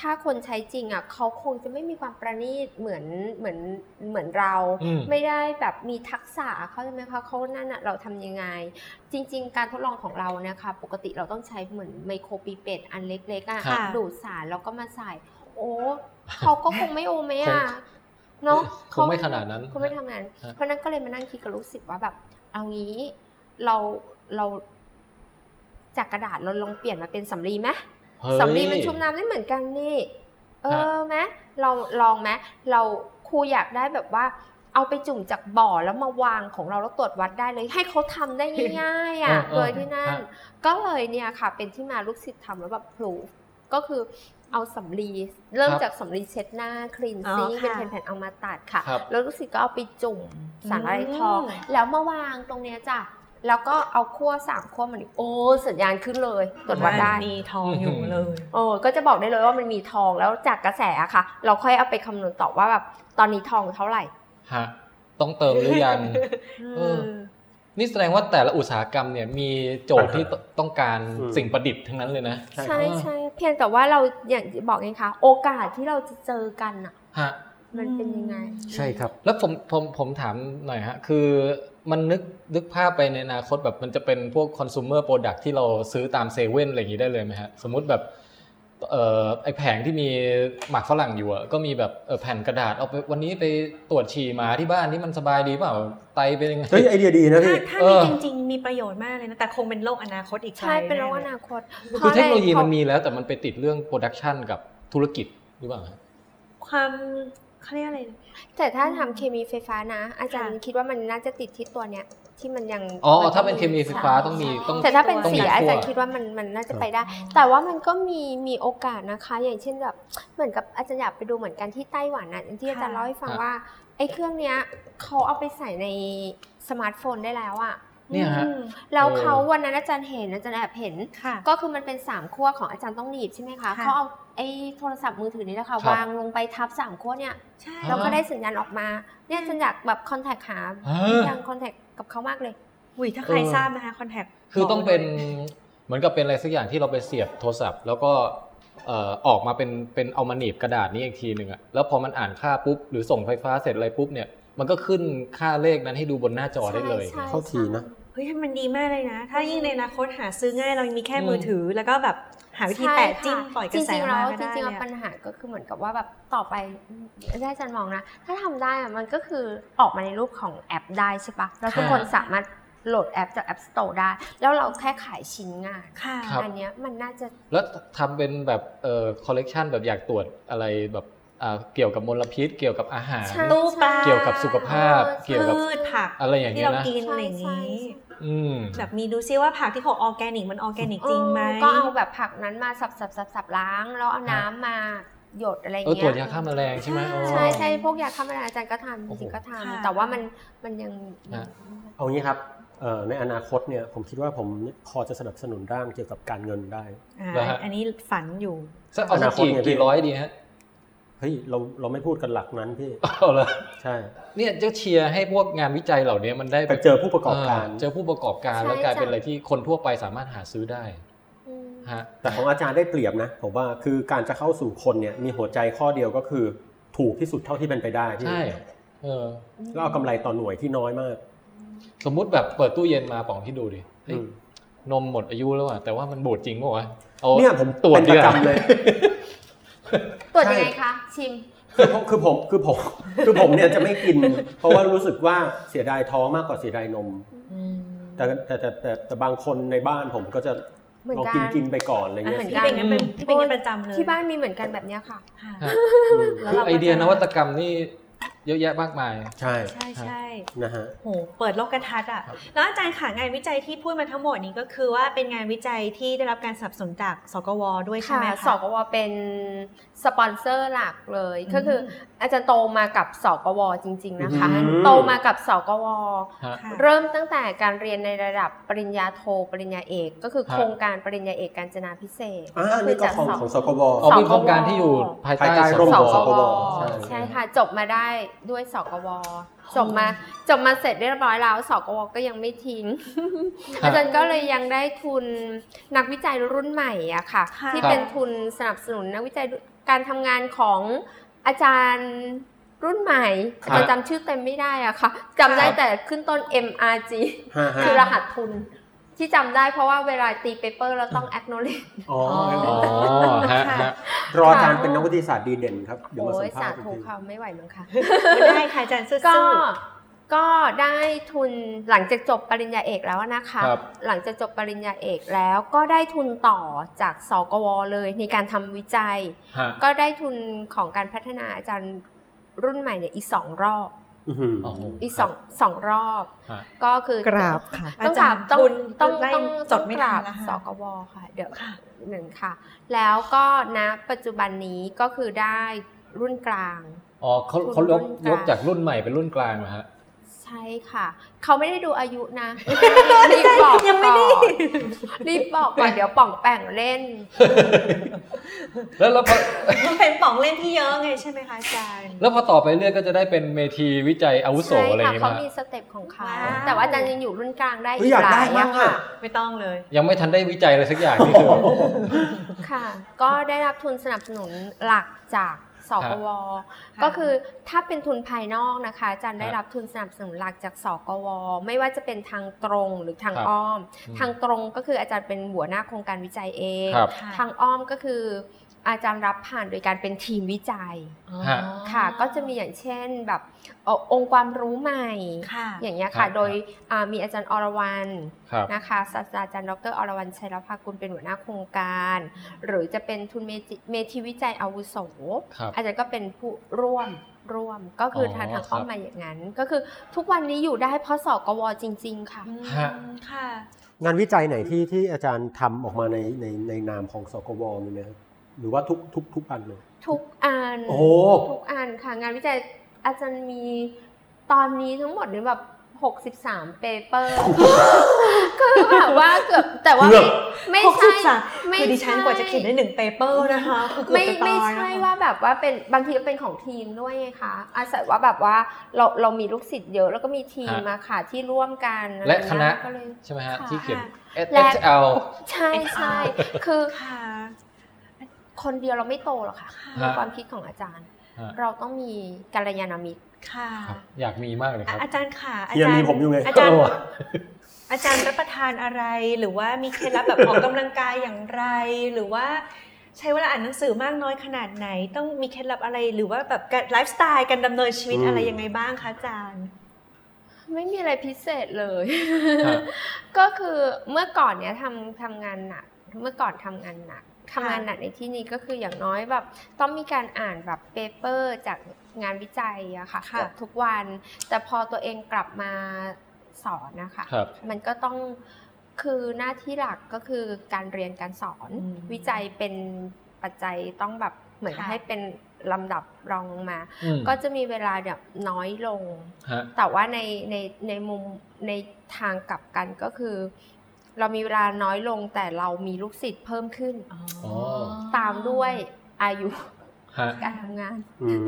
D: ถ้าคนใช้จริงอ่ะเขาคงจะไม่มีความประณีตเหมือนเหมือนเหมือนเรา
F: อืม
D: ไม่ได้แบบมีทักษะเขาใช่ไหมคะเขานั่นอ่ะเราทำยังไง จริง ๆ การทดลองของเราเนี่ยค่ะปกติเราต้องใช้เหมือนไมโครปีเป็ดอันเล็กๆอ่ะ
E: ค่ะ
D: ดูดสารแล้วก็มาใส่ โอ้เขาก็คงไม่โอไหมอ่ะเนาะ
F: คงไม่ขนาดนั้น
D: คงไม่ทำงาน
F: ฮะ
D: เพราะนั้นก็เลยมานั่งคิดกับลูกศิษย์ว่าแบบ เอางี้เราเราจากกระดาษเราลองเปลี่ยนมาเป็นสำลีไหม
F: เฮ้ย
D: สำลีมันชุบน้ำได้เหมือนกันนี่ เอ
F: ฮะ
D: อไหมเราลองไหมเราครูอยากได้แบบว่า เอาไปจุ่มจากบ่อแล้วมาวางของเราแล้วตรวจวัดได้เลย ให้เขาทำได้ง่ายๆอ่ะ
F: เออเออ
D: โดยที่นั่น
F: ฮะ
D: ก็เลยเนี่ยค่ะ เป็นที่มาลูกศิษย์ทำแล้วแบบพลูก็คือเอาสำลีเริ่ม
F: ครับ
D: จากสำลีเช็ดหน้าคลีน
E: อ๋อ
D: ซิ่ง
E: ค่ะ
D: เป็นแผ่นๆเอามาตัดค่ะ
F: ครับ
D: แล้วลูกศิษย์ก็เอาไปจุ่มสารละลายทอง
E: อืม
D: แล้วมาวางตรงเนี้ยจ้ะแล้วก็เอาขั้วสามขั้วมันโอ้สัญญาณขึ้นเลยตรวจวัดได้
E: มีทองอยู่เลย
D: โอ้ก็จะบอกได้เลยว่ามันมีทองแล้วจากกระแสอะค่ะ เราค่อยเอาไปคำนวณต่อว่าแบบตอนนี้ทองเท่าไหร่
F: ฮะต้องเติมหรือยัง เออ
E: เออ
F: นี่แสดงว่าแต่ละอุตสาหกรรมเนี่ยมีโจทย์ ที่ตต้องการ
G: อืม
F: สิ่งประดิษฐ์ทั้งนั้นเลยนะ
D: ใช่ใช่เพียงแต่ว่าเราอย่างที่บอกไงคะโอกาสที่เราจะเจอกันอะ
F: ฮะ
D: มันเป็นยังไง
G: ใช่ครับ
F: แล้วผมผมผมถามหน่อยฮะ คือมันนึกนึกภาพไปในอนาคตแบบมันจะเป็นพวกคอน sumer product ที่เราซื้อตามเซเว่นอะไรอย่างนี้ได้เลยไหมฮะ สมมติแบบ
A: เอ่อไอแผงที่มีหมากฝรั่งอยู่อะก็มีแบบเอ่อแผ่นกระดาษเอาไปวันนี้ไปตรวจฉี่หมาที่บ้านนี่มันสบายดีเปล่าไตเป็นยังไง
G: เฮ้ยไอเดียดีนะ
E: ถ้า
G: พี่
E: ถ้า
A: เอ
E: มี
A: อ
E: จริง ๆ มีประโยชน์มากเลยนะแต่คงเป็นโลกอนาคตอีกไกล
D: ใช่เป็นโรคอ
E: แลย
D: นาคต
A: คือเทคโนโลยี
D: พราะ
A: มันมีแล้วแต่มันไปติดเรื่องโปรดักชันกับธุรกิจหรือเปล่าฮะ
E: ความเขาเรียกอะไรนะ
D: แต่ถ้าทำเคมีไฟฟ้านะ อาจารย์
E: ค่ะ
D: คิดว่ามันน่าจะติดที่ตัวเนี้ยที่มันยัง
A: อ๋อ
D: มั
A: ถ้าเป็นเคมีไฟฟ้าต้องมีต้อง
D: แต่ถ้าเป็น
A: ต้องมี
D: เสี
A: ขั้
D: ย
A: ว
D: อาจารย์คิดว่ามันมันน่าจะไปได้ แต่ว่ามันก็มีมีโอกาสนะคะ อย่างเช่นแบบเหมือนกับอาจารย์อยากไปดูเหมือนกันที่ไต้หวันนะอย่างที่อาจารย์เล่าให้ฟังว่าไอ้เครื่องเนี้ยเขาเอาไปใส่ในสมาร์ทโฟนได้แล้วอะ
A: เนี่ยฮะ
E: อืม
D: แล้ว
A: เออ
D: เขาวันนั้นอาจารย์เห็นอาจารย์แอบเห็น
E: ค่ะ
D: ก็คือมันเป็นสามขั้วของอาจารย์ต้องหนีบใช่ไหมคะ
E: ค่ะ
D: เขาเอาไอ้โทรศัพท์มือถือนี่แหละค่ะ
A: ครับ
D: วางลงไปทับสามขั้วเนี่ย
E: ใช่
A: อ่า
D: เราก็ได้สัญญาณออกมา เนี่ยฉันอยากแบบคอนแทคหา
A: เออ
D: ยังคอนแทคกับเขามากเลย
E: อุ้ยถ้าใคร
A: เออ
E: ทราบนะคะคอนแทค
A: คือต้องเป็นเหมือนกับเป็นอะไรสักอย่างที่เราไปเสียบโทรศัพท์ แล้วก็เอ่อออกมาเป็นเป็นเอามาหนีบกระดาษนี้อีกทีหนึ่งอะแล้วพอมันอ่านค่าปุ๊บหรือส่งไฟฟ้าเสร็จอะไรปุ๊บเนี่ยมันก็ขึ้นค่าเลขนั้นให้ดูบนหน้าจอได้เลย
D: ใช่ใช่
G: เข้าทีนะ
E: เฮ้ยมันดีมากเลยนะ ถ้ายิ่งในอนาคตหาซื้อง่ายเรายังมีแค่
A: อืม
E: มือถือแล้วก็แบบหาวิธี
D: ใช่
E: แปะ
D: ค่ะ
E: จิ้มปล่อยกระแส
D: จริงๆ
E: มา
D: แล้ว
E: ก็
D: จ
E: ได้
D: ริงๆ
E: เล
D: แล้ว
E: ย
D: ปั
E: อะ
D: ญหาก็คือเหมือนกับว่าแบบต่อไปได้อาจารย์มองนะ ถ้าทำได้อะมันก็คือออกมาในรูปของแอปได้ใช่ปะแล้วทุกคนสามารถโหลดแอปจาก App Store ได้ แล้วเราแค่ขายชิ้นงาน
E: ค่ะ
A: ครับ
D: อันเนี้ยมันน่าจะ
A: แล้วทำเป็นแบบเอ่อคอลเลกชันแบบอยากตรวจอะไรแบบอ่าเกี่ยวกับมลพิษ เกี่ยวกับอาหาร
D: ใช่
E: ตู้ปลา
A: เกี่ยวกับสุขภาพ เกี่ยวกับ
E: พืชผัก
A: อะไรอย่าง
E: ที่
A: เงี้ย
E: เรา
A: นะ
E: กิน
D: ใช่
E: อะไรอย่าง
D: ใช่
E: นี้
D: ใช่
A: อืม
E: แบบมีดูซิว่าผักที่เขาออร์แกนิกมันออร์แกนิกจริงไหม
D: เออก็เอาแบบผักนั้นมาสับสับสับสับล้าง แล้วเอาน้ำมาหยดอะไร
A: เออ
D: เงี้ย
A: ตรวจยาฆ่าแมลงใช่ไหมอ๋อ
D: ใช่ใช่พวกยาฆ่าแมลงอาจารย์ก็ทำจ
A: โอ้โห
D: ริงๆก็ทำ
E: ค่ะ
D: แต่ว่ามันมันยัง
A: ฮะ
G: เอางี้ครับเอ่อในอนาคตเนี่ยผมคิดว่าผมพอจะสนับสนุนร่างเกี่ยวกับการเงินได้
E: อ่า
A: เหรอฮะ
E: อันนี้ฝันอยู่
A: สักเอาสัก
G: อ
A: กี่
G: นาคตไงพี่
A: กี่ร้อยดีฮะ
G: เฮ้ยเราเราไม่พูดกันหลักนั้นพี่
A: เอาละ
G: ใช่
A: เนี่ยจะเชียร์ให้พวกงานวิจัยเหล่านี้มันได้
G: ไปเจอผู้ประกอบการ
A: เจอผู้ประกอบการแล้วกลายเป็นอะไรที่คนทั่วไปสามารถหาซื้อได้
D: อืม
A: ฮะ
G: แต่ของอาจารย์ได้เปรียบนะผมว่าคือการจะเข้าสู่คนเนี่ยมีหัวใจข้อเดียวก็คือ ถูกที่สุดเท่าที่เป็นไปได้พี่
A: ใช่เออ
G: แล้วเอากำไรต่อหน่วยที่น้อยมาก
A: สมมุติแบบเปิดตู้เย็นมาป๋องที่ดูดิเฮ้ย
G: อืม
A: นมหมดอายุแล้วอ่ะแต่ว่ามันบูดจริงป่าวะ
G: เนี่ยผม
A: ตรวจ
G: เป็น
A: ดี
G: ป
A: กว่า
G: ระจำเลย
D: ตรวจยังไงคะชิม
G: คือผมคือผมคือผมคือผมเนี่ยจะไม่กิน เพราะว่ารู้สึกว่าเสียดายท้องมากกว่าเสียดายนม แต่แต่แต่แต่แต่บางคนในบ้านผมก็จะ
D: เหมือน
G: ลอง
D: กัน
G: กินกินไปก่อนอะไรเงี้ย
D: เหมือ
E: ที่เป็นงั้นเป็นที่เป็นงั้นประจำเลย
D: ที่บ้านมีเหมือนกันแบบเนี้ยค่ะ
E: ค่ะ
A: ฮะ
G: อืม
E: แล้ว
A: คือ
E: ราก็
A: ไอเดีย
E: จะ
A: นวัตกรรมนี่เยอะแยะมากมาย
G: ใช่
E: ใช่ใช่
G: นะฮะ
E: โห เปิดโลกกระทัดอ่ะ แล้วอาจารย์ค่ะงานวิจัยที่พูดมาทั้งหมดนี้ก็คือว่าเป็นงานวิจัยที่ได้รับการสนับสนุนจากสกว ด้วยใช่
D: ค่ะ
E: ไหม
D: ส
E: คะ
D: กวเป็นสปอนเซอร์หลักเลย
E: อืม
D: ก็คืออาจารย์โตมากับสกวจริง ๆ นะคะ
G: อืม
D: โตมากับสกว
A: ฮะ
E: ค่ะ
D: เริ่มตั้งแต่การเรียนในระดับปริญญาโทปริญญาเอก ก็คือ
A: ฮะ
D: โครงการปริญญาเอกการจนาพิเศษ
G: อ่านี่ก็
D: จาก
G: ของ
D: ส
G: ของสกบ
A: เอาเป็นโครงการที่อยู่ภายใต้
G: ภายใต้ร่ม
D: ส
G: ข
A: ส
G: อง
A: ว
D: กว
G: ใช่
D: ใช่ค่ะ จบมาได้ด้วยสกวจบมาจบมาเสร็จเรียบร้อยแล้วสกวก็ยังไม่ทิ้ง
A: ครับ
D: อาจารย์ก็เลยยังได้ทุนนักวิจัยรุ่นใหม่อะค่ะ
E: ค่ะ
D: ที่
A: ครับ
D: เป็นทุนสนับสนุนนักวิจัยการทำงานของอาจารย์รุ่นใหม่
G: ครับ
D: อาจารย์จำชื่อเต็มไม่ได้อะค่ะจำได้แต่ขึ้นต้น MRG
G: ห้าห้า
D: คือรหัสทุน ที่จำได้เพราะว่าเวลาตีเปเปอร์เราต้อง acknowledge
G: อ๋อ
A: อ๋อฮะฮะ
G: รออาจารย์เป็นนักวิทยาศาสตร์ดีเด่นครับเดี๋ยวมา
D: โอ้
G: สั
D: ย
G: มภา
D: สา
G: ษณ์อีก
D: ธุ
G: ที
D: ค่ะไม่ไหวมั้งค่ะ
E: ไม่ได้ค่ะอาจารย์สู้ๆ
D: ก็ก็ได้ทุนหลังจากจบปริญญาเอกแล้วนะคะ
A: ครับ
D: หลังจากจบปริญญาเอกแล้วก็ได้ทุนต่อจากสกวเลยในการทำวิจัย
A: ฮะ
D: ก็ได้ทุนของการพัฒนาอาจารย์รุ่นใหม่เนี่ยอีกสองรอบ
G: อื้อหือ
A: โโห
D: อีกสองสองรอบ
A: ฮะ
D: ก็คือก
E: ราบค่ะ
D: ต้องกราบต้อง
E: อาจารย์บุญ
D: ต้อง
E: ไล่
D: ต้อง
E: จดไม่ทั
D: ต้
E: น
D: องกรา
E: แล้ว
D: บ
E: ค่ะ
D: สกวค่ะเดี๋ยว
E: ค่ะ
D: หนึ่งค่ะ แล้วก็ณปัจจุบันนี้ก็คือได้รุ่นกลาง
A: อ๋อเขาเขายกยกจากรุ่นใหม่เป็นรุ่นกลางเหรอฮะ
D: ใช่ค่ะ เขาไม่ได้ดูอายุนะ รีบบอก
E: ยังไม่ได้
D: ก่อนรีบบอกก่อนเดี๋ยวป่องแป่งเล่น
A: แล้วแล้วพอ
E: มันเป็นป่องเล่นที่เยอะไงใช่ไหมคะอาจารย์
A: แล้วพอต่อไปเรื่อยก็จะได้เป็นเมทีวิจัยอาวุโส
D: ใช่
A: อะไรอย่าง
D: ค่ะ
A: เงี้ย
D: เขา
A: มั้ย
D: มีสเต็ปของเขา
E: ว้าว
D: แต่ว่าอาจารย์ยังอยู่รุ่นกลางได้
G: เฮ้ยอยาก
D: หลา
G: ได้
D: ย
G: มาก
D: อะค่ะ
G: อะ
E: ไม่ต้องเลย
A: ยังไม่ทันได้วิจัยอะไรสักอย่างนี่คือ
D: ค่ะ ก็ได้รับทุนสนับสนุนหลักจากสกว
E: ะ
D: ก็คือถ้าเป็นทุนภายนอกนะคะอาจารย์ได้
A: ฮะ
D: รับทุนสนับสนุนหลักจากสกว ไม่ว่าจะเป็นทางตรงหรือทาง
A: ครับ
D: อ้อม
A: อืม
D: ทางตรงก็คืออาจารย์เป็นหัวหน้าโครงการวิจัยเอง
A: ครับ
E: ค่ะ
D: ทางอ้อมก็คือ อาจารย์รับผ่านโดยการเป็นทีมวิจัย
F: ฮะ
D: ค่ะ ก็จะมีอย่างเช่นแบบเอ่อองค์ความรู้ใหม่
E: ค่ะ
D: อย่างเงี้ย
F: ครั
D: ค่ะ
F: บ
D: โดยอ่ามีอาจารย์อรวรรณ
F: ครับ
D: นะคะศาสตราจารย์ดรอรวรรณชัยรภากุลเป็นหัวหน้าโครงการ หรือจะเป็นทุนเมจิเมธีวิจัยอาวุโส
F: ครับ
D: อาจารย์ก็เป็นผู้ร่วมร่วมก็คืออ
F: อ
D: ทางทาง
F: ครั
D: เข้า
F: บ
D: มาอย่างนั้น ก็คือทุกวันนี้อยู่ได้เพราะสกวจริง ๆ ค่ะ
E: อืม
F: ฮะ
E: ค่ะ
G: งานวิจัยไหนที่ที่อาจารย์ทำออกมาในในในนามของสกวมีไหมครับหรือว่าทุกทุกทุกอันเลย
D: ทุกอัน
G: โอ้โห
D: ทุกอันค่ะ งานวิจัยอาจารย์มีตอนนี้ทั้งหมดเนี่ยแบบ 63 เปเปอร์คือแบบว่าเกือบแต่ว่าไม่ไม่
E: หกสิ
D: ใช่
E: บสาม
D: ไม่
E: คือดิฉั
D: ใช่
E: นกว่าจะเขียนได้หนึ่งเปเปอร์นะคะคือเกือบ
D: ไม่
E: จะตา
D: ไม่
E: ยนะคะ
D: ใช่ว่าแบบว่าเป็นบางทีก็เป็นของทีมด้วยไงคะอาศัยว่าแบบว่าเราเรามีลูกศิษย์เยอะแล้วก็มีทีม
F: ฮะ
D: มาค่ะที่ร่วมกัน
F: และคณะ
D: ก็เลย
F: ใช่ไหมฮะ
D: ค่ะ
F: ที่เขียน S
D: และ
F: H L
D: ใช่ใช่คือ
E: ค่ะ
D: คนเดียวเราไม่โตหรอกค่ะ
E: ค่ะ
D: ในความคิดของอาจารย์
F: ฮะ
D: เราต้องมีกัลยาณมิตร
E: ค่ะ
F: ครับอยากมีมากเลยครับ
E: อาจารย์ค่ะอา
G: เฮีย
E: จาร
G: มี
E: ย์
G: ผมอยู่ไง
E: อาจาร
G: เอ
E: ย์
G: อ
E: อาจารย์รับประทานอะไรหรือว่ามีเคล็ดลับแบบ ออกกำลังกายอย่างไร หรือว่าใช้เวลาอ่านหนังสือมากน้อยขนาดไหน ต้องมีเคล็ดลับอะไรหรือว่าแบบการไลฟ์สไตล์การดำเนินชีวิต
G: อืม
E: อะไรยังไงบ้างคะอาจารย์
D: ไม่มีอะไรพิเศษเลย
F: ฮะ
D: ก็คือเมื่อก่อนเนี้ยทำทำงานหนัก เมื่อก่อนทำงานหนักทำงานหนักในที่นี้ก็คืออย่างน้อยแบบ ต้องมีการอ่านแบบเปเปอร์จากงานวิจัยอะค่ะ
E: ค่ะ
D: เกือบทุกวัน แต่พอตัวเองกลับมาสอนนะคะ
F: ครับ
D: มันก็ต้องคือหน้าที่หลักก็คือการเรียนการสอน
E: อืม
D: วิจัยเป็นปัจจัยต้องแบบเหมือน
E: ค่ะ
D: ให้เป็นลำดับรองลงมา
F: อืม
D: ก็จะมีเวลาแบบน้อยลง
F: ฮะ
D: แต่ว่าในในในมุมในทางกลับกันก็คือ เรามีเวลาน้อยลงแต่เรามีลูกศิษย์เพิ่มขึ้น
F: อ๋อ
D: ตามด้วยอายุ
F: ฮะ
D: การทำงาน
G: อืม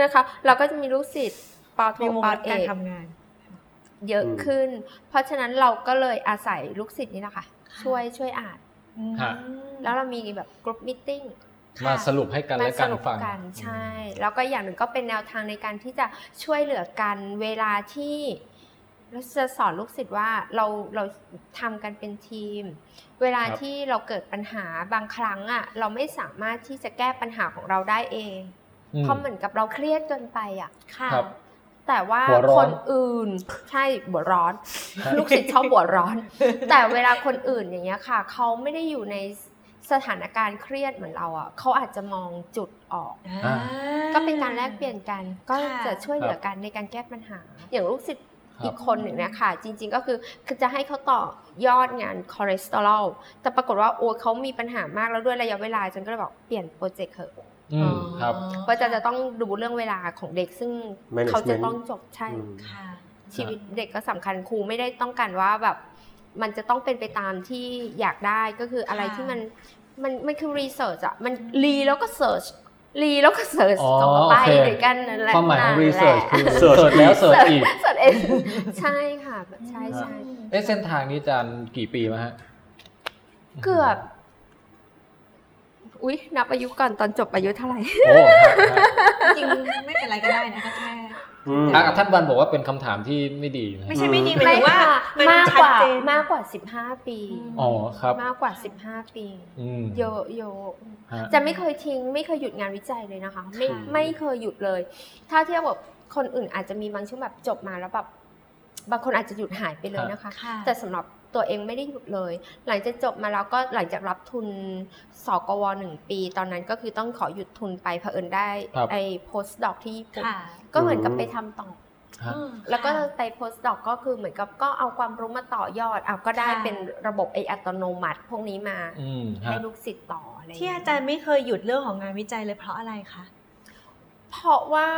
D: นะคะเราก็จะมีลูกศิษย์ปอโท
E: ในวง
D: ปอ
E: การ
D: เอ
E: การ
D: ก
E: ทำงาน
D: เยอะขึ้น เพราะฉะนั้นเราก็เลยอาศัยลูกศิษย์นี่แหละค่ะ ช่วยช่วยอ่าน
F: ฮะ
D: แล้วเรามีแบบกลุ่มมิทติ้ง
F: มาสรุปให้กันและกัน
D: มาสรุป
F: ฟัง
D: กันใช่ แล้วก็อย่างหนึ่งก็เป็นแนวทางในการที่จะช่วยเหลือกันเวลาที่เราจะสอนลูกศิษย์ว่าเราเราทำกันเป็นทีม เวลา
F: ครับ
D: ที่เราเกิดปัญหาบางครั้งอ่ะเราไม่สามารถที่จะแก้ปัญหาของเราได้เอง
F: อืม
D: เพราะเหมือนกับเราเครียดเกินไปอ่ะ
E: ค่ะ
F: ครับ
D: แต่ว่า
F: หัวร้
D: ค
F: อน
D: นอื่นใช่หัวร้อน
F: ฮะ
D: ลูกศิษย์ชอบหัวร้ อน แต่เวลาคนอื่นอย่างเงี้ยค่ะ เขาไม่ได้อยู่ในสถานการณ์เครียดเหมือนเราอ่ะเขาอาจจะมองจุดออก
E: อ่า
D: ก็เป็นการแลกเปลี่ยนกันก็
E: ค่ะ
D: จะช่วยเหลือกันในการแก้ปัญหา อย่างลูกศิษย์
F: ครับ
D: อีกคนหนึ่งเนะคะ จริงๆก็คือคือจะให้เขาต่อยอดงานคอเลสเตอรอลแต่ปรากฏว่าโอ้เขามีปัญหามากแล้วด้วยระยะเวลาจนก็เลยบอกเปลี่ยนโปรเจกต์เถอะ
F: อืมครับ
D: เพราะจะจะต้องดูเรื่องเวลาของเด็กซึ่ง
G: Management
D: เขาจะต้องจบใช่
G: อืม
E: ค่ะ
D: ชีวิตเด็กก็สำคัญครูไม่ได้ต้องการว่าแบบมันจะต้องเป็นไปตามที่อยากได้ก็คืออะไร
E: ค่ะ
D: ที่มันมันมันคือรีเสิร์ชอะมันรีแล้วก็เสิร์ชรีแล้วก็เสิร์ช
F: อ๋อ
D: ต่อไป
F: โอเค
D: ด้วยกันนั่นแหละ
F: ความหมายของ research คือ
G: นั่นแหละ
F: search แล้ว search อีก
D: เสิร์ชเอง ใช่ค่ะใช่ใช่
F: เอ๊ะเส้นทางนี้อาจารย์กี่ปีมาฮะ
D: เกือบอุ๊ย นับอายุก่อนตอนจบอายุเท่าไหร่
F: โอ้ฮะฮะ
E: จริงๆไม่เป็นไรก็ได้นะก็แค่
G: อืม
F: อ่ะท่านบันบอกว่าเป็นคำถามที่ไม่ดีนะ
E: ไม่ใช่ไม่ดีหมา
D: ไม่
E: ยถึงว่า
D: ค่ะ
E: มัน
D: มากก
E: ชัด
D: ว่า
E: เจน
D: มากกว่าสิบห้าปี
F: อ๋อครับ
D: มากกว่าสิบห้าปี
F: อืม
D: เยอะเยอะ
F: ฮะ
D: จะไม่เคยทิ้งไม่เคยหยุดงานวิจัยเลยนะคะ ไม่
F: ค่ะ
D: ไม่เคยหยุดเลย ถ้าเทียบกับคนอื่นอาจจะมีบางช่วงแบบจบมาแล้วแบบบางคนอาจจะหยุดหายไปเลยนะคะ
E: ค่ะ
D: แต่สำหรับตัวเองไม่ได้หยุดเลย หลังจากจบมาแล้วก็หลังจากรับทุนสกวหนึ่งปี ตอนนั้นก็คือต้องขอหยุดทุนไปเผอิญได้
F: ครับ
D: ไอ้ post doc ที่ญี่ปุ่น
E: ค่ะ
D: ก็เหมือนกับ
G: อืม
D: ไปทำต่อ
F: ฮะ
E: อืม
D: แล้วก็
E: ค่ะ
D: ไป post doc ก็คือเหมือนกับก็เอาความรู้มาต่อยอดเอาก็ได้
E: ค่ะ
D: เป็นระบบไออัตโนมัติ พวกนี้มา
F: อืมฮะ
D: ให้ลูกศิษย์ต่ออะไรอย่าง
E: ที่
D: เงี้ย
E: อาจารย์ไม่เคยหยุดเรื่องของงานวิจัยเลยเพราะอะไรคะ
D: เพราะว่า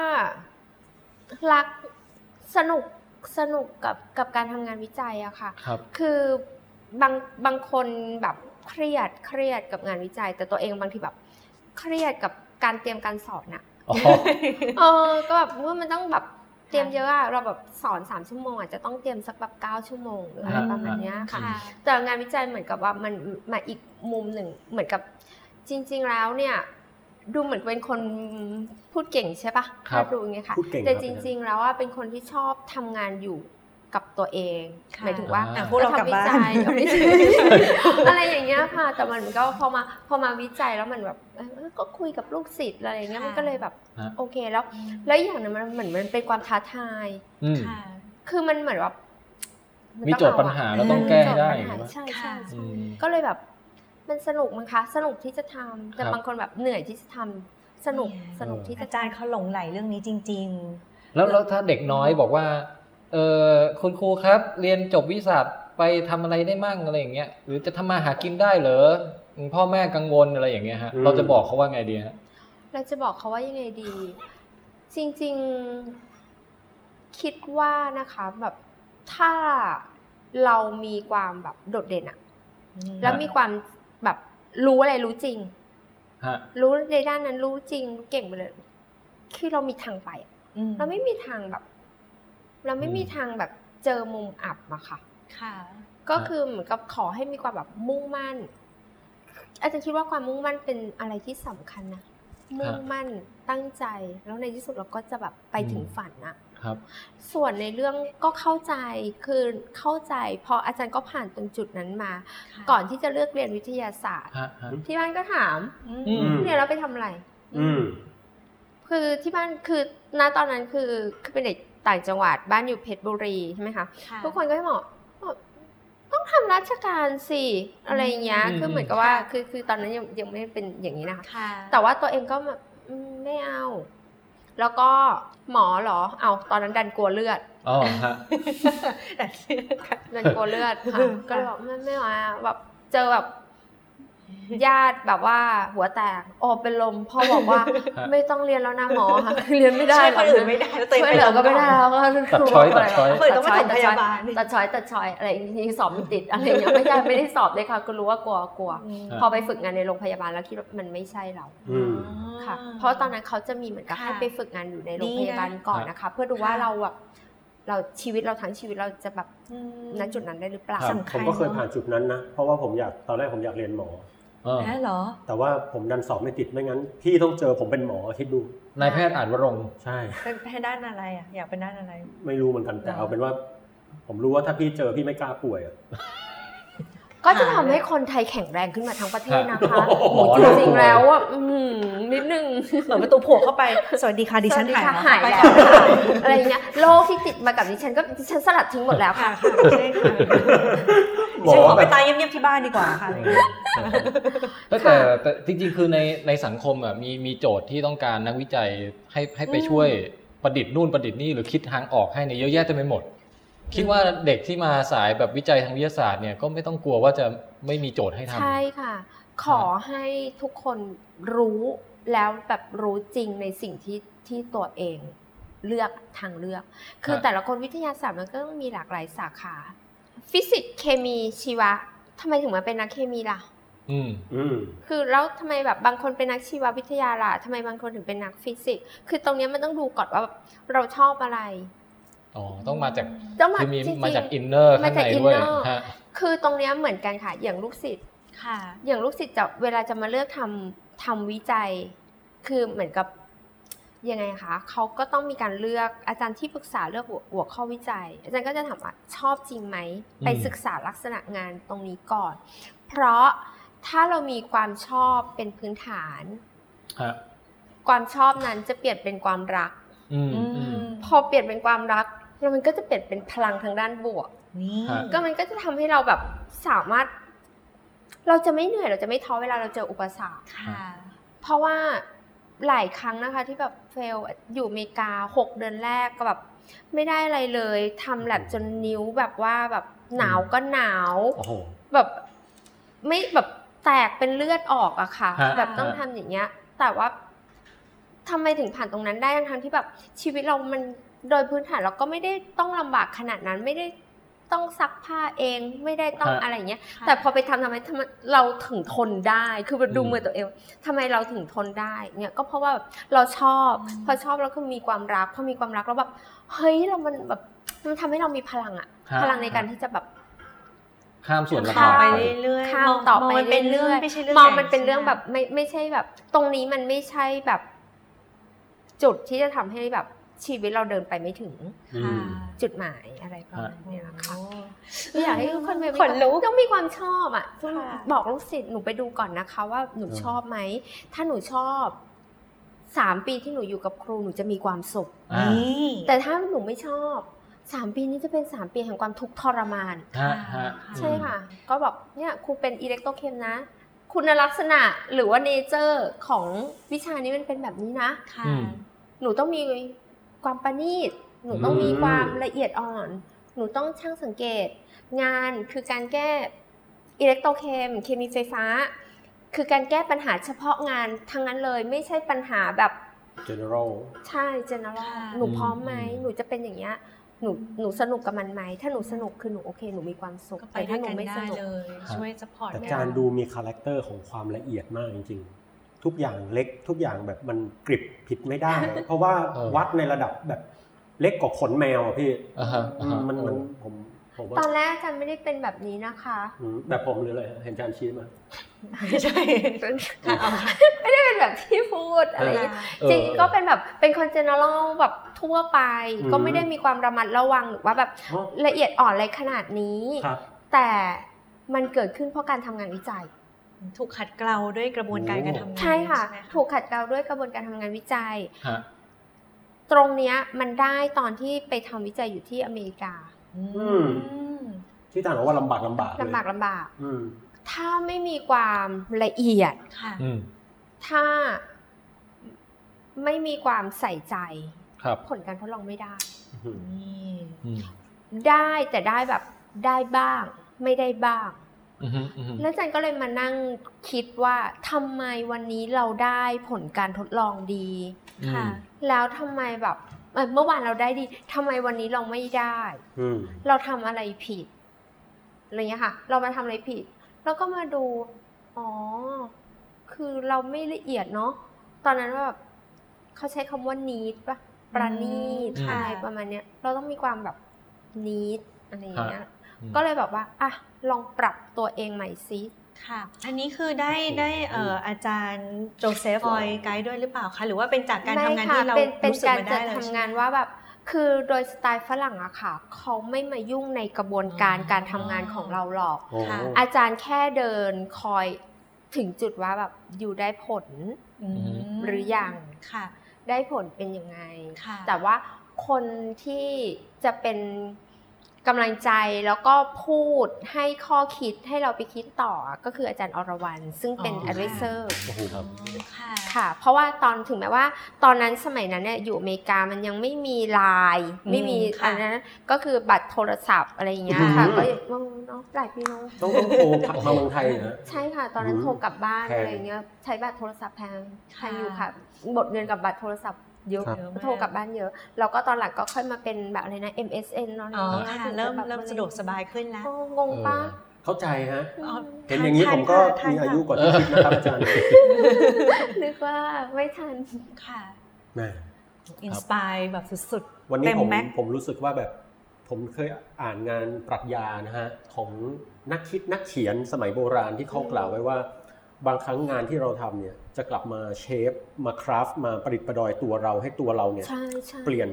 D: รักสนุกสนุกกับกับการทำงานวิจัยอะค่ะ
F: ครับ
D: คือบางบางคนแบบเครียดเครียดกับงานวิจัย แต่ตัวเองบางทีแบบเครียดกับการเตรียมการสอนอะ
F: อ๋อ
D: เออก็แบบว่ามันต้องแบบเตรียมเยอะอะเราแบบสอน3ชั่วโมงอาจจะต้องเตรียมสักแบบ9ชั่วโมงหรืออะไร
F: ฮะ
D: ประมาณเนี้ยค่ะ
E: ค่ะ
D: แต่งานวิจัยเหมือนกับว่ามันมาอีกมุมหนึ่งเหมือนกับจริง ๆ แล้วเนี่ย ดูเหมือนเป็นคนพูดเก่งใช่ปะ
F: ครับ
D: ถ้าดูอย่างเงี้ยค่ะ
G: พูดเก่ง
D: แต่
G: ครับ
D: จริง ๆ แล้วว่าเป็นคนที่ชอบทำงานอยู่ กับตัวเอง
E: ค่ะ
D: หมายถึงว่า
E: อ่ะพวกเรากลับบ้าน
D: จะทำวิจัยเอาไป ใช้อะไรอย่างเงี้ยค่ะ แต่มันก็พอมาพอมาวิจัยแล้วมันแบบเออก็คุยกับลูกศิษย์อะไรอย่างเงี้ยมันก็เลยแบบ
F: ฮะ
D: โอเคแล้ว แล้วอีกอย่างหนึงมันเหมือนมันเป็นความท้าทาย
F: อืม
E: ค่ะ
D: คือมันเหมือนแบบน
F: มี
D: ต้อง
F: โจทย์ปัญหา
D: ะ
F: แล้วต้องแก้ให้ได้
D: มี
F: อย่าง
D: โจทย์ปัญหา
F: เงี้ย
D: ใช่ใช่
E: ค่ะ
D: ใช่
F: อืม
D: ก็เลยแบบ มันสนุกมั้งคะสนุกที่จะทำแต่
F: ครับ
D: บางคนแบบเหนื่อยที่จะทำสนุกสนุกที่จะ
E: อาจารย์เขาหลงไหลเรื่องนี้จริง
F: แล้วแล้วถ้าเด็กน้อยบอกว่า เออคุณครูครับ เรียนจบวิชาไปทำอะไรได้มั่งอะไรอย่างเงี้ย หรือจะทำมาหากินได้เหรอพ่อแม่กังวลอะไรอย่างเงี้ยฮะ
G: อืม
F: เราจะบอกเขาว่าไงดีฮะ
D: เราจะบอกเขาว่ายังไงดี จริง ๆ คิดว่านะคะแบบถ้าเรามีความแบบโดดเด่นอะ
E: ๆ
D: แล้วมีความแบบรู้อะไรรู้จริง
F: ฮะ
D: รู้ในด้านนั้นรู้จริงรู้เก่งไปเลย คือเรามีทางไปอะ เราไม่มีทางแบบ เราไม่มีทางแบบเจอมุมอับอะค่ะ
E: ค่ะ
D: ก็คือเหมือนกับขอให้มีความแบบมุ่งมั่น อาจารย์คิดว่าความมุ่งมั่นเป็นอะไรที่สำคัญนะมุ่งมั่นตั้งใจ แล้วในที่สุดเราก็จะแบบไปถึง
F: อืม
D: ฝันอะ
F: ครับ
D: ส่วนในเรื่องก็เข้าใจคือเข้าใจเพออาจารย์ก็ผ่านตรงจุดนั้นมา ก่อนที่จะเลือกเรียนวิทยาศาสตร์
F: ฮะฮะ
D: ที่บ้านก็ถาม
F: อืม
D: เนี่ยเราไปทำอะไร
G: อืม
D: คือที่บ้านคือณตอนนั้นคือคือเป็นเด็กต่างจังหวัดบ้านอยู่เพชรบุรีใช่ไหมคะทุกคนก็ให้บอกบอกต้องทำราชการสิอะไรอย่างเงี้ย
F: อืม
D: คือเหมือนกับว่า
E: ค่ะ
D: คือคือตอนนั้นยังยังไม่เป็นอย่างนี้นะคะ
E: ค่ะ
D: แต่ว่าตัวเองก็แบบอืมไม่เอา แล้วก็หมอเหรอเอาตอนนั้นดันกลัวเลือด
F: อ๋อฮะ
E: แต่ที่ค่ะ
D: ดันกลัวเลือดค่ะก็เลยบอกไม่ไม่เอาอะแบบเจอแบบญาติแบบว่าหัวแตกโอเป็นลมพ่อบอกว่า
F: ฮะ
D: ไม่ต้องเรียนแล้วนะหมอค่ะ คือเรียนไม่ได้
E: ช่วย
D: หร
E: ค
D: ก
E: นอื่นะ ไม่ได้แล้วตัวเอ
D: ช่
E: ง
D: วยเหลือก็ไม่ได้แล้วก็
F: ตัดช้อยตัดช้อย
E: คนอื่นต้องมาถมพยาบาล
D: ตัดช้อยตัดช้อยอะไรอย่างนี้สอบไม่ติดอะไรอย่างเงี้ ยไม่ได้ไม่ได้สอบเลยค่ะก็รู้ว่ากลัวกลัว
E: อืม
D: พอไปฝึกงานในโรงพยาบาลแล้วคิดว่ามันไม่ใช่เรา
G: อืม
D: ค่ะ เพราะตอนนั้นเขาจะมีเหมือนกับ
E: ค่ะ
D: ให้ไปฝึกงานอยู่ในโรงพ
E: ดีนะ
D: ยาบาลก่อนนะคะ เพื่อดูว่า
E: ค่ะ
D: เราแบบเราชีวิตเราทั้งชีวิตเราจะแบบ
E: อืม
D: ณจุดนั้นได้หรือเปล่า
G: ครับ
E: สำคั
G: ผ
E: ญ
G: มก็เคย
E: เนอะ
G: ผ่านจุดนั้นนะ เพราะว่าผมอยากตอนแรกผมอยากเรียนหมอ
F: อ๋อ
E: นะเหรอ
G: แต่ว่าผมดันสอบไม่ติดไม่งั้น พี่ต้องเจอผมเป็นหมอคิดดู
F: นายแพทย์อาจวรงค์
G: ใช่
E: เป็นแพทย์ด้านอะไรอ่ะ อยากเป็นด้านอะไร
G: ไม่รู้เหมือนกันแต่เอาเป็นว่า ผมรู้ว่าถ้าพี่เจอพี่ไม่กล้าป่วยอะ
D: ก็จะทำให้คนไทยแข็งแรงขึ้นมาทั้งประเทศนะคะ
G: โอ้โห
D: โอ้โหจริงๆแล้วอ่ะอืมนิดนึง
E: เปิดประตูโผล่เข้าไป สวัสดีค่ะดิฉัน
D: สวัส
E: หาย
D: ค่ะ
E: แล้
D: หาย
E: ว
D: แล้ว
E: ไป
D: ค่ะอะไรอย่างเงี้ยโรคที่ติดมากับดิฉันก็ดิฉันสลัดทิ้งหมดแล้วค่ะ
E: ค่ะค่ะใช่ค่ะ
G: หมอ
E: ฉันขอ
G: แบ
E: ไป
G: บ
E: ตายเงียบๆที่บ้านดีกว่าค่ะ
F: แต่แต่แต่จริงๆ คือในในสังคมอ่ะมีมีโจทย์ที่ต้องการนักวิจัยให้ให้ไปช่วยประดิษฐ์นู่นประดิษฐ์นี่หรือคิดทางออกให้เนี่ยเยอะแยะเต็มไปหมด คิดว่าเด็กที่มาสายแบบวิจัยทางวิทยาศาสตร์เนี่ยก็ไม่ต้องกลัวว่าจะไม่มีโจทย์ให้ทำ
D: ใช่ค่ะ ขอให้ทุกคนรู้แล้วแบบรู้จริงในสิ่งที่ที่ตัวเองเลือกทางเลือก คื
F: ค
D: อ
F: รับ
D: แต่ละคนวิทยาศาสตร์มันก็ต้องมีหลากหลายสาขา ฟิสิกส์เคมีชีวะทำไมถึงมาเป็นนักเคมีล่ะ
F: อืม
G: อืม
D: คือแล้วทำไมแบบบางคนเป็นนักชีววิทยาล่ะทำไมบางคนถึงเป็นนักฟิสิกส์คือตรงเนี้ยมันต้องดูก่อนว่าแบบเราชอบอะไร
F: อ๋อ ต้องมาจาก
D: ต้องมา
F: คือมี
D: จริงๆ
F: มาจากอินเนอร์ข้างในด้วย
D: มาจาก inner
F: ฮะ
D: คือตรงเนี้ยเหมือนกันค่ะ อย่างลูกศิษย์
E: ค่ะ
D: อย่างลูกศิษย์จะเวลาจะมาเลือกทำทำวิจัย คือเหมือนกับยังไงคะเขาก็ต้องมีการเลือกอาจารย์ที่ปรึกษาเลือกหัวหัวข้อวิจัย อาจารย์ก็จะถามว่าชอบจริงไหม
F: อืม
D: ไปศึกษาลักษณะงานตรงนี้ก่อน เพราะถ้าเรามีความชอบเป็นพื้นฐาน
F: ฮะ
D: ความชอบนั้นจะเปลี่ยนเป็นความรัก
F: อืมอืม
D: พอเปลี่ยนเป็นความรักแล้วมันก็จะเปลี่ยนเป็นพลังทางด้านบวก
E: นี่
F: ฮะ
D: ก็มันก็จะทำให้เราแบบสามารถ เราจะไม่เหนื่อยเราจะไม่ท้อเวลาเราเจออุปสรรค
E: ค่ะ
D: เพราะว่าหลายครั้งนะคะที่แบบเฟลอยู่อเมริกา 6 เดือนแรกก็แบบ ไม่ได้อะไรเลยทำแลบจนนิ้วแบบว่าแบบหนาวก็หนาว
F: โอ้โห
D: แบบไม่แบบแตกเป็นเลือดออกอะค่ะ
F: ฮะ
D: แบบต้อง
F: ฮะ
D: ทำอย่างเงี้ย แต่ว่าทำไมถึงผ่านตรงนั้นได้ทั้งๆที่แบบชีวิตเรามันโดยพื้นฐานเราก็ไม่ได้ต้องลำบากขนาดนั้น ไม่ได้ต้องซักผ้าเองไม่ได้ต้องอะไรอย่างเงี้ย แต่พอไปทำทำไมทำไมเราถึงทนได้ คือแบบดูมือตัวเองทำไมเราถึงทนได้เนี่ยก็เพราะว่าแบบเราชอบ พอชอบแล้วก็มีความรักพอมีความรักแล้วแบบเฮ้ยเรามันแบบมันทำให้เรามีพลังอะ
F: ฮะ
D: พลังในการที่จะแบบ
F: ข้ามส่วนระ
E: ต่
F: ดั
E: อบไป
F: ไป
E: เรื่อยๆ
D: ข้าม
E: มอง
D: ต่อ
E: ม
D: ไป
E: งมันเป็น
D: เรื่
E: เรื่อ
D: อย ย
E: ๆไม่ใช่เรื่
D: ๆ
E: อง
D: มองมัน
E: ใหญ่
D: เป็นเรื่อง
E: ใช่
D: แบบไม่ไม่ใช่แบบ ตรงนี้มันไม่ใช่แบบ จุดที่จะทำให้แบบ ชีวิตเราเดินไปไม่ถึง
G: อืม
D: จุดหมายอะไรประมาณเนี้ยค่ะอ
E: อาย
D: ยาก ก
E: ให้
D: ให้
E: ทุ
D: ทุ
E: ก
D: ก
E: ค
D: คน น
E: ไป
D: เป็นต้องมีความชอบอ่ะซึ่ง
E: ค่ะ
D: บอกลูกศิษย์หนูไปดูก่อนนะคะ ว่าหนู
G: เออ
D: ชอบไหม ถ้าหนูชอบสามปีที่หนูอยู่กับครูหนูจะมีความสุข
F: อ่า
E: ี่
D: แต่ถ้าหนูไม่ชอบสามปีนี้จะเป็นสามปีแห่งความทุกข์ทรมาน
F: ฮะฮะ
D: ใช่ค่ะ ก็บอกเนี่ยครูเป็นอิเล็กโตรเคมนะ คุณลักษณะหรือว่าเนเจอร์ของวิชานี้มันเป็นแบบนี้นะ
E: ค่ะ
F: อืม
D: หนูต้องมีความประณีต หนูต้องมี
G: อืม
D: ความละเอียดอ่อน หนูต้องช่างสังเกต งานคือการแก้อิเล็กโตรเคม เคมีไฟฟ้า คือการแก้ปัญหาเฉพาะงานทั้งนั้นเลย ไม่ใช่ปัญหาแบบ
G: general
D: ใช่ general
E: ค่ะ
D: หนูพร้อมไหม
F: อืม
D: หนูจะเป็นอย่างเงี้ย หนู หนูสนุกกับมันไหม ถ้าหนูสนุกคือหนูโอเค หนูมีความสุข
E: ก็ไป
D: แต่
E: ด้ว
D: ถ้าย หนู
E: กัน
D: ไม่ส
E: ได้
D: นุก
E: เลย ช่วยสปอร์ต
G: แต่จานดูมีคาแรคเตอร์ของความละเอียดมากจริงๆ ทุกอย่างเล็กทุกอย่างแบบมันกริบผิดไม่ได้ เพราะว่า
F: เออ
G: วัดในระดับแบบเล็กกว่าขนแมวอะพี่
F: อ่าฮะอ่าฮะ
G: มันมัน
F: เออ
G: ผมผมว่า
D: ตอนแรกอาจารย์ไม่ได้เป็นแบบนี้นะคะ
G: อืมแบบผมหรืออะไรเห็นจานชี้มา
E: ไม่ใช่ค่ะเอาค่ะ
D: ไม่ได้เป็นแบบที่พูดอะไรอย่างเงี้ย
F: เออ
D: จริงๆก็เป็นแบบเป็นคนเจเนอเรลแบบทั่วไป
G: อืม
D: ก็ไม่ได้มีความระมัดระวังหรือว่าแบบ
G: อ๋อ
D: ละเอียดอ่อนอะไรขนาดนี้
G: ครับ
D: แต่มันเกิดขึ้นเพราะการทำงานวิจัย
E: ถูกขัดเกลาด้วยกระบวนการการทำงาน
D: ใช่ค่ะ
E: ไหม
D: ถูกขัดเกลาด้วยกระบวนการทำงานวิจัย
F: ฮะ
D: ตรงเนี้ยมันได้ตอนที่ไปทำวิจัยอยู่ที่อเมริกา
E: อืม
G: ที่ต่างบอกว่าลำบากลำบาก
D: ลำบากลำบาก
G: อืม
D: ถ้าไม่มีความละเอียด
E: ค่ะ
F: อืม
D: ถ้าไม่มีความใส่ใจ
F: ครับ
D: ผลการทดลองไม่ได้
E: นี่
F: อืม
D: ได้แต่ได้แบบได้บ้าง ไม่ได้บ้าง
F: อืมอืม
D: แล้วอาจารย์ก็เลยมานั่งคิดว่าทำไมวันนี้เราได้ผลการทดลองดี
E: ค่ะ
D: แล้วทำไมแบบเอ่อเมื่อวานเราได้ดีทำไมวันนี้เราไม่ได้
G: อืม
D: เราทำอะไรผิดอะไรเงี้ยค่ะ เรามาทำอะไรผิด แล้วก็มาดู อ๋อ คือเราไม่ละเอียดเนาะตอนนั้นว่าแบบเขาใช้คำว่า need ปะประณีต
E: อืมค่ะ
D: อะไรประมาณเนี้ย เราต้องมีความแบบ need อะไรอย่างเงี้ย
F: อืม
D: ก็เลยแบบว่าอ่ะลองปรับตัวเองใหม่ซิ
E: ค่ะ อันนี้คือได้ได้เอ่ออาจารย์โจเซฟออยไกด์ด้วยหรือเปล่าคะ หรือว่าเป็นจากการทำงานที่เรา
D: ไม่ค่ะป็นเป็น
E: รู้สึก
D: การ
E: มา
D: จั
E: ได้
D: ด
E: แล้ว
D: ทำงาน
E: ใช่ไหม
D: ว่าแบบคือโดยสไตล์ฝรั่งอะค่ะ เขาไม่มายุ่งในกระบวนการ
E: อ๋อ
D: การทำงานของเราหรอก
G: โอ้
E: ค่ะ
D: อาจารย์แค่เดินคอยถึงจุดว่าแบบอยู่ได้ผล
E: อืม
D: หรือยัง
E: ค่ะ
D: ได้ผลเป็นยังไง
E: ค่ะ
D: แต่ว่าคนที่จะเป็นกำลังใจแล้วก็พูดให้ข้อคิดให้เราไปคิดต่อก็คืออาจารย์อรวรรณซึ่งเป็น
E: อ๋อค่ะ
D: advisor
G: โอ้โห
F: ครับ
E: ค่ะ
D: ค่ะ เพราะว่าตอนถึงแม้ว่า ตอนนั้นสมัยนั้นเนี่ยอยู่อเมริกามันยังไม่มีไลน์ไม่มี
E: อืมค่ะ
D: อันนั้นก็คือบัตรโทรศัพท์อะไรอย่างเงี้ยค่ะก็เนาะหลายปีเนาะ
G: ต้องต้องโทรกลับมาเมืองไทยนะ
D: ใช่ค่ะ ตอนนั้น
G: อืม
D: โทรกลับบ้าน
G: แพง
D: อะไรเงี้ยใช้บัตรโทรศัพท์แพงแพ
E: ค่ะ
D: งอยู่ค่ะหมดเงินกับบัตรโทรศัพท์เยอะ
E: ครับเยอะมาก
D: โทรกลับบ้านเยอะแล้วก็ตอนหลังก็ค่อยมาเป็นแบบอะไรนะ MSN เนาะ
E: อ๋อ
D: อะไรเงี้ย
E: ค่ะ
D: ถึงจ
E: เริ่ม
D: แบบ
E: เริ่มสะดวกสบายขึ้นแล้ว
D: โอ้งงป้า
G: เข้าใจฮะ
E: อ๋อ
G: เห็นอย่างนี้
E: ทัน
G: ผมก็
E: ทัน
G: มี
E: ค่ะ
G: อายุกว่าที่คิดนะครับอาจารย์
D: นึกว่าไม่ทัน
E: ค่ะ
G: แหม่
E: อินสปายแบบสุด
G: วัน
E: เต็
G: นี้
E: ม
G: ผม
E: แม็กซ์
G: ผมรู้สึกว่าแบบ ผมเคยอ่านงานปรัชญานะฮะ ของนักคิดนักเขียนสมัยโบราณที่เขากล่าวไว้ว่า บางครั้งงานที่เราทำเนี่ย จะกลับมาเชฟ มาคราฟต์มาประดิษฐ์ประดอยตัวเราให้ตัวเราเนี่ย
D: ใช่ใช่
G: เปลี่ยน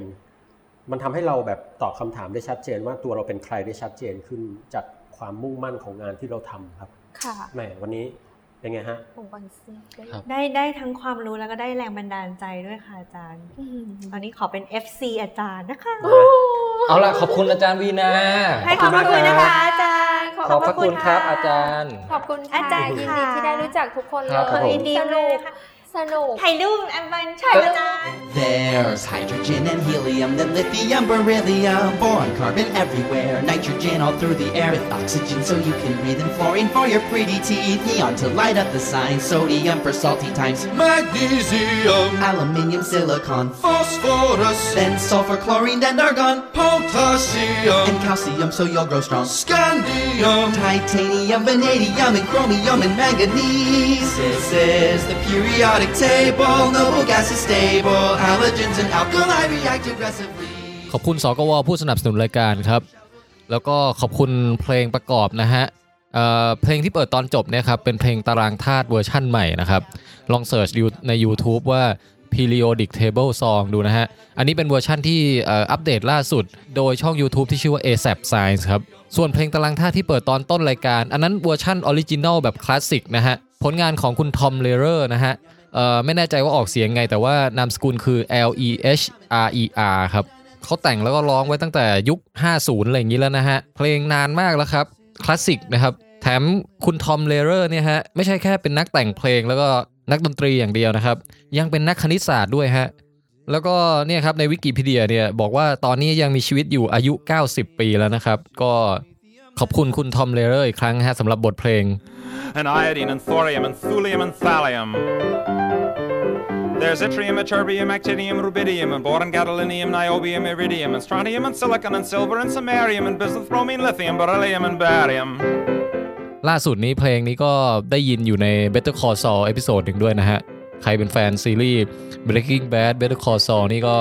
G: มันทำให้เราแบบตอบคำถามได้ชัดเจนว่าตัวเราเป็นใครได้ชัดเจนขึ้นจากความมุ่งมั่นของงานที่เราทำครับ
D: ค่ะ
G: แหมวันนี้เป็นไงฮะ
D: ผมบังซี
F: ครับ
E: ๆ ได้ได้ทั้งความรู้แล้วก็ได้แรงบันดาลใจด้วยค่ะอาจารย์
D: อืม
E: ตอนนี้ขอเป็น FC อาจารย์นะคะ
F: เอาล่ะขอบคุณอาจารย์วีนา
E: ให้ขอบพระคุณนะคะอาจารย์
F: ขอบพระคุณครับอาจารย์
D: ขอบคุณค่ะ
E: อาจารย์
D: ยิน
E: ค่ะ
D: ดีที่ได้รู้จักทุกคนเล
F: ครับ
D: ย
F: ผม
E: ยินดี
D: ส
E: เล
D: นุ
E: ย
D: ก
E: นะคะ
D: สนุก
E: ถ่ายรูปอันบันช่วยอาจารย์
J: There's hydrogen and helium, then lithium, beryllium, boron, carbon everywhere, nitrogen all through the air with oxygen so you can breathe, and fluorine for your pretty teeth, neon to light up the sign, sodium for salty times, magnesium, aluminium, silicon, phosphorus, then sulfur, chlorine, and argon, potassium, and calcium so you'll grow strong, scandium, titanium, vanadium, and chromium, and manganese. This is the periodic table, noble gases stable, halogens and alkali react aggressively.
A: ขอบคุณสกวผู้สนับสนุนรายการครับ แล้วก็ขอบคุณเพลงประกอบนะฮะเอ่อเพลงที่เปิดตอนจบเนี่ยครับเป็นเพลงตารางธาตุเวอร์ชั่นใหม่นะครับ ลองเสิร์ชดูใน YouTube ว่า p periodic table song ดูนะฮะ อันนี้เป็นเวอร์ชั่นที่เอ่ออัปเดตล่าสุด โดยช่อง YouTube ที่ชื่อว่า ASAP Science ครับ ส่วนเพลงตารางธาตุที่เปิดตอนต้นรายการ อันนั้นเวอร์ชั่นออริจินอลแบบคลาสสิกนะฮะ ผลงานของคุณทอมเลเ e อร์นะฮะเอ่อไม่แน่ใจว่าออกเสียงไง แต่ว่านามสกุลคือ L E H R E R ครับ เขาแต่งแล้วก็ร้องไว้ตั้งแต่ยุค 50 อะไรอย่างนี้แล้วนะฮะ เพลงนานมากแล้วครับ คลาสสิกนะครับ แถมคุณทอมเลเ e อร์เนี่ยฮะ ไม่ใช่แค่เป็นนักแต่งเพลงแล้วก็นักดนตรีอย่างเดียวนะครับ ยังเป็นนักคณิตศาสตร์ด้วยฮะ แล้วก็เนี่ยครับในวิกิพีเดียเนี่ยบอกว่าตอนนี้ยังมีชีวิตอยู่อายุ 90 ปีแล้วนะครับ ก็ขอบคุณคุณทอมเลเ e อร์อีกครั้งฮะสำหรับบทเพลง
B: and iodine and thorium and thulium and thallium. There's yttrium, ytterbium, actinium, rubidium, and boron, gadolinium, niobium, iridium, and strontium, and silicon, and silver, and samarium, and bismuth, bromine, lithium, beryllium, and barium.
A: ล่าสุดนี้เพลงนี้ก็ได้ยินอยู่ใน Better Call Saul เอพิโซดหนึ่งด้วยนะฮะ ใครเป็นแฟนซีรีส์ Breaking Bad Better Call Saul นี่ก็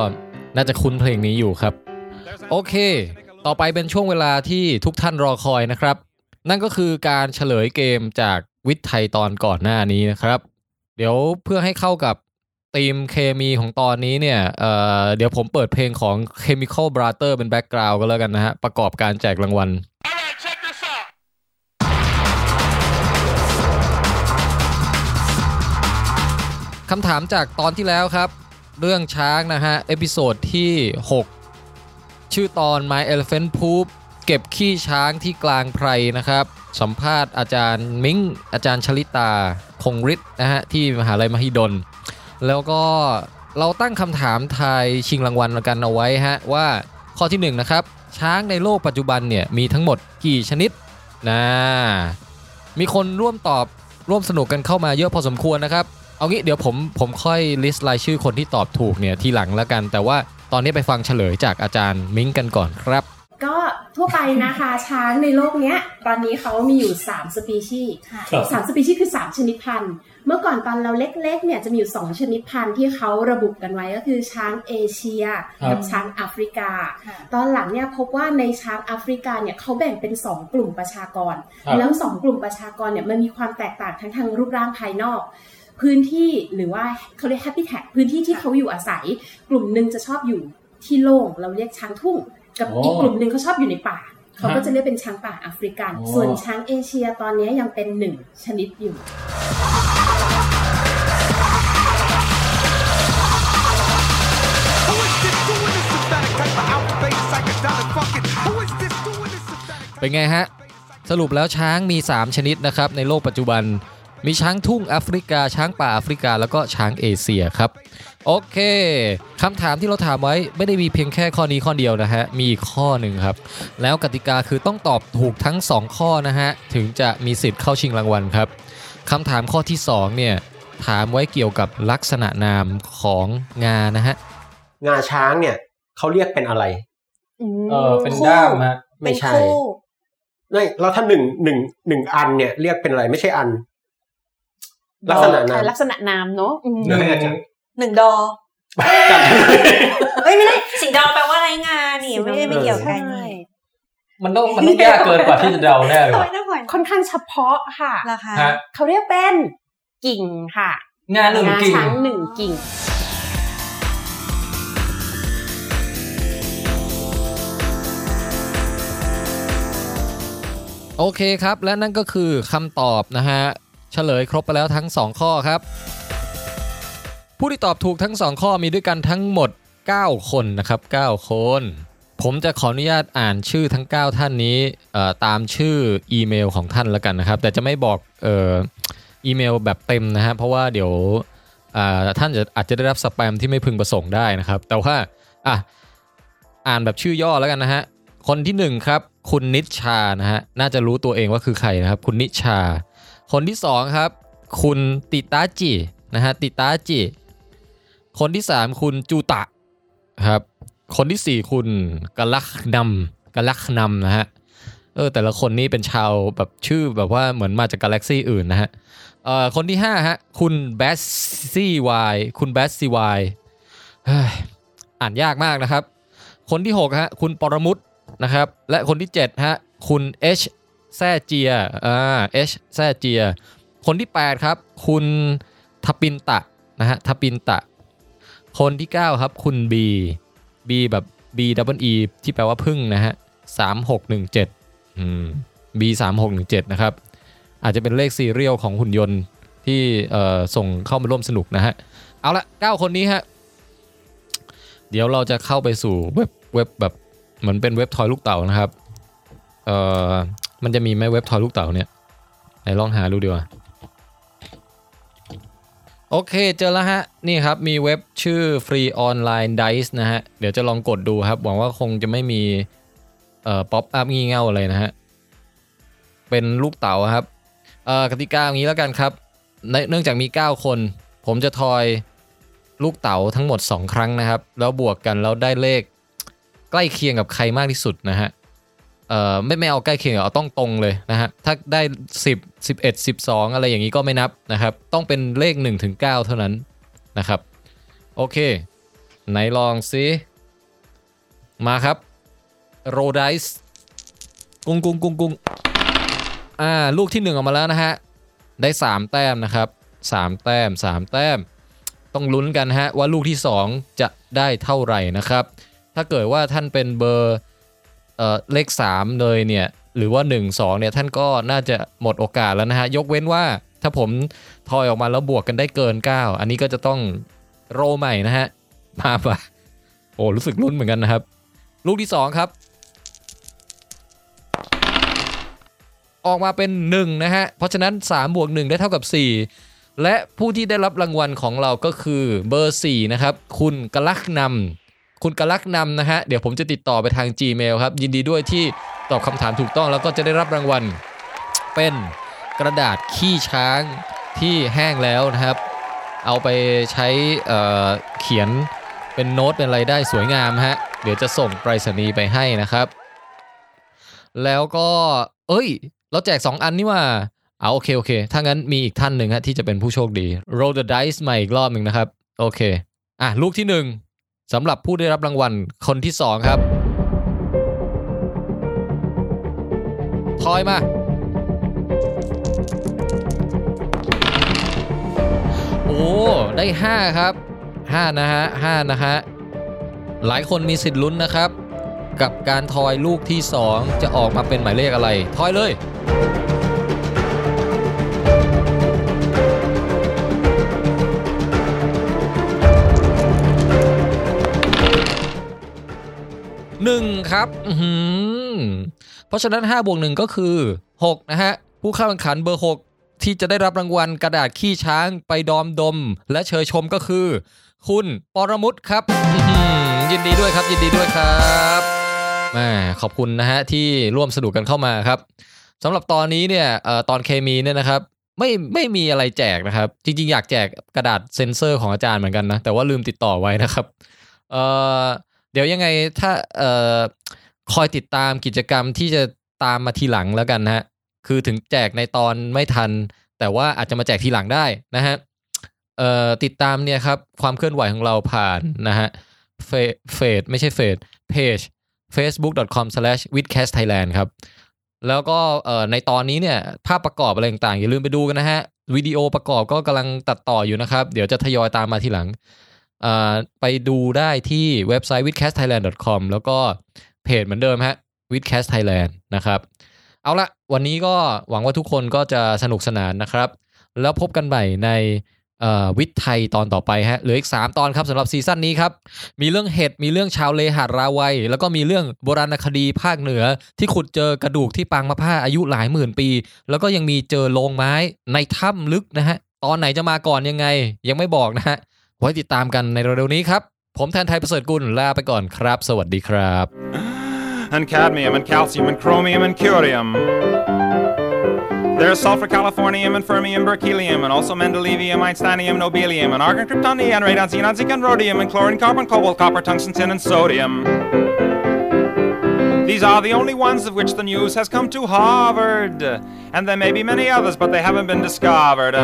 A: น่าจะคุ้นเพลงนี้อยู่ครับ โอเค ต่อไปเป็นช่วงเวลาที่ทุกท่านรอคอยนะครับ นั่นก็คือการเฉลยเกมจากวิทย์ไทยตอนก่อนหน้านี้นะครับ เดี๋ยวเพื่อให้เข้ากับธีมเคมีของตอนนี้เนี่ยเอ่อเดี๋ยวผมเปิดเพลงของ Chemical Brother เป็นแบ็กกราวด์ก็แล้วกันนะฮะ ประกอบการแจกรางวัล คำถามจากตอนที่แล้วครับ เรื่องช้างนะฮะ เอพิโซดที่ 6 ชื่อตอน My Elephant Poop เก็บขี้ช้างที่กลางไพรนะครับ สัมภาษณ์อาจารย์มิง้งอาจารย์ชลิตา คงฤทธิ์นะฮะ ที่มหาลัยมหิดล แล้วก็เราตั้งคำถามทายชิงรางวัลกันเอาไว้ฮะ ว่าข้อที่ 1 นะครับ ช้างในโลกปัจจุบันเนี่ย มีทั้งหมดกี่ชนิดนะ มีคนร่วมตอบร่วมสนุกกันเข้ามาเยอะพอสมควรนะครับ เอางี้เดี๋ยวผมผมค่อยลิสต์รายชื่อคนที่ตอบถูกเนี่ยทีหลังแล้วกัน แต่ว่าตอนนี้ไปฟังเฉลยจากอาจารย์มิ้งกันก่อนครับ
H: ก็ทั่วไปนะคะ ช้างในโลกเนี้ย ตอนนี้เขามีอยู่ 3 สปีชีส์
K: ครับ
H: สามสปีชีส์คือ 3 ชนิดพันธุ์ เมื่อก่อนตอนเราเล็กๆเนี่ยจะมีอยู่ 2 ชนิดพันธุ์ที่เขาระบุกันไว้ก็คือช้างเอเชีย
K: ครับ
H: กับช้างแอฟริกา ตอนหลังเนี่ยพบว่าในช้างแอฟริกาเนี่ยเขาแบ่งเป็น 2 กลุ่มประชากร
K: ครับ
H: แล้ว 2 กลุ่มประชากรเนี่ยมันมีความแตกต่างทั้งทางรูปร่างภายนอก พื้นที่หรือว่าเขาเรียก habitat พื้นที่ที่เขาอยู่อาศัย กลุ่มหนึ่งจะชอบอยู่ที่โล่งเราเรียกช้างทุ่ง กับ
K: โอ้
H: อีกกลุ่มหนึ่งเขาชอบอยู่ในป่า เขาก็
K: ฮะ
H: จะเรียกเป็นช้างป่าแอฟริกัน
K: โอ้
H: ส่วนช้างเอเชียตอนนี้ยังเป็นหนึ่งชนิดอยู่
A: เป็นไงฮะ สรุปแล้วช้างมี 3 ชนิดนะครับ ในโลกปัจจุบัน มีช้างทุ่งแอฟริกา ช้างป่าแอฟริกา แล้วก็ช้างเอเชียครับ โอเคคำถามที่เราถามไว้ไม่ได้มีเพียงแค่ข้อนี้ข้อเดียวนะฮะ มีอีกข้อหนึ่งครับ แล้วกติกาคือต้องตอบถูกทั้ง 2 ข้อนะฮะ ถึงจะมีสิทธิ์เข้าชิงรางวัลครับคำถามข้อที่ 2 เนี่ย ถามไว้เกี่ยวกับลักษณะนามของงานะฮะ
G: งาช้างเนี่ยเขาเรียกเป็นอะไร
F: เออเป็นด้ามฮะ
G: ไม่ใช่ไม่แล้วถ้าหนึ่งหนึ่งหนึ่งอันเนี่ยเรียกเป็นอะไรไม่ใช่อัน ลักษณะนั้น
L: ลักษณะนามเนาะอืม
G: หนึ่ง
L: หนึ่งดอ
E: เอ้ยไม่ได้สิงดาวแปลว่าไรายงานนี่ไม่ได้ไม่เกี่ยวกันนี่
F: มันต้องมันต้องยากเกินกว่าที่จะเดาแน่เลยว่ะ
L: ค่อนข้างเฉพาะค่ะ
E: ราคา
F: ฮะ
L: เขาเรียกเป็นกิ่งค่ะ
F: งานหนึ่งกิ่ง
L: ช้างหนึ่งกิ่ง
A: โอเคครับ และนั่นก็คือคำตอบนะฮะ เฉลยครบไปแล้วทั้ง 2 ข้อครับ ผู้ที่ตอบถูกทั้ง 2 ข้อมีด้วยกันทั้งหมด 9 คนนะครับ 9 คน ผมจะขออนุญาตอ่านชื่อทั้ง 9 ท่านนี้เอ่อตามชื่ออีเมลของท่านแล้วกันนะครับ แต่จะไม่บอกเอ่ออีเมลแบบเต็มนะฮะเพราะว่าเดี๋ยวอ่าท่านจะอาจจะได้รับสแปมที่ไม่พึงประสงค์ได้นะครับ แต่ว่าอ่ะ อ่านแบบชื่อย่อแล้วกันนะฮะ คนที่หนึ่งครับ คุณนิชชานะฮะ น่าจะรู้ตัวเองว่าคือใครนะครับ คุณนิชชา คนที่สองครับ คุณติตาจินะฮะ ติตาจิ คนที่สามคุณจูตะครับ คนที่สี่คุณกลักนำกลักนำนะฮะ เออแต่ละคนนี่เป็นชาวแบบชื่อแบบว่าเหมือนมาจากกาแล็กซี่อื่นนะฮะ เอ่อคนที่ห้าฮะ คุณแบสซี่วายคุณแบสซี่วาย อ่านยากมากนะครับ คนที่ 6 ฮะ คุณปรมุตนะครับ และคนที่ 7 ฮะ คุณ H แซ่เจีย อ่า H แซ่เจีย คนที่ 8 ครับ คุณทปินตะ นะฮะทปินตะ คนที่ 9 ครับ คุณ B B แบบ B double E ที่แปลว่าพึ่งนะฮะ 3617 อืม B 3617 นะครับ อาจจะเป็นเลขซีเรียลของหุ่นยนต์ที่เอ่อส่งเข้ามาร่วมสนุกนะฮะ เอาละ 9 คนนี้ฮะ เดี๋ยวเราจะเข้าไปสู่เว็บเว็บแบบเหมือนเป็นเว็บทอยลูกเต่านะครับ เอ่อ มันจะมีไหมเว็บทอยลูกเต่าเนี่ย ไหนลองหาดูดีกว่า โอเคเจอแล้วฮะ นี่ครับ มีเว็บชื่อ Free Online Dice นะฮะ เดี๋ยวจะลองกดดูครับ หวังว่าคงจะไม่มี เอ่อ ป๊อปอัพงี่เง่าอะไรนะฮะ เป็นลูกเต๋าครับ เอ่อกติกาอย่างนี้แล้วกันครับในเนื่องจากมี 9 คน ผมจะทอยลูกเต๋าทั้งหมด 2 ครั้งนะครับ แล้วบวกกันแล้วได้เลข ใกล้เคียงกับใครมากที่สุดนะฮะ เอ่อไม่ไม่เอาใกล้เคียงหรอกเอาต้องตรงเลยนะฮะ ถ้าได้ 10 11 12 อะไรอย่างนี้ก็ไม่นับนะครับ ต้องเป็นเลข1ถึง9เท่านั้นนะครับ โอเค ไหนลองซิ มาครับโรด i ส์กุงกุงกุงกุงอ่า ลูกที่ 1 ออกมาแล้วนะฮะ ได้ 3 แต้มนะครับ 3 แต้ม 3 แต้ม ต้องลุ้นกันฮะ ว่าลูกที่ 2 จะได้เท่าไหร่นะครับ ถ้าเกิดว่าท่านเป็นเบอร์ เอ่อเลข 3 เลยเนี่ย หรือว่า 1 2เนี่ยท่านก็น่าจะหมดโอกาสแล้วนะฮะ ยกเว้นว่าถ้าผมทอยออกมาแล้วบวกกันได้เกิน 9 อันนี้ก็จะต้องโรใหม่นะฮ ะ มาปะโอ้ รู้สึกลุ้นเหมือนกันนะครับ ลูกที่ 2 ครับ ออกมาเป็น 1 นะฮะ เพราะฉะนั้น 3 บวก 1 ได้เท่ากับ 4 และผู้ที่ได้รับรางวัลของเราก็คือเบอร์ 4 นะครับ คุณกลักนำคุณกลักนำนะฮะ เดี๋ยวผมจะติดต่อไปทาง Gmail ครับ ยินดีด้วยที่ตอบคำถามถูกต้องแล้วก็จะได้รับรางวัล เป็นกระดาษขี้ช้างที่แห้งแล้วนะครับ เอาไปใช้เอ่อเขียนเป็นโน้ตเป็นอะไรได้สวยงามฮะ เดี๋ยวจะส่งไปรษณีย์ไปให้นะครับ แล้วก็ เอ้ย เราแจก 2 อันนี่ว่า เอาโอเค โอเค ถ้างั้นมีอีกท่านหนึ่งฮะที่จะเป็นผู้โชคดี roll the dice ใหม่อีกรอบหนึ่งนะครับ โอเค อ่ะ ลูกที่ 1สำหรับผู้ได้รับรางวัลคนที่ 2 ครับ ทอยมา โอ้ ได้ 5 ครับ 5 นะฮะ 5 นะฮะ หลายคนมีสิทธิ์ลุ้นนะครับ กับการทอยลูกที่ 2 จะออกมาเป็นหมายเลขอะไร ทอยเลย หนึ่งครับอื้อหือเพราะฉะนั้น 5 บวกหนึ่งก็คือ 6 นะฮะ ผู้เข้าแข่งขันเบอร์ 6 ที่จะได้รับรางวัลกระดาษขี้ช้างไปดอมดม และเชยชมก็คือ คุณปรมุตครับอื้อหือยินดีด้วยครับ ยินดีด้วยครับแม่ขอบคุณนะฮะ ที่ร่วมสนุกกันเข้ามาครับสำหรับตอนนี้เนี่ยเอ่อตอนเคมีเนี่ยนะครับ ไม่ไม่มีอะไรแจกนะครับ จริง ๆ อยากแจกกระดาษเซ็นเซอร์ของอาจารย์เหมือนกันนะ แต่ว่าลืมติดต่อไว้นะครับ เอ่อเดี๋ยวยังไงถ้าเอ่อคอยติดตามกิจกรรมที่จะตามมาทีหลังแล้วกันนะฮะ คือถึงแจกในตอนไม่ทัน แต่ว่าอาจจะมาแจกทีหลังได้นะฮะเอ่อติดตามเนี่ยครับ ความเคลื่อนไหวของเราผ่านนะฮะเฟเฟซไม่ใช่เฟซเพจ facebook.com/withcastthailand ครับ แล้วก็เอ่อในตอนนี้เนี่ยภาพประกอบอะไรต่างๆ อย่าลืมไปดูกันนะฮะ วิดีโอประกอบก็กำลังตัดต่ออยู่นะครับ เดี๋ยวจะทยอยตามมาทีหลัง อ่าไปดูได้ที่เว็บไซต์ withcastthailand.com แล้วก็เพจเหมือนเดิมฮะ withcast thailand นะครับ เอาละวันนี้ก็หวังว่าทุกคนก็จะสนุกสนานนะครับ แล้วพบกันใหม่ในวิทย์ไทยตอนต่อไปฮะเหลืออีก 3 ตอนครับสำหรับซีซั่นนี้ครับ มีเรื่องเห็ด มีเรื่องชาวเลหาดราวัย แล้วก็มีเรื่องโบราณคดีภาคเหนือ ที่ขุดเจอกระดูกที่ปางมะผ้าอายุหลายหมื่นปี แล้วก็ยังมีเจอโลงไม้ในถ้ำลึกนะฮะตอนไหนจะมาก่อนยังไง ยังไม่บอกนะฮะ ไว้ติดตามกันในเร็วๆนี้ครับ ผมแทนไทยประเสริฐกุลลาไปก่อนครับ สวัสดีครับ
B: and cadmium and calcium and chromium and curium. There's sulfur, californium, and fermium, berkelium, and also mendelevium, einsteinium, nobelium, and argon, krypton, neon, radon, xenon, zinc, and rhodium, and chlorine, carbon, cobalt, copper, tungsten, tin, and sodium. These are the only ones of which the news has come to Harvard, and there may be many others, but they haven't been discovered.